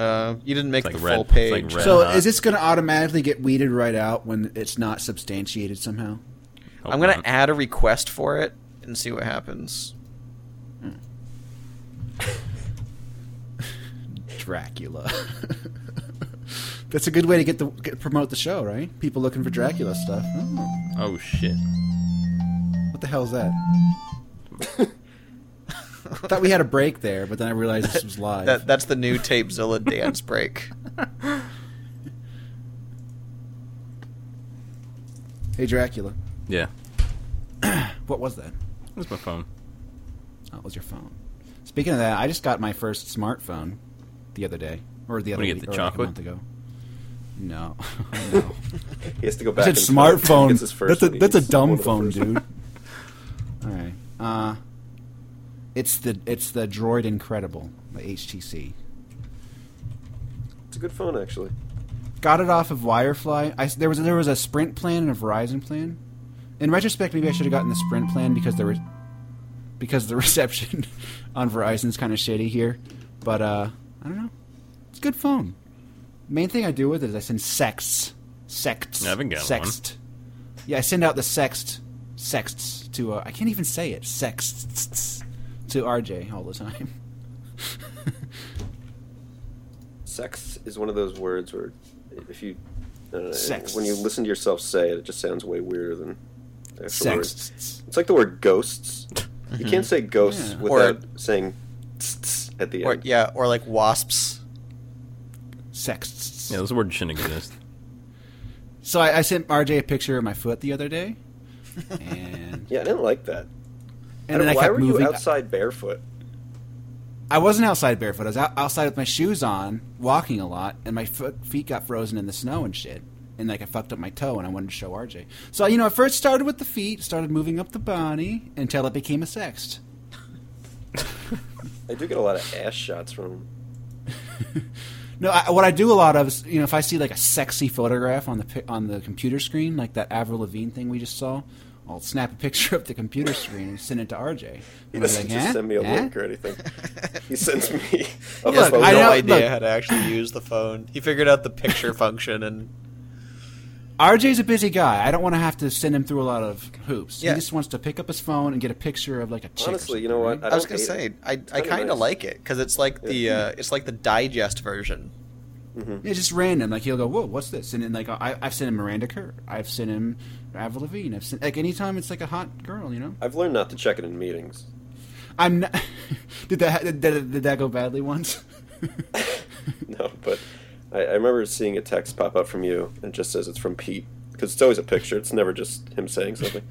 B: Uh, you didn't make
D: It's
B: the
D: like red.
B: full
D: It's like
B: page.
D: red.
C: so
D: hot.
C: is this going to automatically get weeded right out when it's not substantiated somehow?
D: Hope
B: I'm gonna
D: not.
B: add a request for it and see what happens.
C: Dracula. *laughs* That's a good way to get the get, promote the show, right? People looking for Dracula stuff. Oh,
D: Oh shit!
C: what the hell's that? *laughs* Thought we had a break there, but then I realized this was live.
D: *laughs*
B: That that's the new Tapezilla dance break.
C: Hey, Dracula.
D: Yeah,
C: What was that?
D: that's my phone.
C: Oh, it was your phone. Speaking of that, I just got my first smartphone the other day, or the other
D: you
C: week,
D: get, the
C: or
D: chocolate?
C: like a month ago. No, *laughs* no.
A: He has to go
C: I
A: back.
C: said
A: and forth. He
C: smartphone.
A: gets his first
C: that's a
A: one, he
C: that's a
A: gets
C: dumb
A: one of the
C: phone,
A: first
C: dude.
A: *laughs*
C: All right. Uh, it's the it's the Droid Incredible, the HTC.
A: It's a good phone, actually.
C: Got it off of Wirefly. I s there was there was a Sprint plan and a Verizon plan. In retrospect, maybe I should have gotten the Sprint plan because there was because the *laughs* reception on Verizon's kind of shitty here. But uh, I don't know. It's a good phone. Main thing I do with it is I send sexts, sexts,
D: I haven't gotten
C: sext. Yeah, I send out the sext, sexts to uh, I can't even say it, sexts to RJ all the time.
A: Sex is one of those words where, if you, uh,
C: Sex.
A: when you listen to yourself say it, it just sounds way weirder than the actual word.
C: Sexts.
A: It's like the word ghosts. You can't say ghosts
C: Mm-hmm. Yeah.
A: without saying tss at the
B: Or
A: end.
B: yeah, or like wasps.
C: Sexts.
D: Yeah, this word shouldn't exist.
C: So I, I sent RJ a picture of my foot the other day, and
A: *laughs* Yeah, I didn't like that.
C: and
A: I
C: then I
A: don't- why
C: kept
A: were
C: moving.
A: you outside barefoot?
C: I wasn't outside barefoot. I was out, outside with my shoes on, walking a lot, and my foot, feet got frozen in the snow and shit. And like I fucked up my toe, and I wanted to show RJ. So you know, I first started with the feet, started moving up the body until it became a sext.
A: I do get a lot of ass shots from him.
C: No, I, what I do a lot of is, you know, if I see like a sexy photograph on the pi- on the computer screen, like that Avril Lavigne thing we just saw, I'll snap a picture of the computer screen and send it to RJ.
A: He
C: And I'll be
A: doesn't
C: like,
A: just
C: "Huh?
A: send me a
C: Huh?"
A: link or
C: *laughs*
A: anything. He sends me a
B: He has
A: photo.
B: no
C: I know-
B: idea
C: look-
B: how to actually use the phone. He figured out the
D: *laughs*
B: picture function and
C: RJ's a busy guy. I don't want to have to send him through a lot of hoops.
B: Yeah.
C: He just wants to pick up his phone and get a picture of like a chick. or
A: Honestly, you
C: something,
A: know
C: right?
A: what? I,
B: I was
A: don't
B: gonna
A: hate
B: say
A: it.
B: I, I
A: kinda
B: kind of
A: nice.
B: like it because it's like the uh, it's like the digest version.
C: Yeah, just random. Like he'll go, "Whoa, what's this?" And then like I, I've sent him Miranda Kerr. I've sent him Avril Lavigne. I've sent like anytime it's like a hot girl. You know,
A: I've learned not to check it in meetings. *laughs*
C: I'm not. *laughs* did that did, that- did that go badly once? *laughs*
A: No, but I, I remember seeing a text pop up from you, and it just says it's from Pete because it's always a picture. It's never just him saying
C: *laughs*
A: something.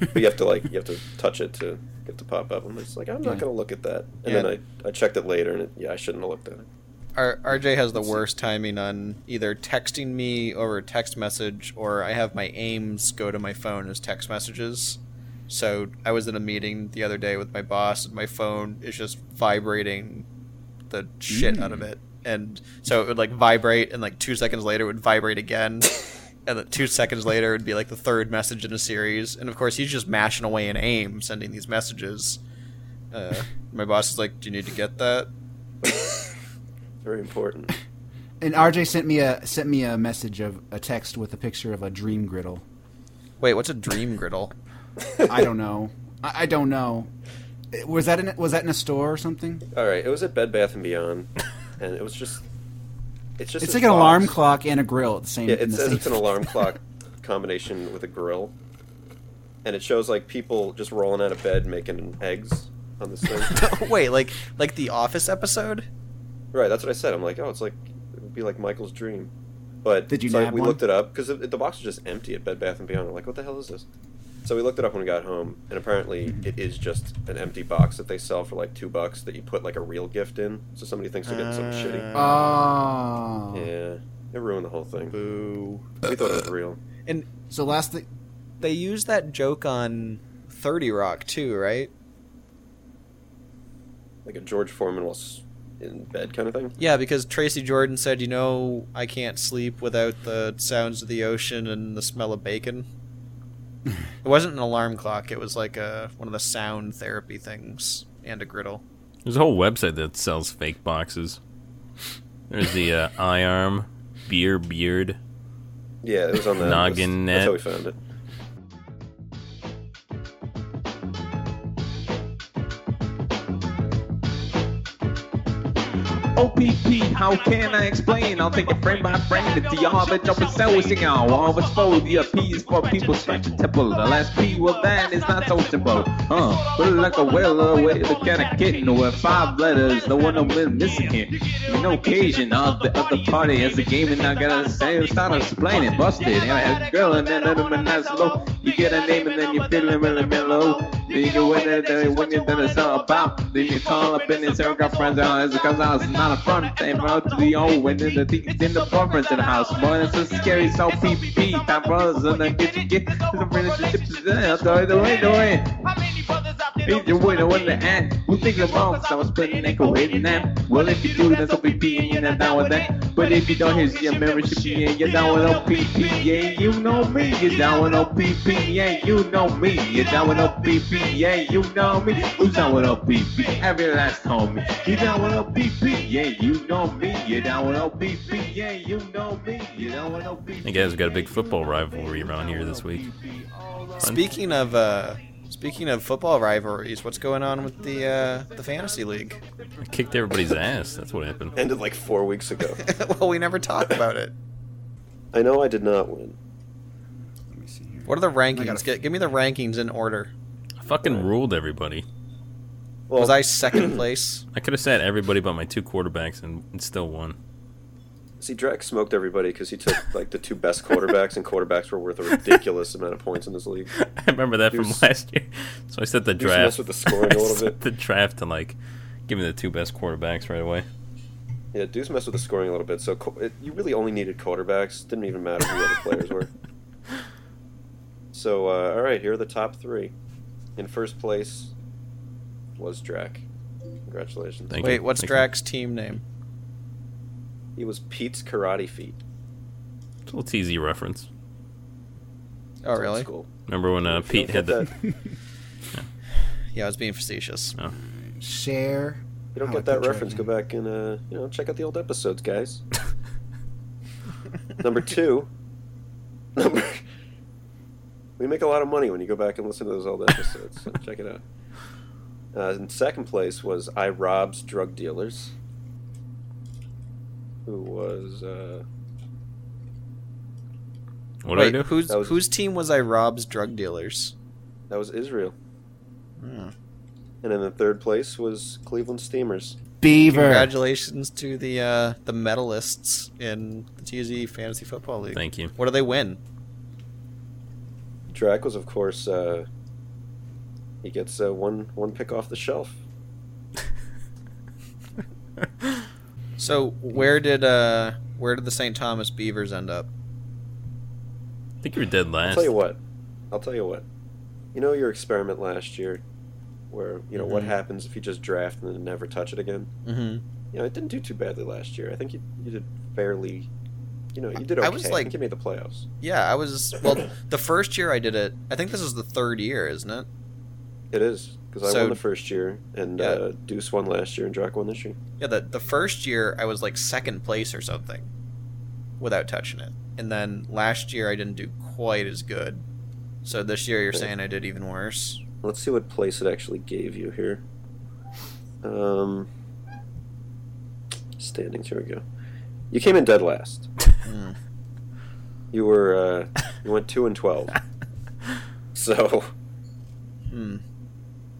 A: but you have to like you have to touch it to get it to pop up. I'm just like I'm not
C: Yeah.
A: gonna look at that. And
B: Yeah.
A: then I, I checked it later, and it, yeah, I shouldn't have looked at it.
B: R- RJ has the worst timing on either texting me over a text message or I have my aims go to my phone as text messages. So I was in a meeting the other day with my boss and my phone is just vibrating the shit out of it. And so it would like vibrate and like 2 seconds later it would vibrate *laughs* again. And then two seconds later, it would be like the third message in a series. And of course, he's just mashing away in AIM, sending these messages. Uh, my boss is like, Do you need to get that?
A: Very important.
C: And RJ sent me a sent me a message of a text with a picture of a dream griddle.
B: Wait, what's a dream *laughs* griddle?
C: I don't know. I, I don't know. Eh, Was that in was that in a store or something?
A: All right, it was at Bed Bath and Beyond, and it was just it's just
C: It's
A: this
C: like an alarm
A: box.
C: clock and a grill at the same.
A: Yeah,
C: in
A: it
C: the
A: says
C: same-
A: it's an
C: *laughs*
A: alarm clock combination with a grill, and it shows like people just rolling out of bed making eggs on this
C: *laughs*
A: thing.
B: *laughs* Wait, like like the Office episode?
A: right, that's what I said. I'm like, oh, it's like it would be like Michael's dream. But
C: Did you
A: so
C: nab
A: we
C: one?
A: looked it up because the box was just empty at Bed Bath and Beyond. I'm like, what the hell is this? So we looked it up when we got home, and apparently
C: Mm-hmm.
A: it is just an empty box that they sell for like two bucks that you put like a real gift in, so somebody thinks they're getting something shitty.
C: Oh.
A: Um, Yeah, it ruined the whole thing.
B: Boo.
A: We thought it was real.
B: And
C: So last thing,
B: they use that joke on Thirty Rock too, right?
A: Like a George Foreman while s- in bed kind of thing.
B: Yeah, because Tracy Jordan said, "You know, I can't sleep without the sounds of the ocean and the smell of bacon." it wasn't an alarm clock; it was like a one of the sound therapy things and a griddle.
D: There's a whole website that sells fake boxes. There's the uh, iArm, Beer Beard.
A: Yeah, it was on the
D: Noggin
A: That's, that's how we
D: net.
A: found it.
E: OPP, how How can I explain? I'll take it frame by frame. The garbage up and sell sing out. All is fold. The P is for people stretch temple. The last P well that is not so simple. Uh, but like a whale away the cat a kitten with five letters. The one I'm missing here. An occasion of the other party is a game and I gotta say it's not explaining. Busted. And I had a girl and then another that's low. You get a name and then you're feeling really mellow. Then you go in there, then you win it, then it's all about. Then you call up in this got friends out. It's because I was not a front. They out to the old and then the things in the preference in the house. Boy, it's so scary, so PP. Time brothers in the kitchen. Get to the relationships. Throw it away, throw it. If you win, I win the end. Who think the monks? I was putting an echo in them. Well, if you do, that's OPP and you're not down with that. But if you don't, here's your membership. Yeah, you're down with OPP. Yeah, you know me. You're down with OPP. Yeah, you know me. You're down with OPP. Yeah, you know me. Who's down with OPP? Every last homie. You're down with OPP. Yeah, you know me. You're down with OPP. Yeah, you know me. You're down with OPP.
D: Hey guys, we got a big football rivalry around here this week.
B: Speaking of uh, speaking of football rivalries, what's going on with the uh, the fantasy league? *laughs*
D: I kicked everybody's ass. That's what happened.
A: Ended like four weeks ago.
B: well, we never talk about it.
A: I know I did not win.
C: Let me see here.
B: What are the rankings?
C: gotta-
B: Gi- give me the rankings in order.
D: I fucking ruled everybody.
A: Well,
B: Was I second place?
D: I could have sat everybody but my two quarterbacks and, and still won. *laughs*
A: see, Drake smoked everybody because he took like the two best quarterbacks, and quarterbacks were worth a ridiculous amount of points in this league.
D: I remember that
A: You
D: from
A: s-
D: last year. So I set the
A: just mess
D: draft.
A: with the scoring a
D: *laughs* I
A: little
D: set
A: bit.
D: The draft to like give me the two best quarterbacks right away.
A: Yeah, Deuce messed with the scoring a little bit, so qu- it, you really only needed quarterbacks. Didn't even matter who the other players
B: *laughs*
A: were. So, uh, all right, here are the top three. In first place was Drac. Congratulations.
D: *clears throat* Thank
B: Wait,
D: you.
B: what's
D: Thank you.
B: Drax's team name?
A: He was Pete's Karate Feet.
D: It's a little TZ reference.
B: Oh,
A: It's old
B: really?
A: School.
D: Remember when uh,
A: If you
D: Pete
A: don't
D: had
A: get
D: the?
A: that-
B: Yeah, I was being facetious.
D: Oh.
C: Share.
A: you don't
C: Oh, I
A: get that
C: couldn't try
A: reference,
C: it
A: go back and uh, you know check out the old episodes, guys. number two, number. *laughs* We make a lot of money when you go back and listen to those old episodes. so check it out. Uh, in second place was I Rob's Drug Dealers, who was uh,
D: What
B: Wait,
D: did I do?
B: whose
A: That was-
B: whose team was I? Rob's drug dealers.
A: that was Israel,
B: Hmm.
A: and in the third place was Cleveland Steamers.
C: Beaver.
B: Congratulations to the uh, the medalists in the TZ Fantasy Football League.
D: Thank you.
B: What do they win?
A: Drac was, of course, uh, he gets uh, one one pick off the shelf.
B: So where did uh where did the St. Thomas Beavers end up?
D: I think you were dead
A: I'll
D: last.
A: tell you what. I'll tell you what. You know your experiment last year, where you know what happens if you just draft and then never touch it again.
B: Mm-hmm.
A: You know, it didn't do too badly last year. I think you you did fairly. You know, you did okay.
B: I was
A: I
B: like-
A: think you made the playoffs.
B: Yeah, I was well. The first year I did it, I think this is the third year, isn't it?
A: It is because I
B: So-
A: won the first year, and
B: Yeah.
A: uh, Deuce won last year, and Drac won this year.
B: Yeah, the the first year I was like second place or something, without touching it. And then last year I didn't do quite as good. So this year you're
A: Right.
B: saying I did even worse.
A: Let's see what place it actually gave you here. Um, standings. Here we go. You came in dead last.
B: Mm.
A: You were uh, you went two and twelve. So.
B: Hmm.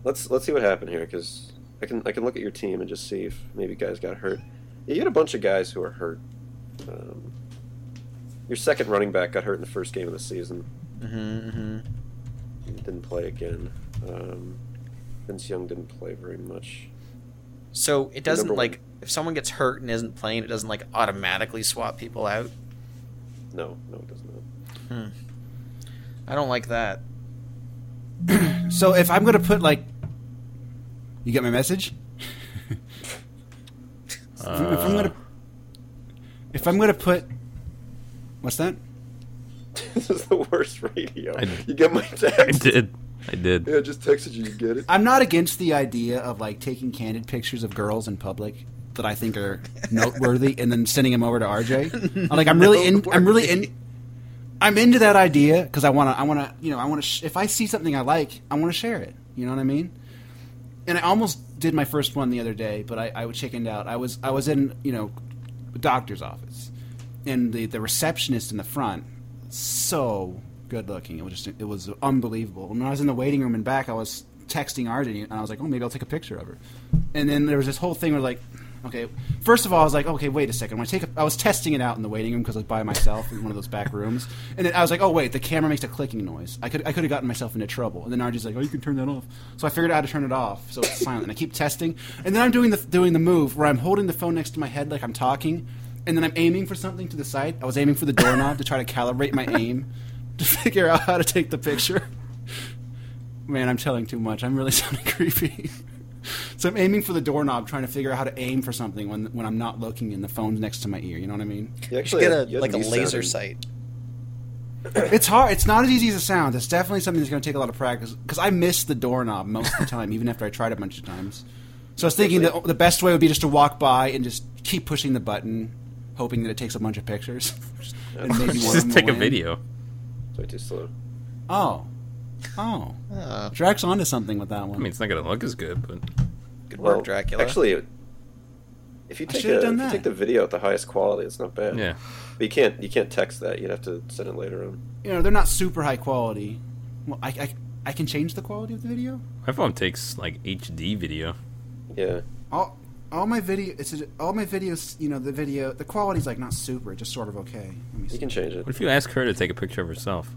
A: Let's let's see what happened here because I can I can look at your team and just see if maybe guys got hurt. Yeah, you had a bunch of guys who are hurt. Um, your second running back got hurt in the first game of the season.
B: Mm-hmm, hmm
A: He didn't play again. Um, Vince Young didn't play very much.
B: So it doesn't
A: Number one.
B: like if someone gets hurt and isn't playing, it doesn't like automatically swap people out.
A: No, no, it does not. *laughs*
B: I don't like that.
C: So if I'm gonna put like, you get my message. If I'm- if I'm
D: Uh,
C: gonna, if I'm gonna put, what's that?
A: this is the worst radio.
D: I-
A: you get my text.
D: I did. I did.
A: Yeah, I just texted you. You get it?
C: I'm not against the idea of like taking candid pictures of girls in public that I think are noteworthy and then sending them over to RJ. I'm like I'm really in. I'm really in. I'm into that idea because I want to. I want to. You know, I want to. Sh- if I see something I like, I want to share it. You know what I mean? And I almost did my first one the other day, but I, I chickened out. I was I was in you know doctor's office, and the the receptionist in the front so good looking. It was just it was unbelievable. When I was in the waiting room and back, I was texting Arden, and I was like, oh, maybe I'll take a picture of her. And then there was this whole thing where like. Okay. First of all, I was like, okay, wait a second. When I take, a, I was testing it out in the waiting room because I was by myself in one of those back rooms, and then I was like, oh wait, the camera makes a clicking noise. I could, I could have gotten myself into trouble. And then Arjun's like, oh, you can turn that off. So I figured out how to turn it off, so it's silent. And I keep testing, and then I'm doing the doing the move where I'm holding the phone next to my head like I'm talking, and then I'm aiming for something to the side. I was aiming for the doorknob to try to calibrate my aim to *laughs* figure out how to take the picture. Man, I'm telling too much. I'm really *laughs* sounding creepy. so I'm aiming for the doorknob, trying to figure out how to aim for something when when I'm not looking and the phone's next to my ear. You know what I mean?
A: You
B: You should
A: actually
B: get a
A: had- you had
B: like a
A: me
B: laser
A: sounding-
B: sight.
C: It's hard. It's not as easy as it sounds. It's definitely something that's going to take a lot of practice because I miss the doorknob most of the time, even after I tried it a bunch of times. So I was thinking that the best way would be just to walk by and just keep pushing the button, hoping that it takes a bunch of pictures. *laughs* and
D: *laughs*
C: maybe one of them
D: Just
C: will
D: take a
C: win.
D: video.
A: It's way too slow.
C: Oh, oh,
B: Ah,
C: Drax onto something with that one.
D: I mean, it's not gonna look as good, but
B: good
A: Well,
B: work, Dracula.
A: Actually, if you take,
C: should've
A: a,
C: done
A: if you
C: that.
A: take the video at the highest quality, it's not bad.
D: yeah,
A: But you can't you can't text that. You'd have to send it later on.
C: you know, they're not super high quality. Well, I, I, I can change the quality of the video.
D: my phone takes like HD video.
A: Yeah.
C: All, all my video, it's all my videos. You know, the video, the quality's like not super, just sort of okay. Let me
A: You
C: see.
A: can change it.
D: What if you ask her to take a picture of herself?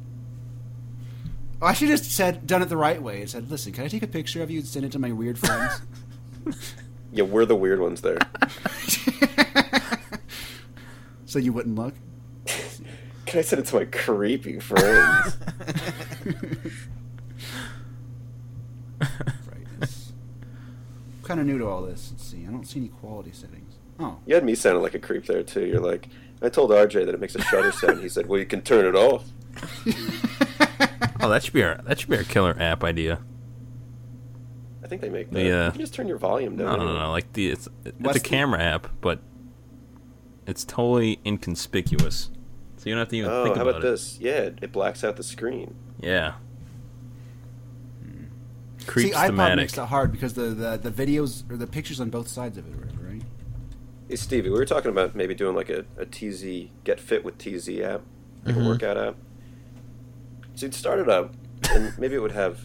C: Oh, I should have just said done it the right way and said, "Listen, can I take a picture of you and send it to my weird friends?"
A: Yeah, we're the weird ones there.
C: so you wouldn't look.
A: Can I send it to my creepy friends?
C: Brightness. I'm kind of new to all this. Let's see. I don't see any quality settings. Oh,
A: You had me sounding like a creep there too. You're like, I told RJ that it makes a shutter sound. He said, "Well, you can turn it off."
D: Oh, that should be our that should be our killer app idea.
A: I think they make that.
D: Yeah.
A: You can just turn your volume
D: No,
A: down.
D: no, no, no. Like the it's it's
C: What's
D: a
C: the-
D: camera app, but it's totally inconspicuous, so you don't have to even
A: Oh,
D: think
A: how
D: about,
A: about
D: it.
A: this? Yeah, it, it blacks out the screen.
D: Yeah. Creeps
C: see, iPod
D: thematic.
C: makes it hard because the, the the videos or the pictures on both sides of it, or whatever, right?
A: Hey, Stevie, we were talking about maybe doing like a, a TZ Get Fit with TZ app, like
D: Mm-hmm.
A: a workout app. So you'd start it up, and maybe it would have,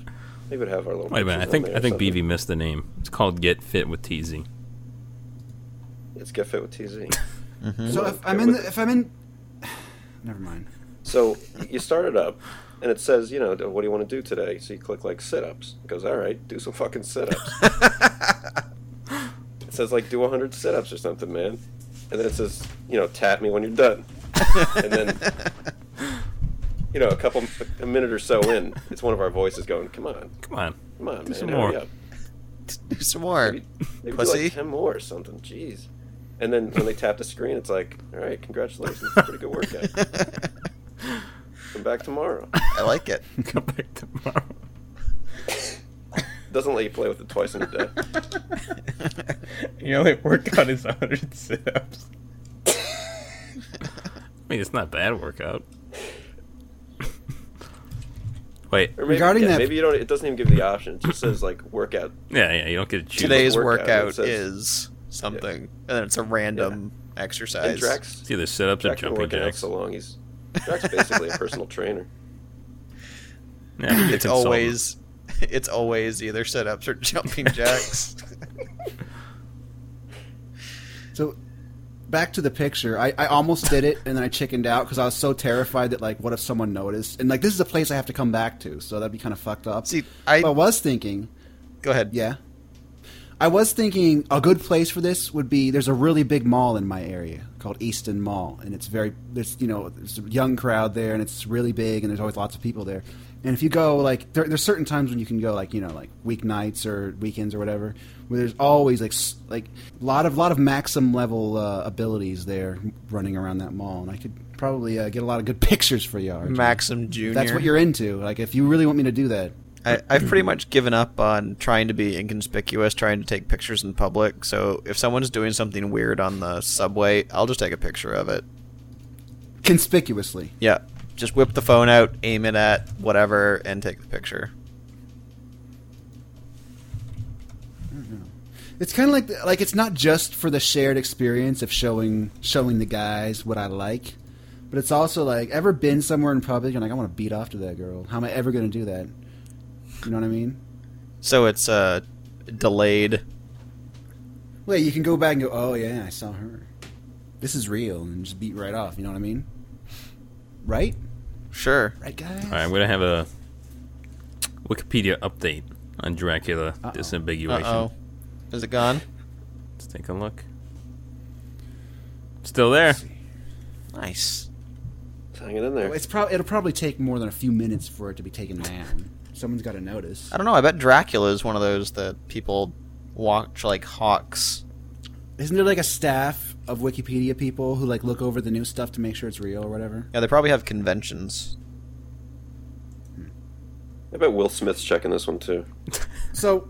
A: maybe it would have our little.
D: Wait a minute. I
A: pictures on
D: think
A: there
D: I
A: or
D: think
A: something.
D: BV missed the name. It's called Get Fit with
A: *laughs*
D: TZ.
A: It's Get Fit with TZ.
C: So if I'm in, the, if I'm in, *sighs* never mind.
A: So you start it up, and it says, you know, what do you want to do today? So you click like sit ups. It goes, all right, do some fucking sit
D: *laughs*
A: ups. it says like do 100 sit ups or something, man. And then it says, you know, tap me when you're done. and
B: *laughs*
A: then, you know, a couple, a minute or so in, it's one of our voices going, come on,
D: Come on.
A: come on, man,
D: some
A: hurry
D: more.
A: up.
B: do some more.
A: Maybe, maybe do
B: Pussy.
A: like 10 more or something. Jeez. And then when they tap the screen, it's like, all right, congratulations, pretty good workout. Come back tomorrow.
B: I like it.
D: *laughs* Come back tomorrow.
A: Doesn't let you play with it twice in a day.
B: *laughs*
D: Your only workout is 100 sit-ups. I mean, it's not a bad workout. *laughs* Wait.
A: Or maybe,
C: Regarding
A: yeah,
C: that-
A: maybe you don't. It doesn't even give you the option. It just says like workout.
D: Yeah, yeah. You don't get to choose.
B: Today's
A: workout, it
B: workout,
A: says-
B: is something, and then it's a random
A: And
B: exercise.
A: Drax,
D: It's either sit-ups or
A: Drax been
D: jumping
A: working out
D: jacks.
A: so long. He's Drax basically a
D: *laughs*
A: personal trainer.
D: Yeah, we need a
B: it's
D: consultant.
B: always, *laughs* it's always either sit ups or *laughs* jumping jacks. *laughs*
C: So back to the picture. I, I almost did it and then I chickened out because I was so terrified that like what if someone noticed? And like this is a place I have to come back to, so that'd be kind of fucked up.
B: See, I-
C: But was thinking,
B: Go ahead.
C: yeah. I was thinking a good place for this would be there's a really big mall in my area called Easton Mall, and it's very there's you know there's a young crowd there, and it's really big, and there's always lots of people there. And if you go like there, there's certain times when you can go like you know like weeknights or weekends or whatever, where there's always like s- like a lot of lot of maxim level uh, abilities there running around that mall, and I could probably uh, get a lot of good *laughs* pictures for you. RJ.
B: Maxim Junior.
C: If that's what you're into. Like if you really want me to do that,
B: I, I've pretty much given up on trying to be inconspicuous, trying to take pictures in public. So if someone's doing something weird on the subway, I'll just take a picture of it.
C: conspicuously.
B: Yeah, just whip the phone out, aim it at whatever, and take the picture.
C: it's kind of like the- like it's not just for the shared experience of showing showing the guys what I like, but it's also like ever been somewhere in public and like I want to beat off to that girl. How am I ever going to do that? You know what I mean?
B: So it's uh, delayed.
C: Wait, you can go back and go, oh yeah, I saw her. This is real, and just beat right off. You know what I mean? Right,
B: Sure.
C: right, guys.
D: All right, I'm gonna have a Wikipedia update on Dracula disambiguation.
B: Uh oh. Is it gone?
D: Let's take a look. Still there.
B: Nice.
A: It's hanging in there.
C: It's probably it'll probably take more than a few minutes for it to be taken down. Someone's got to notice.
B: I don't know. I bet Dracula is one of those that people watch like hawks.
C: Isn't there like a staff of Wikipedia people who like look over the new stuff to make sure it's real or whatever?
B: Yeah, they probably have conventions.
A: I bet Will Smith's checking this one too.
C: So,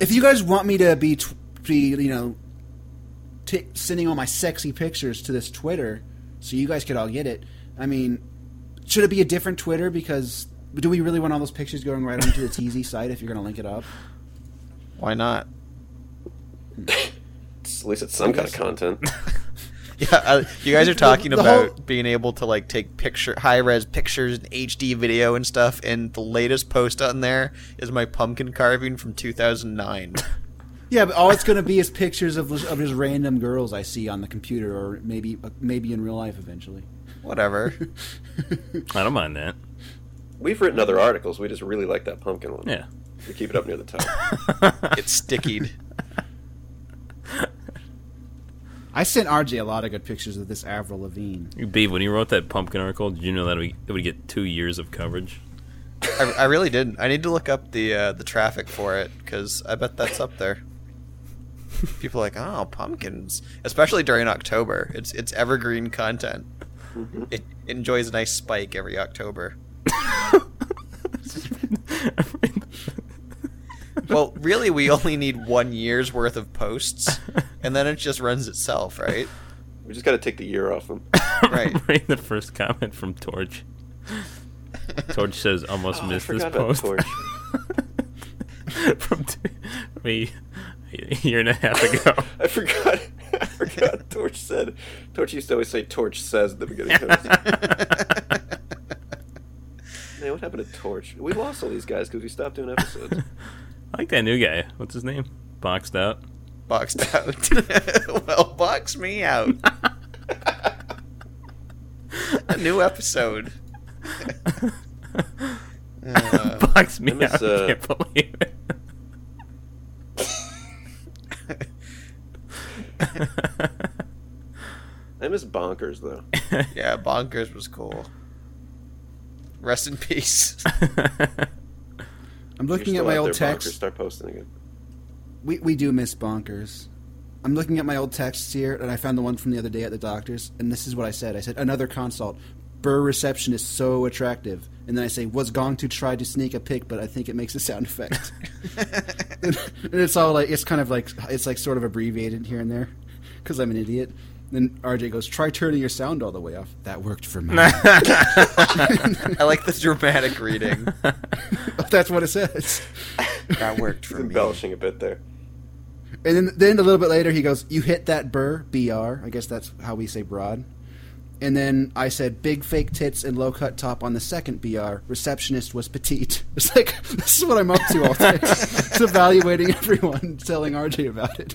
C: if you guys want me to be, tw- be you know, t- sending all my sexy pictures to this Twitter, so you guys could all get it. I mean, should it be a different Twitter? Because do we really want all those pictures going right onto the TZ site if you're going to link it up?
B: Why not? *laughs*
A: It's- at least it's some kind of content.
D: *laughs*
B: Yeah, uh, you guys are talking
C: The- the
B: about
C: whole-
B: being able to like take picture high res pictures and HD video and stuff. And the latest post on there is my pumpkin carving from
C: *laughs*
B: 2009.
C: Yeah, but all it's going to be is pictures of of just random girls I see on the computer, or maybe uh, maybe in real life eventually.
B: Whatever.
D: I don't mind that.
A: We've written other articles. We just really like that pumpkin one.
D: Yeah.
A: We keep it up near the top.
D: *laughs*
B: It's stickied.
C: *laughs* I sent RJ a lot of good pictures of this Avril Lavigne.
D: Beav, when you wrote that pumpkin article, did you know that we- it would get two years
A: *laughs*
D: of coverage?
B: I, I really didn't. I need to look up the uh, the traffic for it because I bet that's up there. People are like, oh, pumpkins, especially during October. It's it's evergreen content. It enjoys a nice spike every October.
D: *laughs*
B: Well, really, we only need one year's worth of posts, and then it just runs itself, right?
A: We just got to take the year off
D: *laughs*
A: them.
B: Right.
D: Read the first comment from Torch. Torch says, "Almost
A: Oh, I
D: missed this
A: forgot about
D: post."
A: Torch.
D: *laughs* from t- me a year and a half ago.
A: *laughs* I forgot. I forgot. Torch said. Torch used to always say Torch says at the beginning. Of his-
D: *laughs*
A: Man, what happened to Torch? We lost all these guys because we stopped doing
D: *laughs*
A: episodes.
D: I like that new guy. What's his name? Boxed out.
B: *laughs* Boxed out. *laughs* well, box me out. *laughs* a new episode.
D: *laughs*
B: Uh, *laughs*
D: Box me
A: I miss,
D: out.
A: uh,
D: I can't believe it.
A: I miss bonkers though.
B: yeah, bonkers was cool. Rest in peace.
A: *laughs*
B: *laughs*
D: *laughs*
C: I'm
A: You're
C: looking
A: still
C: at my
A: out
C: old
A: there, Bonkers.
C: text.
A: Start posting again.
C: We we do miss bonkers. I'm looking at my old texts here, and I found the one from the other day at the doctor's, and this is what I said. I said another consult. Burr reception is so attractive, and then I say was going to try to sneak a pic, but I think it makes a sound effect. and, and it's all like it's kind of like it's like sort of abbreviated here and there because I'm an idiot. Then RJ goes, try turning your sound all the way off. That worked for me.
B: I like the dramatic reading.
A: *laughs*
C: That's what it says.
B: That worked
A: He's
B: for me.
A: embellishing a bit there.
C: And then, then a little bit later, he goes, "You hit that burr, br." I guess that's how we say broad. And then I said, "Big fake tits and low cut top on the second br." Receptionist was petite. *laughs* It's like this is what I'm up to all day. it's evaluating everyone, telling RJ about it.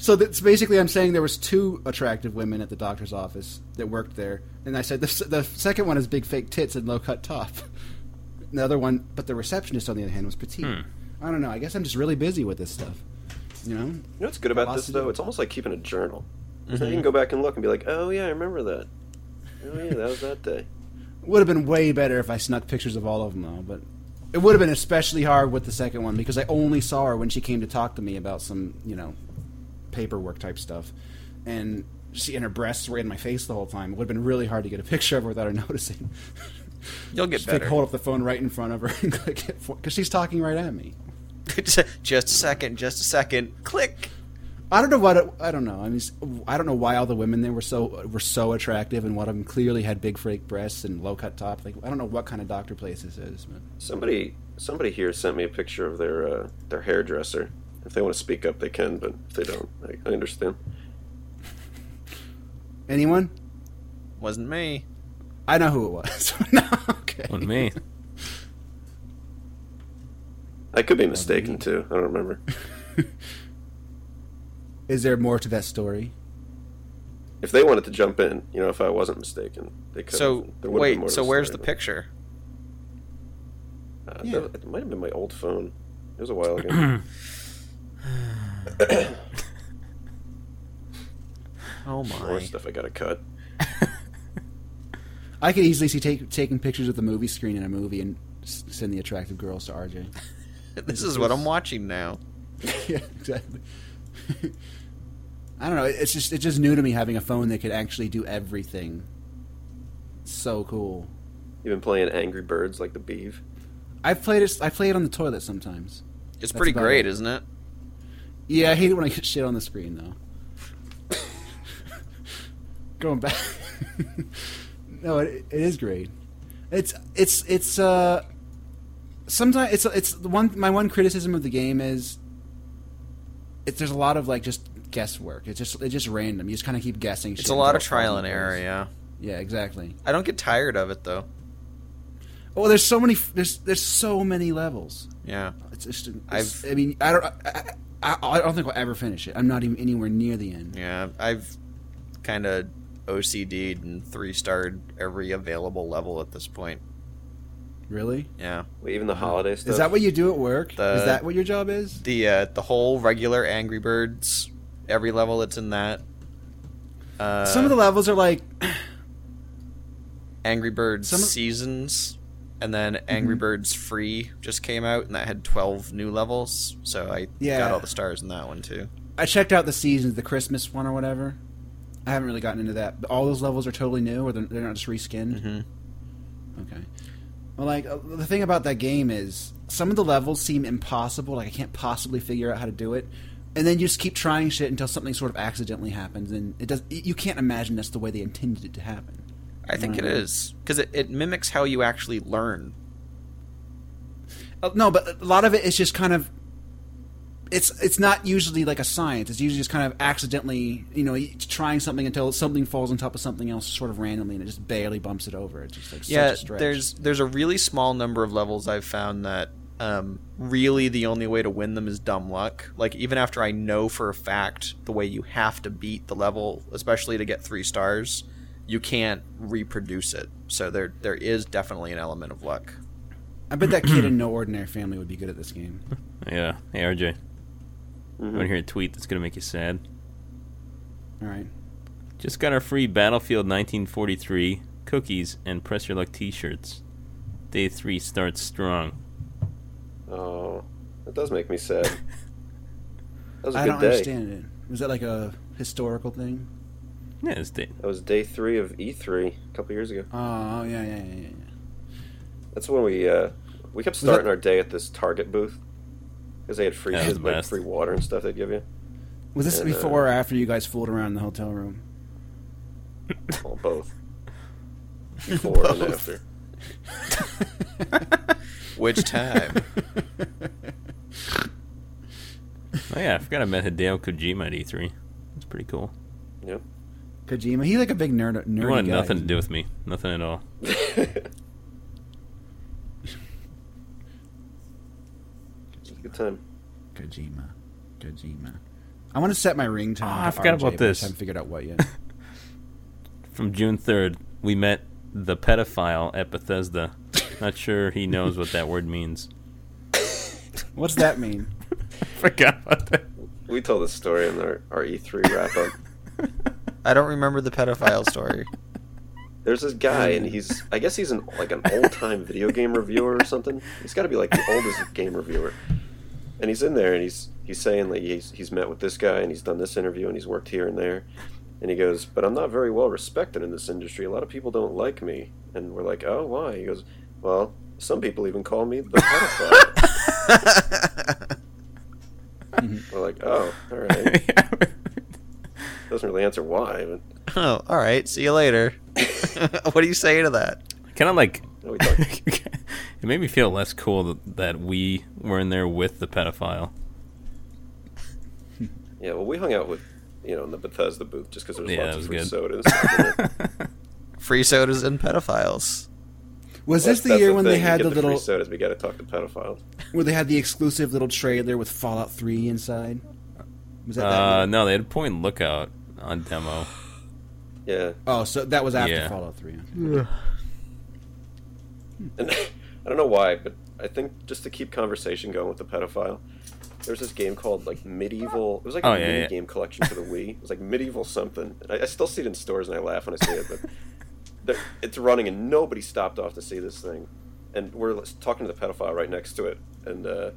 C: So that's basically I'm saying there was two attractive women at the doctor's office that worked there, and I said the, s- the second one is big fake tits and low cut top. The other one, but the receptionist on the other hand was petite. I don't know. I guess I'm just really busy with this stuff. You know,
A: You know what's good about this
C: Velocity.
A: though? It's almost like keeping a journal. So you can go back and look and be like, oh yeah, I remember that. Oh yeah, that was that day.
C: would have been way better if I snuck pictures of all of them though. But it would have been especially hard with the second one because I only saw her when she came to talk to me about some, you know, paperwork type stuff, and she and her breasts were in my face the whole time. It would have been really hard to get a picture of her without her *laughs* noticing.
B: You'll get
C: Just like,
B: better. *laughs*
C: hold up the phone right in front of her *laughs* and click it because she's talking right at me.
B: just a second, just a second. Click.
C: I don't know what it, I don't know. I mean, s- I don't know why all the women there were so were so attractive, and one of them clearly had big fake breasts and low cut top. Like I don't know what kind of doctor place this is, but
A: Somebody, somebody here sent me a picture of their uh, their hairdresser. If they want to speak up, they can, but if they don't, I, I understand.
C: Anyone?
B: Wasn't me.
C: I know who it *laughs* was. no, okay.
D: On me.
A: I could be mistaken too. I don't remember.
C: Is there more to that story?
A: If they wanted to jump in, you know, if I wasn't mistaken, they could.
B: So
A: there would've been more
B: wait,
A: to
B: so where's the
A: story,
B: picture?
A: but, Uh,
C: Yeah.
A: that- It might have been my old phone. It was a while ago.
B: Oh
A: More
B: my.
A: stuff I gotta cut.
C: I could easily see take, taking pictures of the movie screen in a movie and s- send the attractive girls to *laughs* RJ.
B: *laughs* This is what I'm watching now.
C: yeah, exactly. I don't know. It's just it's just new to me having a phone that could actually do everything. So cool.
A: You've been playing Angry Birds like the Beeve.
C: I've played it. I play it on the toilet sometimes.
B: It's
C: That's
B: pretty
C: about
B: great,
C: it.
B: is isn't it?
C: Yeah, I hate it when I get shit on the screen though. *laughs* Going back. *laughs* no, it, it is great. It's it's it's uh sometimes it's it's the one my one criticism of the game is it, there's a lot of like just guesswork. It's just it's just random. You just kind of keep guessing.
B: It's
C: shit
B: a lot of
C: until it falls
B: trial and
C: into
B: error,
C: place.
B: yeah.
C: Yeah, exactly.
B: I don't get tired of it though.
C: Oh, there's so many there's there's so many levels.
B: Yeah.
C: It's just
B: I've-
C: it's, I mean, I don't I, I, I don't think I'll ever finish it. I'm not even anywhere near the end.
B: Yeah, I've kind of OCD'd and three starred every available level at this point.
C: Really?
B: Yeah,
A: Wait, even the holiday stuff.
C: Mm-hmm. Is that what you do at work?
B: The-
C: is that what your job is?
B: the uh, the whole regular Angry Birds, every level that's in that. Uh,
C: Some of the levels are like, *clears throat*
B: Angry Birds
C: some of- Mm-hmm.
B: seasons, and then Angry Birds Free just came out, and that had twelve new levels. So I
C: Yeah.
B: got all the stars in that one too.
C: I checked out the seasons, the Christmas one or whatever. I haven't really gotten into that. But all those levels are totally new, or they're, they're not just reskinned.
B: Mhm.
C: Okay. Well, like uh, the thing about that game is, some of the levels seem impossible. Like I can't possibly figure out how to do it, and then you just keep trying shit until something sort of accidentally happens, and it does. You can't imagine that's the way they intended it to happen.
B: I think it
C: Mhm.
B: is because it, it mimics how you actually learn.
C: Uh, no, but a lot of it is just kind of. It's it's not usually like a science. It's usually just kind of accidentally, you know, you- trying something until something falls on top of something else, sort of randomly, and it just barely bumps it over. It's just like
B: yeah,
C: such a stretch.
B: there's there's a really small number of levels I've found that um, really the only way to win them is dumb luck. Like even after I know for a fact the way you have to beat the level, especially to get three stars, you can't reproduce it. So there there is definitely an element of luck.
C: I bet that kid
B: *clears throat*
C: in no ordinary family would be good at this game.
D: Yeah. Hey, RJ.
A: Mhm.
D: Want to hear a tweet that's gonna make you sad?
C: All right,
D: Just got our free Battlefield 1943 cookies and press your luck T-shirts. Day three starts strong.
A: Oh, that does make me
C: *laughs*
A: sad. That was a
C: I
A: good
C: don't
A: day.
C: understand it. Was that like a historical thing?
D: Yeah, it's day.
A: That was day three of E3 a couple years ago.
C: Oh yeah, yeah, yeah, yeah. yeah.
A: That's when we uh, we kept
C: that-
A: starting our day at this Target booth because they had free
D: That was
A: shit,
D: the
A: like
D: best.
A: free water and stuff they'd give you.
C: Was this
A: Yeah, the-
C: before or after you guys fooled around in the hotel room?
A: Well,
C: *laughs*
A: both before and
B: Both.
A: after.
C: *laughs*
B: Which time?
D: Oh yeah, I forgot I met Hideo Kojima at E3. That's pretty cool.
A: Yep.
C: Kojima, he's like a big nerd. Nerdy
D: He wanted
C: guy.
D: nothing to do with me. Nothing at all.
A: It's a good time.
C: Kojima. Kojima. I want to set my ringtone.
D: Ah,
C: to
D: I forgot
C: RJ,
D: about
C: but I
D: this.
C: haven't figured out what
D: *laughs*
C: yet.
D: From June 3rd, we met the pedophile at Bethesda. Not sure he knows what that word means.
C: What's that mean?
D: *laughs* Forgot about that. *laughs*
A: We told this story in our, our E E3 wrap up.
B: I don't remember the pedophile
C: *laughs*
B: story.
A: There's this guy, and he's I guess he's an like an old time video game reviewer or something. He's got to be like the oldest game reviewer. And he's in there, and he's he's saying like he's he's met with this guy, and he's done this interview, and he's worked here and there. And he goes, but I'm not very well respected in this industry. A lot of people don't like me. And we're like, oh, why? He goes, well, some people even call me the pedophile. we're like, oh, all right. Doesn't really answer why, but
B: oh, all right. See you later. *laughs* what do you say to that?
D: kind of like
A: No, we don't.
D: it made me feel less cool that, that we were in there with the pedophile
A: Yeah, well, we hung out with, you know, in the Bethesda booth just because there was
D: Yeah, that
A: lots
D: was
A: of free soda
D: good.
C: *laughs*
A: and stuff. in it.
B: Free sodas and pedophiles.
C: Was
A: That's-
C: this the
A: that's
C: year when they
A: thing, you
C: had
A: get
C: the
A: free
C: little
A: sodas? We got to talk to pedophiles.
C: where they had the exclusive little trailer with Fallout Three inside? Was that that?
D: Uh,
C: year?
D: no, they had Point Lookout on demo.
A: Yeah,
C: Oh, so that was after
D: Yeah.
C: Fallout Three.
A: *laughs* and I don't know why, but I think just to keep conversation going with the pedophile, there was this game called like Medieval. It was like
D: Oh,
A: a
D: yeah,
A: mini
D: yeah.
A: game collection for the Wii. It was like Medieval something. And I, I still see it in stores and I laugh when I see it,
D: *laughs*
A: but there- it's running and nobody stopped off to see this thing. And we're l- talking to the pedophile right next to it, and uh,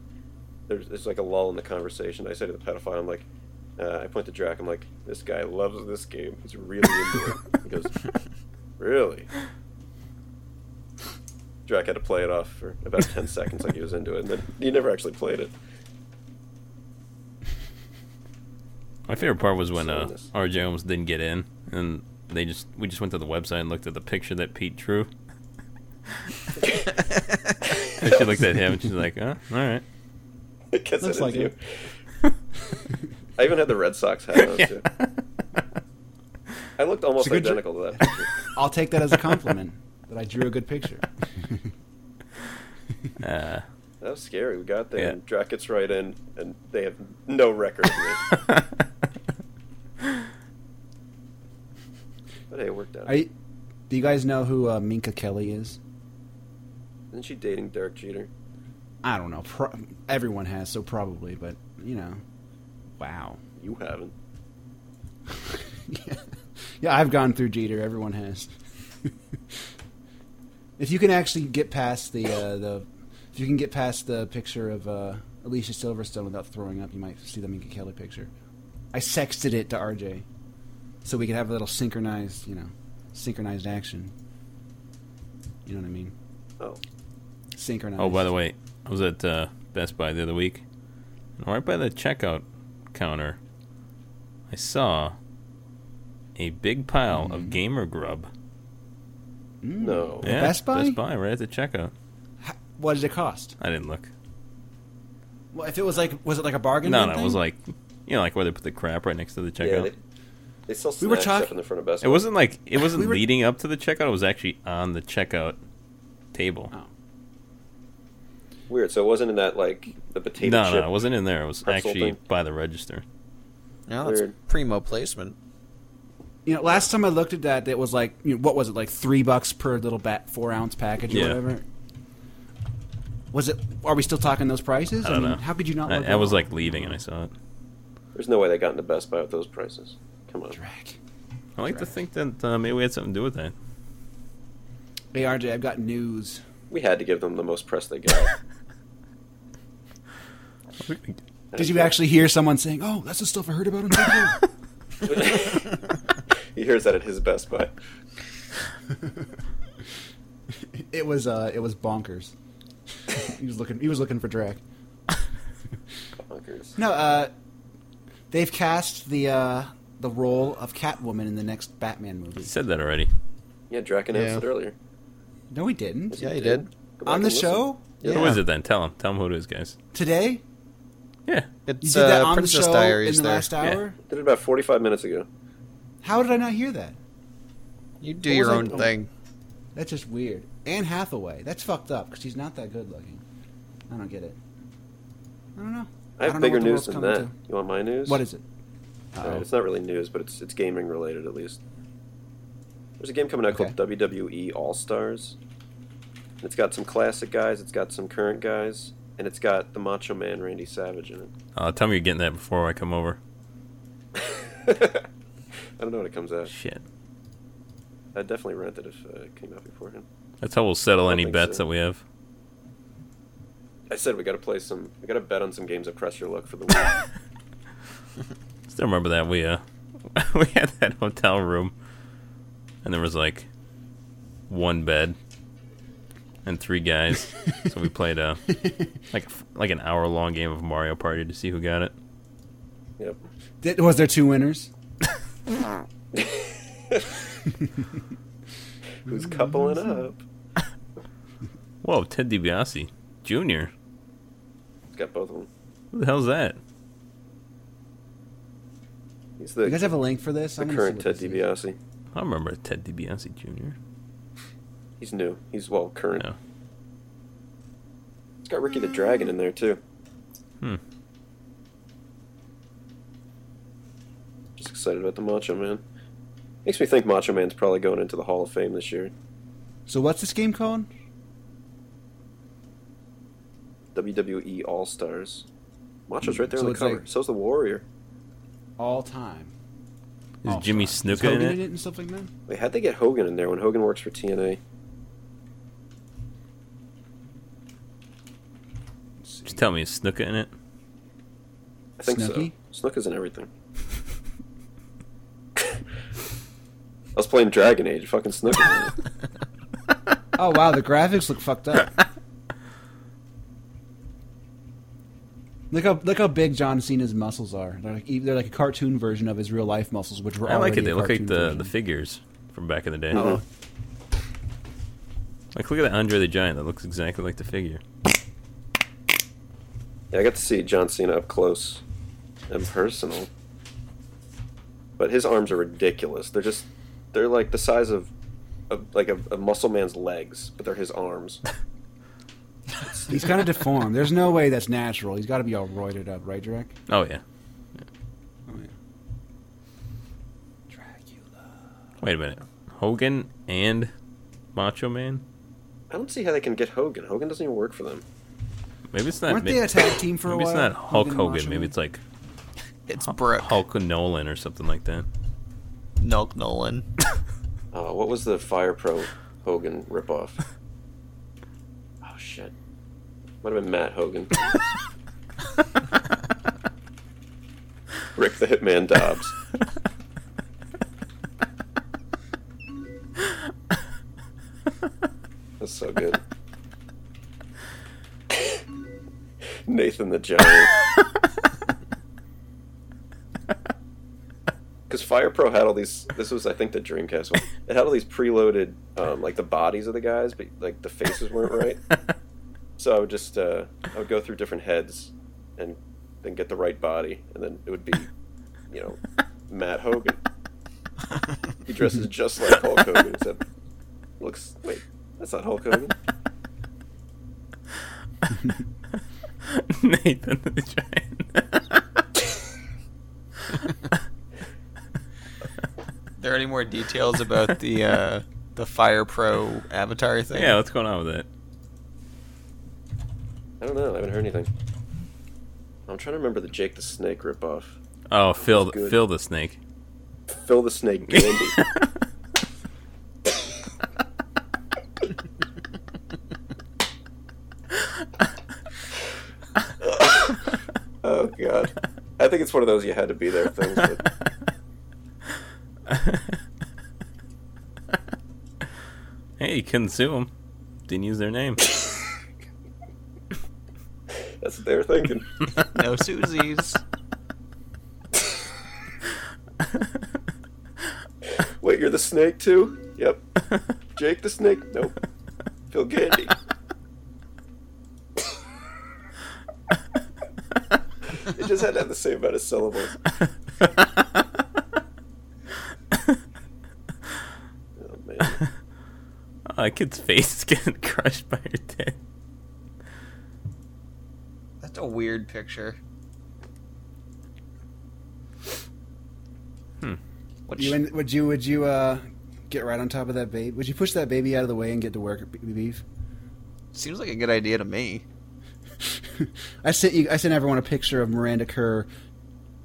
A: there's, there's like a lull in the conversation. I say to the pedophile, I'm like, uh, I point to Drac, I'm like, this guy loves this game. He's really into it. He
D: *laughs*
A: goes, really? Drac had to play it off for about 10 seconds like he was into it, and then he never actually played it. *laughs*
D: My favorite part was when uh,
A: Sodas.
D: RJ almost didn't get in, and they just we just went to the website and looked at the picture that Pete drew. *laughs* and she looked at him and she's like, "Huh, all right."
A: It gets
C: Looks
A: it
C: like
A: into
C: it.
A: you. I even had the Red Sox hat
C: *laughs*
A: on, too. I looked almost
C: good dr-
A: identical to that picture.
C: I'll take that as a compliment *laughs* that I drew a good picture.
D: Uh,
A: That was scary. We got there,
D: Yeah.
A: and Drac gets right in, and they have no record of me.
C: *laughs*
A: but hey, it worked out.
C: Are you, do you guys know who uh, Minka Kelly is?
A: Isn't she dating Derek Jeter?
C: I don't know. Pro- everyone has, so probably, but you know. Wow.
A: You haven't.
C: yeah. *laughs* yeah, I've gone through Jeter. Everyone has. *laughs* if you can actually get past the uh, the, if you can get past the picture of uh, Alicia Silverstone without throwing up, you might see the Minka Kelly picture. I sexted it to RJ, so we could have a little synchronized, you know, synchronized action. You know what I mean?
A: Oh,
C: Synchronized.
D: oh, by the way, I was at uh, Best Buy the other week, and right by the checkout counter, I saw a big pile of gamer grub.
C: Mm.
A: no.
D: Yeah,
C: Best Buy?
D: Best Buy, right at the checkout.
C: H- what did it cost?
D: I didn't look.
C: Well, if it was like, was it like a bargain?
D: No,
C: bin
D: no, it
C: thing?
D: was like, you know, like where they put the crap right next to the
A: Yeah,
D: checkout.
A: they, they still snacks
C: We were talk-
A: up in the front of Best
D: It wasn't like it wasn't
C: We were-
D: leading up to the checkout. It was actually on the checkout table.
C: Oh.
A: Buy. Weird. So it wasn't in that like the potato
D: no,
A: chip.
D: no, it wasn't in there. It was
A: pretzel
D: actually
A: thing.
D: by the register.
B: Yeah, that's
A: Weird.
B: primo placement.
C: You know, last time I looked at that, it was like, you know, what was it, like three bucks per little bat, four ounce package or
D: Yeah.
C: whatever. Was it? Are we still talking those prices?
D: I don't know.
C: How could you not?
D: I,
C: look
D: I
C: at
D: was
C: all?
D: like leaving and I saw it.
A: There's no way they got into Best Buy with those prices. Come on.
C: Drac.
D: I like to think that uh, maybe we had something to do with that.
C: Hey RJ, I've got news.
A: We had to give them the most press they got.
D: *laughs*
C: Did you actually hear someone saying, "Oh, that's the stuff I heard about on TV"?
A: he hears that at his Best Buy.
C: it was, uh, it was bonkers. *laughs* he was looking, he was looking for Drac.
A: Bonkers.
C: No, uh, they've cast the uh, the role of Catwoman in the next Batman movie.
D: You said that already.
A: Yeah, Drac announced
B: Yeah.
A: it earlier.
C: No, he didn't.
B: Yeah, you did.
A: Go back
C: On
A: and
C: the
A: listen.
C: show
B: Yeah.
D: Who is it then? Tell him. Tell him who it is, guys.
C: today,
D: Yeah.
C: You
B: It's
C: did that
B: uh,
C: on
B: Princess
C: the show
B: Diaries.
C: in the
B: there.
C: last hour.
A: Did it about 45 minutes ago.
C: How did I not hear that?
B: You do
C: What
B: your
C: was Oh. I
B: own
C: doing?
B: thing.
C: That's just weird. Anne Hathaway. That's fucked up because she's not that good looking. I don't get it. I don't know.
A: I have
C: don't know
A: bigger
C: what the
A: news than
C: world's coming
A: that. You want my news?
C: to. What is it?
A: All right, it's not really news, but it's it's gaming related at least. There's a game coming out called WWE All Stars. And It's got some classic guys, it's got some current guys, and it's got the Macho Man Randy Savage in
D: Uh, tell me you're getting that before I come over.
A: it. I don't know when it comes out.
D: Shit.
A: I'd definitely rent it if uh, it came out beforehand.
D: That's how we'll settle
A: I
D: any
A: think
D: bets
A: so.
D: that we have.
A: I said we got to play some. We got to bet on some games of press your luck for the week.
D: Still remember that we uh *laughs* we had that hotel room, and there was like one bed and three guys, so we
C: *laughs*
D: played a like like an hour long game of Mario Party to see who got it.
A: yep.
C: Did, was there two winners?
A: Who's coupling up?
D: Whoa, Ted DiBiase Jr.
A: It's got both of them.
D: Who the hell's that?
A: He's
C: You guys
A: the,
C: have a link for this?
A: the
C: I'm gonna
A: current
C: see what
A: Ted
C: this is.
A: DiBiase.
D: I remember Ted DiBiase Jr.
A: He's new. He's well current.
D: No.
A: It's got Ricky the Dragon in there too.
D: Hmm.
A: Just excited about the Macho Man. Makes me think Macho Man's probably going into the Hall of Fame this year.
C: So what's this game called?
A: WWE All Stars. E Macho's right there on
C: Hmm. So
A: the
C: it's
A: cover.
C: like-
A: So's the Warrior.
C: All time.
D: Is
C: All
D: Jimmy
C: time. Is
D: Snuka in
C: Hogan
D: it?
C: and stuff like that?
A: Wait, how'd they get Hogan in there when Hogan works for TNA?
C: Let's see.
D: Just tell me, is Snuka in it?
A: I think
C: Snooki?
A: so. Snook is in everything. *laughs* I was playing Dragon Age, fucking Snook. is in it.
C: Oh wow, the graphics look fucked *laughs* up. Look how look how big John Cena's muscles are. They're like e, they're like a cartoon version of his real life muscles, which were
D: I like
C: already
D: it. They
C: a
D: look like
C: cartoon
D: the,
C: version. Uh-huh.
D: the figures from back in the day.
A: Mhm.
D: Like, look at that Andre the Giant. That looks exactly like the figure.
A: Yeah, I got to see John Cena up close and personal. But his arms are ridiculous. They're just they're like the size of, of like a, a muscle man's legs, but they're his arms.
C: He's kind of deformed. There's no way that's natural. He's got to be all roided up, right, Drake?
D: Oh yeah.
C: Oh yeah. Dracula.
D: Wait a minute. Hogan and Macho Man.
A: I don't see how they can get Hogan. Hogan doesn't even work for them.
D: Maybe it's not.
C: Weren't
D: ma-
C: they a tag team for a
D: maybe
C: while?
D: it's not Hulk
C: and
D: Hogan.
C: Macho
D: Maybe
C: Man?
D: it's like
B: It's Brooke.
D: Hulk Nolan or something like that. *laughs*
B: Nelk Nolan.
A: Uh, what was the Fire Pro Hogan ripoff? oh shit. Might have been Matt Hogan. Rick the Hitman Dobbs. That's so good. Nathan the Giant. Because Fire Pro had all these. This was, I think, the Dreamcast one. It had all these preloaded, um, like the bodies of the guys, but like the faces weren't right. So I would just, uh, I would go through different heads, and then get the right body, and then it would be, you know, Matt Hogan. He dresses just like Hulk Hogan, except looks. Wait, that's not Hulk Hogan.
D: Nathan the Giant.
B: there any more details about
D: *laughs*
B: the uh, the Fire Pro avatar thing?
D: *laughs* yeah, what's going on with that?
A: I don't know. I haven't heard anything. I'm trying to remember the Jake the Snake ripoff.
D: Oh, Phil,
A: good.
D: Phil the Snake.
A: Phil the Snake Gandy. oh god. I think it's one of those you had to be there things. But
D: hey, you couldn't sue him. Didn't use their name. *laughs*
A: that's what they were thinking.
B: No Susies.
A: Wait, you're the snake too? Yep. Jake the Snake? Nope. Phil Gandy. it just had to have the same amount of syllables. Oh man.
D: Oh, that kid's face is getting *laughs* crushed by her dick.
B: That's a weird picture.
D: Hmm.
B: What
C: You in, would you would you uh, get right on top of that baby? Would you push that baby out of the way and get to work, B- beef?
B: seems like a good idea to me.
C: *laughs* I sent you. I sent everyone a picture of Miranda Kerr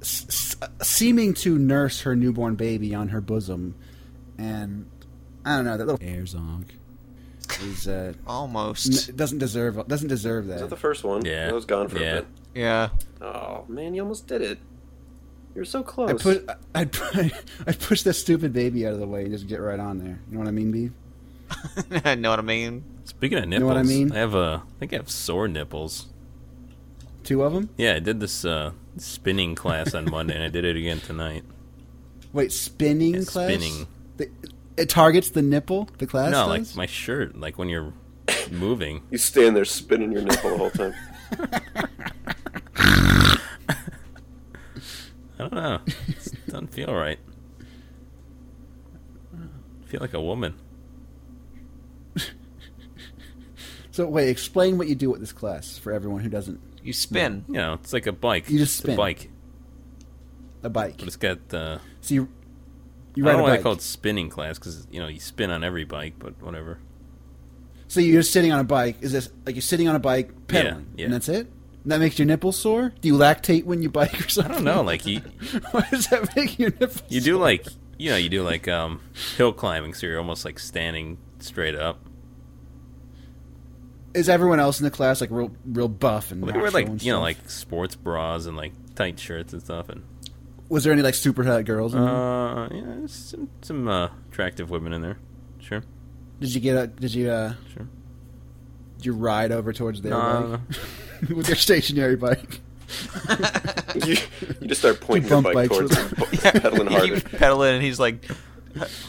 C: s- s- seeming to nurse her newborn baby on her bosom, and I don't know that little air zonk is uh,
B: Almost.
C: n- doesn't deserve doesn't deserve that.
A: Is that the first one?
D: Yeah.
A: That was gone for
D: Yeah.
A: a bit.
B: yeah. *laughs*
A: Oh man, you almost did it. You're so close.
C: I *laughs* put I'd pu- I'd push that stupid baby out of the way and just get right on there. You know what I mean, beef?
B: I know what I mean.
D: Speaking of nipples,
C: know what I mean?
D: I have a, I think I have sore nipples.
C: Two of them.
D: Yeah, I did this uh, spinning class on Monday, and I did it again tonight.
C: Wait, spinning
D: Yeah,
C: class.
D: spinning.
C: The- it targets the nipple. The class.
D: no,
C: does?
D: like my shirt, like when you're moving.
A: You stand there spinning your nipple the whole time.
D: I don't know. It's Doesn't feel right. Feel like a woman.
C: So wait, explain what you do with this class for everyone who doesn't
B: You spin. *laughs*
C: *laughs*
D: You know, it's like a bike.
C: You just
D: It's
C: spin.
D: a bike,
C: a bike.
D: but it's got. Uh,
C: So you you
D: I
C: ride
D: don't
C: a
D: want to
C: bike.
D: call it spinning class because you know you spin on every bike, but whatever.
C: So you're sitting on a bike. Is this like you're sitting on a bike pedaling,
D: yeah.
C: and that's it? And that makes your nipples sore? Do you lactate when you bike or something?
D: I don't know. Like you,
C: *laughs* Why does that make your nipples?
D: you do like you know you do like um hill climbing, so you're almost like standing straight up.
C: Is everyone else in the class like real, real buff and
D: Like, we wear like
C: macho and
D: you know
C: stuff?
D: like sports bras and like tight shirts and stuff, and
C: Was there any like super hot girls? In there?
D: uh yeah, there's some some uh, attractive women in there. Sure,
C: Did you get? A, did you? uh
D: sure.
C: Did you ride over towards their
D: No,
C: bike *laughs* with your stationary bike?
A: You, you just start pointing your
C: bump
A: bike
C: bikes
A: towards
C: with
A: him,
B: *laughs*
A: pedaling harder.
F: He keeps pedaling, and he's like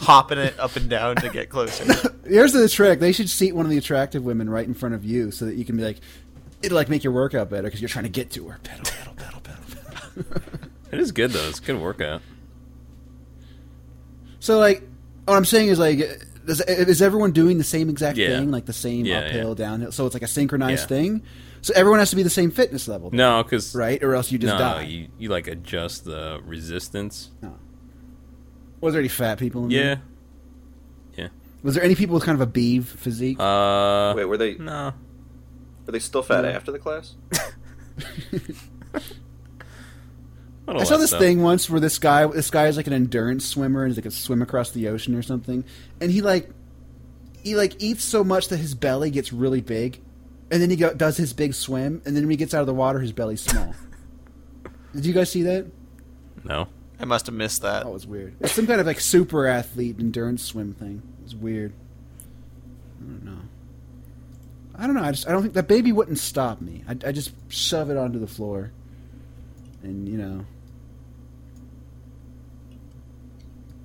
F: hopping it up and down to get
C: *laughs*
F: closer.
C: Here's the trick: they should seat one of the attractive women right in front of you, so that you can be like, it'll like make your workout better because you're trying to get to her. Pedal, pedal, pedal, pedal, pedal.
D: It is good though. It's a good workout.
C: so like, what I'm saying is like, does, is everyone doing the same exact
D: Yeah.
C: thing, like the same
D: Yeah,
C: uphill,
D: yeah.
C: downhill? So it's like a synchronized
D: Yeah.
C: thing. So everyone has to be the same fitness level,
D: No, because
C: right? Or else you just
D: no,
C: die.
D: you you like adjust the resistance.
C: Was there any fat people? in
D: Yeah.
C: there? Was there any people with kind of a beeve physique?
D: Uh.
A: Wait, were they
D: No.
A: were they still fat after the class?
D: don't
C: I saw
D: like
C: this
D: stuff.
C: thing once where this guy, this guy is like an endurance swimmer and he's like a swim across the ocean or something, and he like, he like eats so much that his belly gets really big, and then he go, does his big swim, and then when he gets out of the water, his belly's small. Did you guys see that?
D: No.
F: I must have missed that.
C: That was weird. It's some kind of like super athlete endurance swim thing. It's weird. I don't know. I don't know. I just I don't think that baby wouldn't stop me. I I just shove it onto the floor, and you know.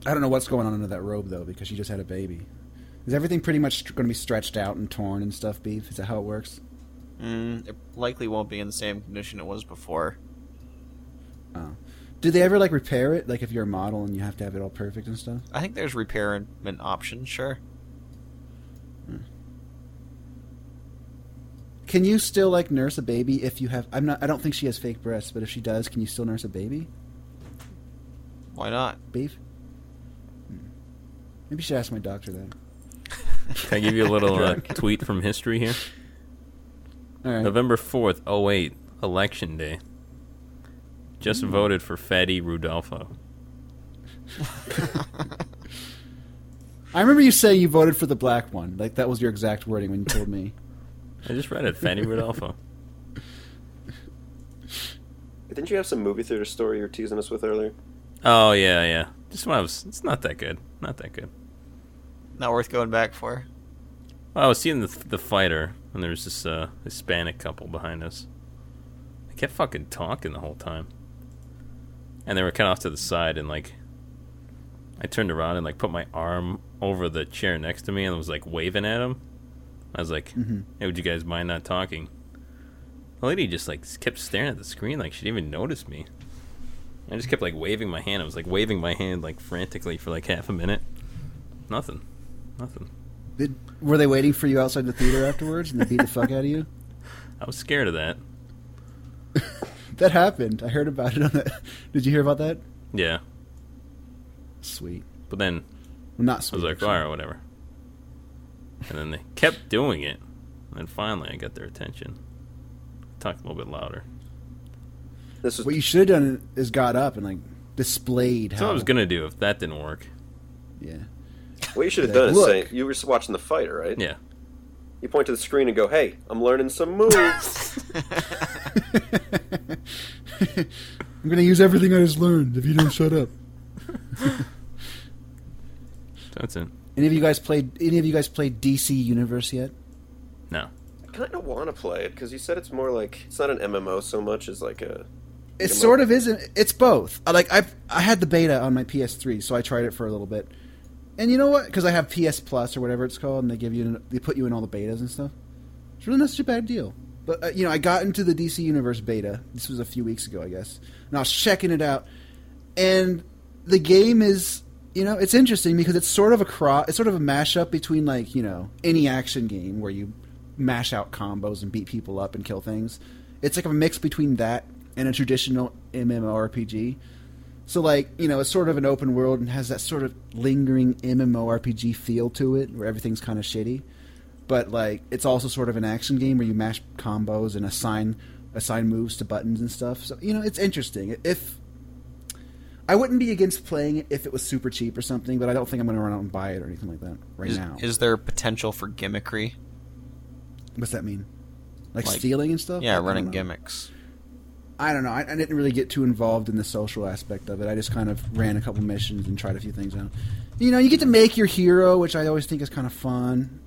C: I don't know what's going on under that robe though, because she just had a baby. Is everything pretty much going to be stretched out and torn and stuff, beef? Is that how it works?
F: Mm, it likely won't be in the same condition it was before.
C: Oh. Do they ever like repair it? Like if you're a model and you have to have it all perfect and stuff?
F: I think there's repairment options, sure.
C: Can you still like nurse a baby if you have? I'm not. I don't think she has fake breasts, but if she does, can you still nurse a baby?
F: Why not?
C: Beef. Hmm. Maybe you should ask my doctor that.
D: Can I give you
C: *laughs*
D: a little uh, tweet from history here?
C: All right.
D: November 4th, 08, Election Day. Just
C: Hmm.
D: voted for Fatty Rudolfo.
C: I remember you saying you voted for the black one. Like that was your exact wording when you told
D: *laughs*
C: me.
D: I just read
C: *laughs*
D: it, Fatty Rudolfo.
A: Didn't you have some movie theater story you were teasing us with earlier?
D: Oh, yeah, yeah. Just when I was. It's not that good. Not that good.
F: Not worth going back for.
D: I was seeing the, the fighter, and there was this uh, Hispanic couple behind us. They kept fucking talking the whole time. And they were kind of off to the side, and like, I turned around and like put my arm over the chair next to me and was like waving at him. I was like, hey, would you guys mind not talking? The lady just like kept staring at the screen like she didn't even notice me. I just kept like waving my hand. I was like waving my hand like frantically for like half a minute. Nothing. Nothing.
C: Did, were they waiting for you outside the theater afterwards, and they beat the fuck out of
D: *laughs*
C: you?
D: I was scared of that.
C: That happened. I heard about it on that. *laughs* Did you hear about that?
D: Yeah.
C: Sweet.
D: But then
C: Well, not
D: I
C: sweet.
D: was like, all right, whatever. And then they kept doing it. And then finally I got their attention. Talked a little bit louder.
A: This was
C: What you should have done is got up and like displayed
D: That's
C: how.
D: what I was going to do if that didn't work.
C: Yeah.
A: what you should have
C: Like,
A: done is
C: *laughs* look.
A: say you were just watching the fighter, right?
D: Yeah.
A: You point to the screen and go, "Hey, I'm learning
C: *laughs*
A: some moves."
C: I'm gonna use everything I just learned if you don't shut up.
D: That's it.
C: Any of you guys played? Any of you guys played DC Universe yet?
D: No.
A: I kind of want to play it because you said it's more like it's not an MMO so much as like a.
C: It
A: Yeah,
C: sort
A: but-
C: of isn't. It's both. I Uh, Like I, I had the beta on my PS3, so I tried it for a little bit. And you know what? Because I have PS Plus or whatever it's called, and they give you, they put you in all the betas and stuff. It's really not such a bad deal. But uh, you know, I got into the DC Universe beta. This was a few weeks ago, I guess. And I was checking it out, and the game is you know it's interesting because it's sort of a cross it's sort of a mashup between like you know any action game where you mash out combos and beat people up and kill things it's like a mix between that and a traditional mmorpg so like you know it's sort of an open world and has that sort of lingering mmorpg feel to it where everything's kind of shitty but like it's also sort of an action game where you mash combos and assign assign moves to buttons and stuff so you know it's interesting if I wouldn't be against playing it if it was super cheap or something, but I don't think I'm going to run out and buy it or anything like that right
F: Is,
C: now.
F: is there potential for gimmickry?
C: What's that mean? Like,
F: Like-
C: stealing and stuff? I
F: Yeah,
C: don't
F: running
C: know.
F: gimmicks.
C: I don't know. I, I didn't really get too involved in the social aspect of it. I just kind of ran a couple missions and tried a few things out. You know, you get to make your hero, which I always think is kind of fun.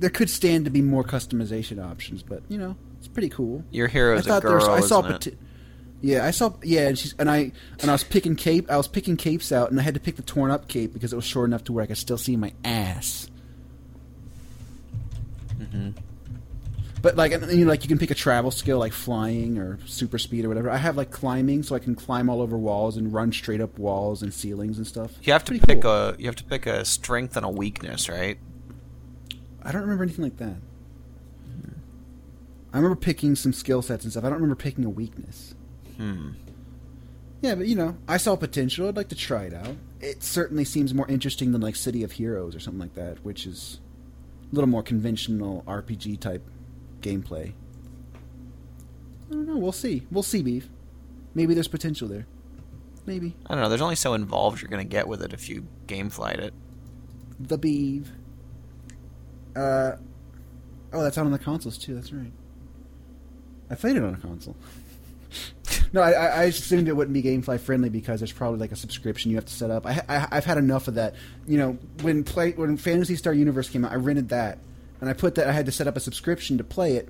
C: There could stand to be more customization options, but you know, it's pretty cool.
F: Your hero is a
C: there
F: girl.
C: was- I saw.
F: isn't it?
C: pati- yeah, I saw. Yeah, and she's and I and I was picking cape. I was picking capes out, and I had to pick the torn up cape because it was short enough to where I could still see my ass.
F: Mm-hmm.
C: But like, and, you know, like you can pick a travel skill like flying or super speed or whatever. I have like climbing, so I can climb all over walls and run straight up walls and ceilings and stuff.
F: You have to
C: Pretty
F: pick
C: cool.
F: a you have to pick a strength and a weakness, right?
C: I don't remember anything like that. I remember picking some skill sets and stuff. I don't remember picking a weakness.
F: Hmm.
C: Yeah, but you know, I saw potential. I'd like to try it out. It certainly seems more interesting than like City of Heroes or something like that, which is a little more conventional RPG type gameplay. I don't know. We'll see. We'll see, Beef. Maybe there's potential there. Maybe
F: I don't know. There's only so involved you're gonna get with it if you gameflied it.
C: the Beef. Uh, oh, that's out on the consoles too. That's right. I played it on a console. *laughs* No, I, I, I assumed it wouldn't be GameFly friendly because there's probably like a subscription you have to set up. I, I, I've had enough of that. You know, when play when Fantasy Star Universe came out, I rented that, and I put that I had to set up a subscription to play it,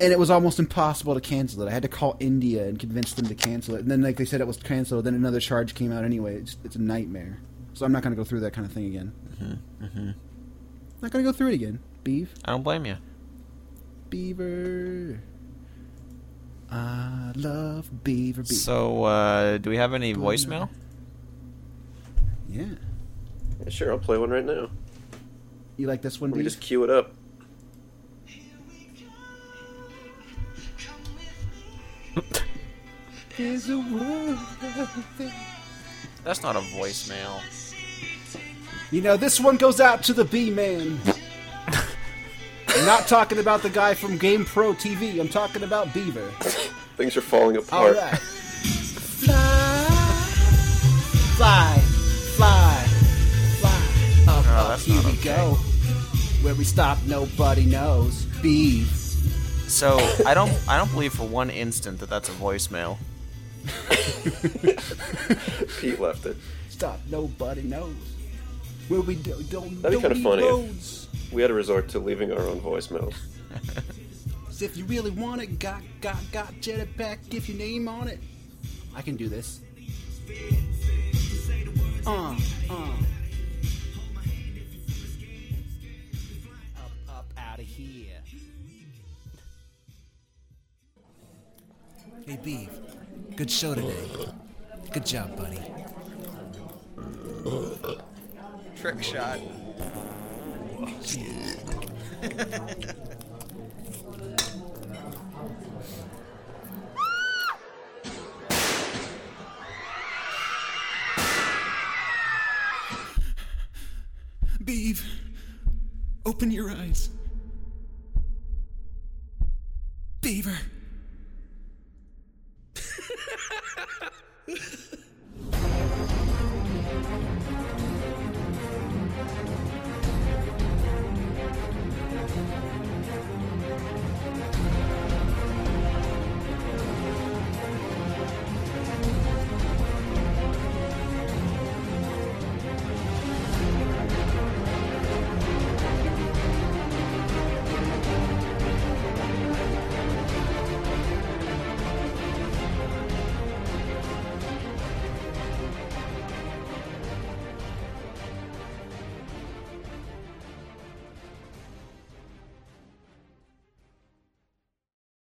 C: and it was almost impossible to cancel it. I had to call India and convince them to cancel it, and then like they said it was canceled. Then another charge came out anyway. It's, it's a nightmare. So I'm not going to go through that kind of thing again.
A: Mm-hmm,
C: Not going to go through it again. Beef.
F: I don't blame you.
C: Beaver. I love Beaver Beaver.
F: So, uh, do we have any voicemail?
C: yeah.
A: Yeah, sure, I'll play one right now.
C: You like this one,
A: Let me
C: Beef?
A: just cue it up.
F: That's not a voicemail.
C: You know, this one goes out to the
A: *laughs*
C: B man. I'm not talking about the guy from Game Pro TV. I'm talking about Beaver.
A: Things are falling
C: All
A: apart.
C: right. Fly, fly, fly, fly. Up, up, here we go. Where we stop, nobody knows. Beef.
F: So I don't I don't believe for one instant that that's a voicemail.
A: Pete left it.
C: Stop, nobody knows. Where we do, don't.
A: That'd be kinda
C: don't need
A: funny if-
C: roads.
A: We had to resort to leaving our own voicemails.
C: So if you really want it, got got got jetpack, give your name on it. I can do this. Uh, uh. Up, up, out of here. Hey, Beef. Good show today. Good job, buddy.
F: Trick shot.
G: Beeve, open your eyes. Beaver.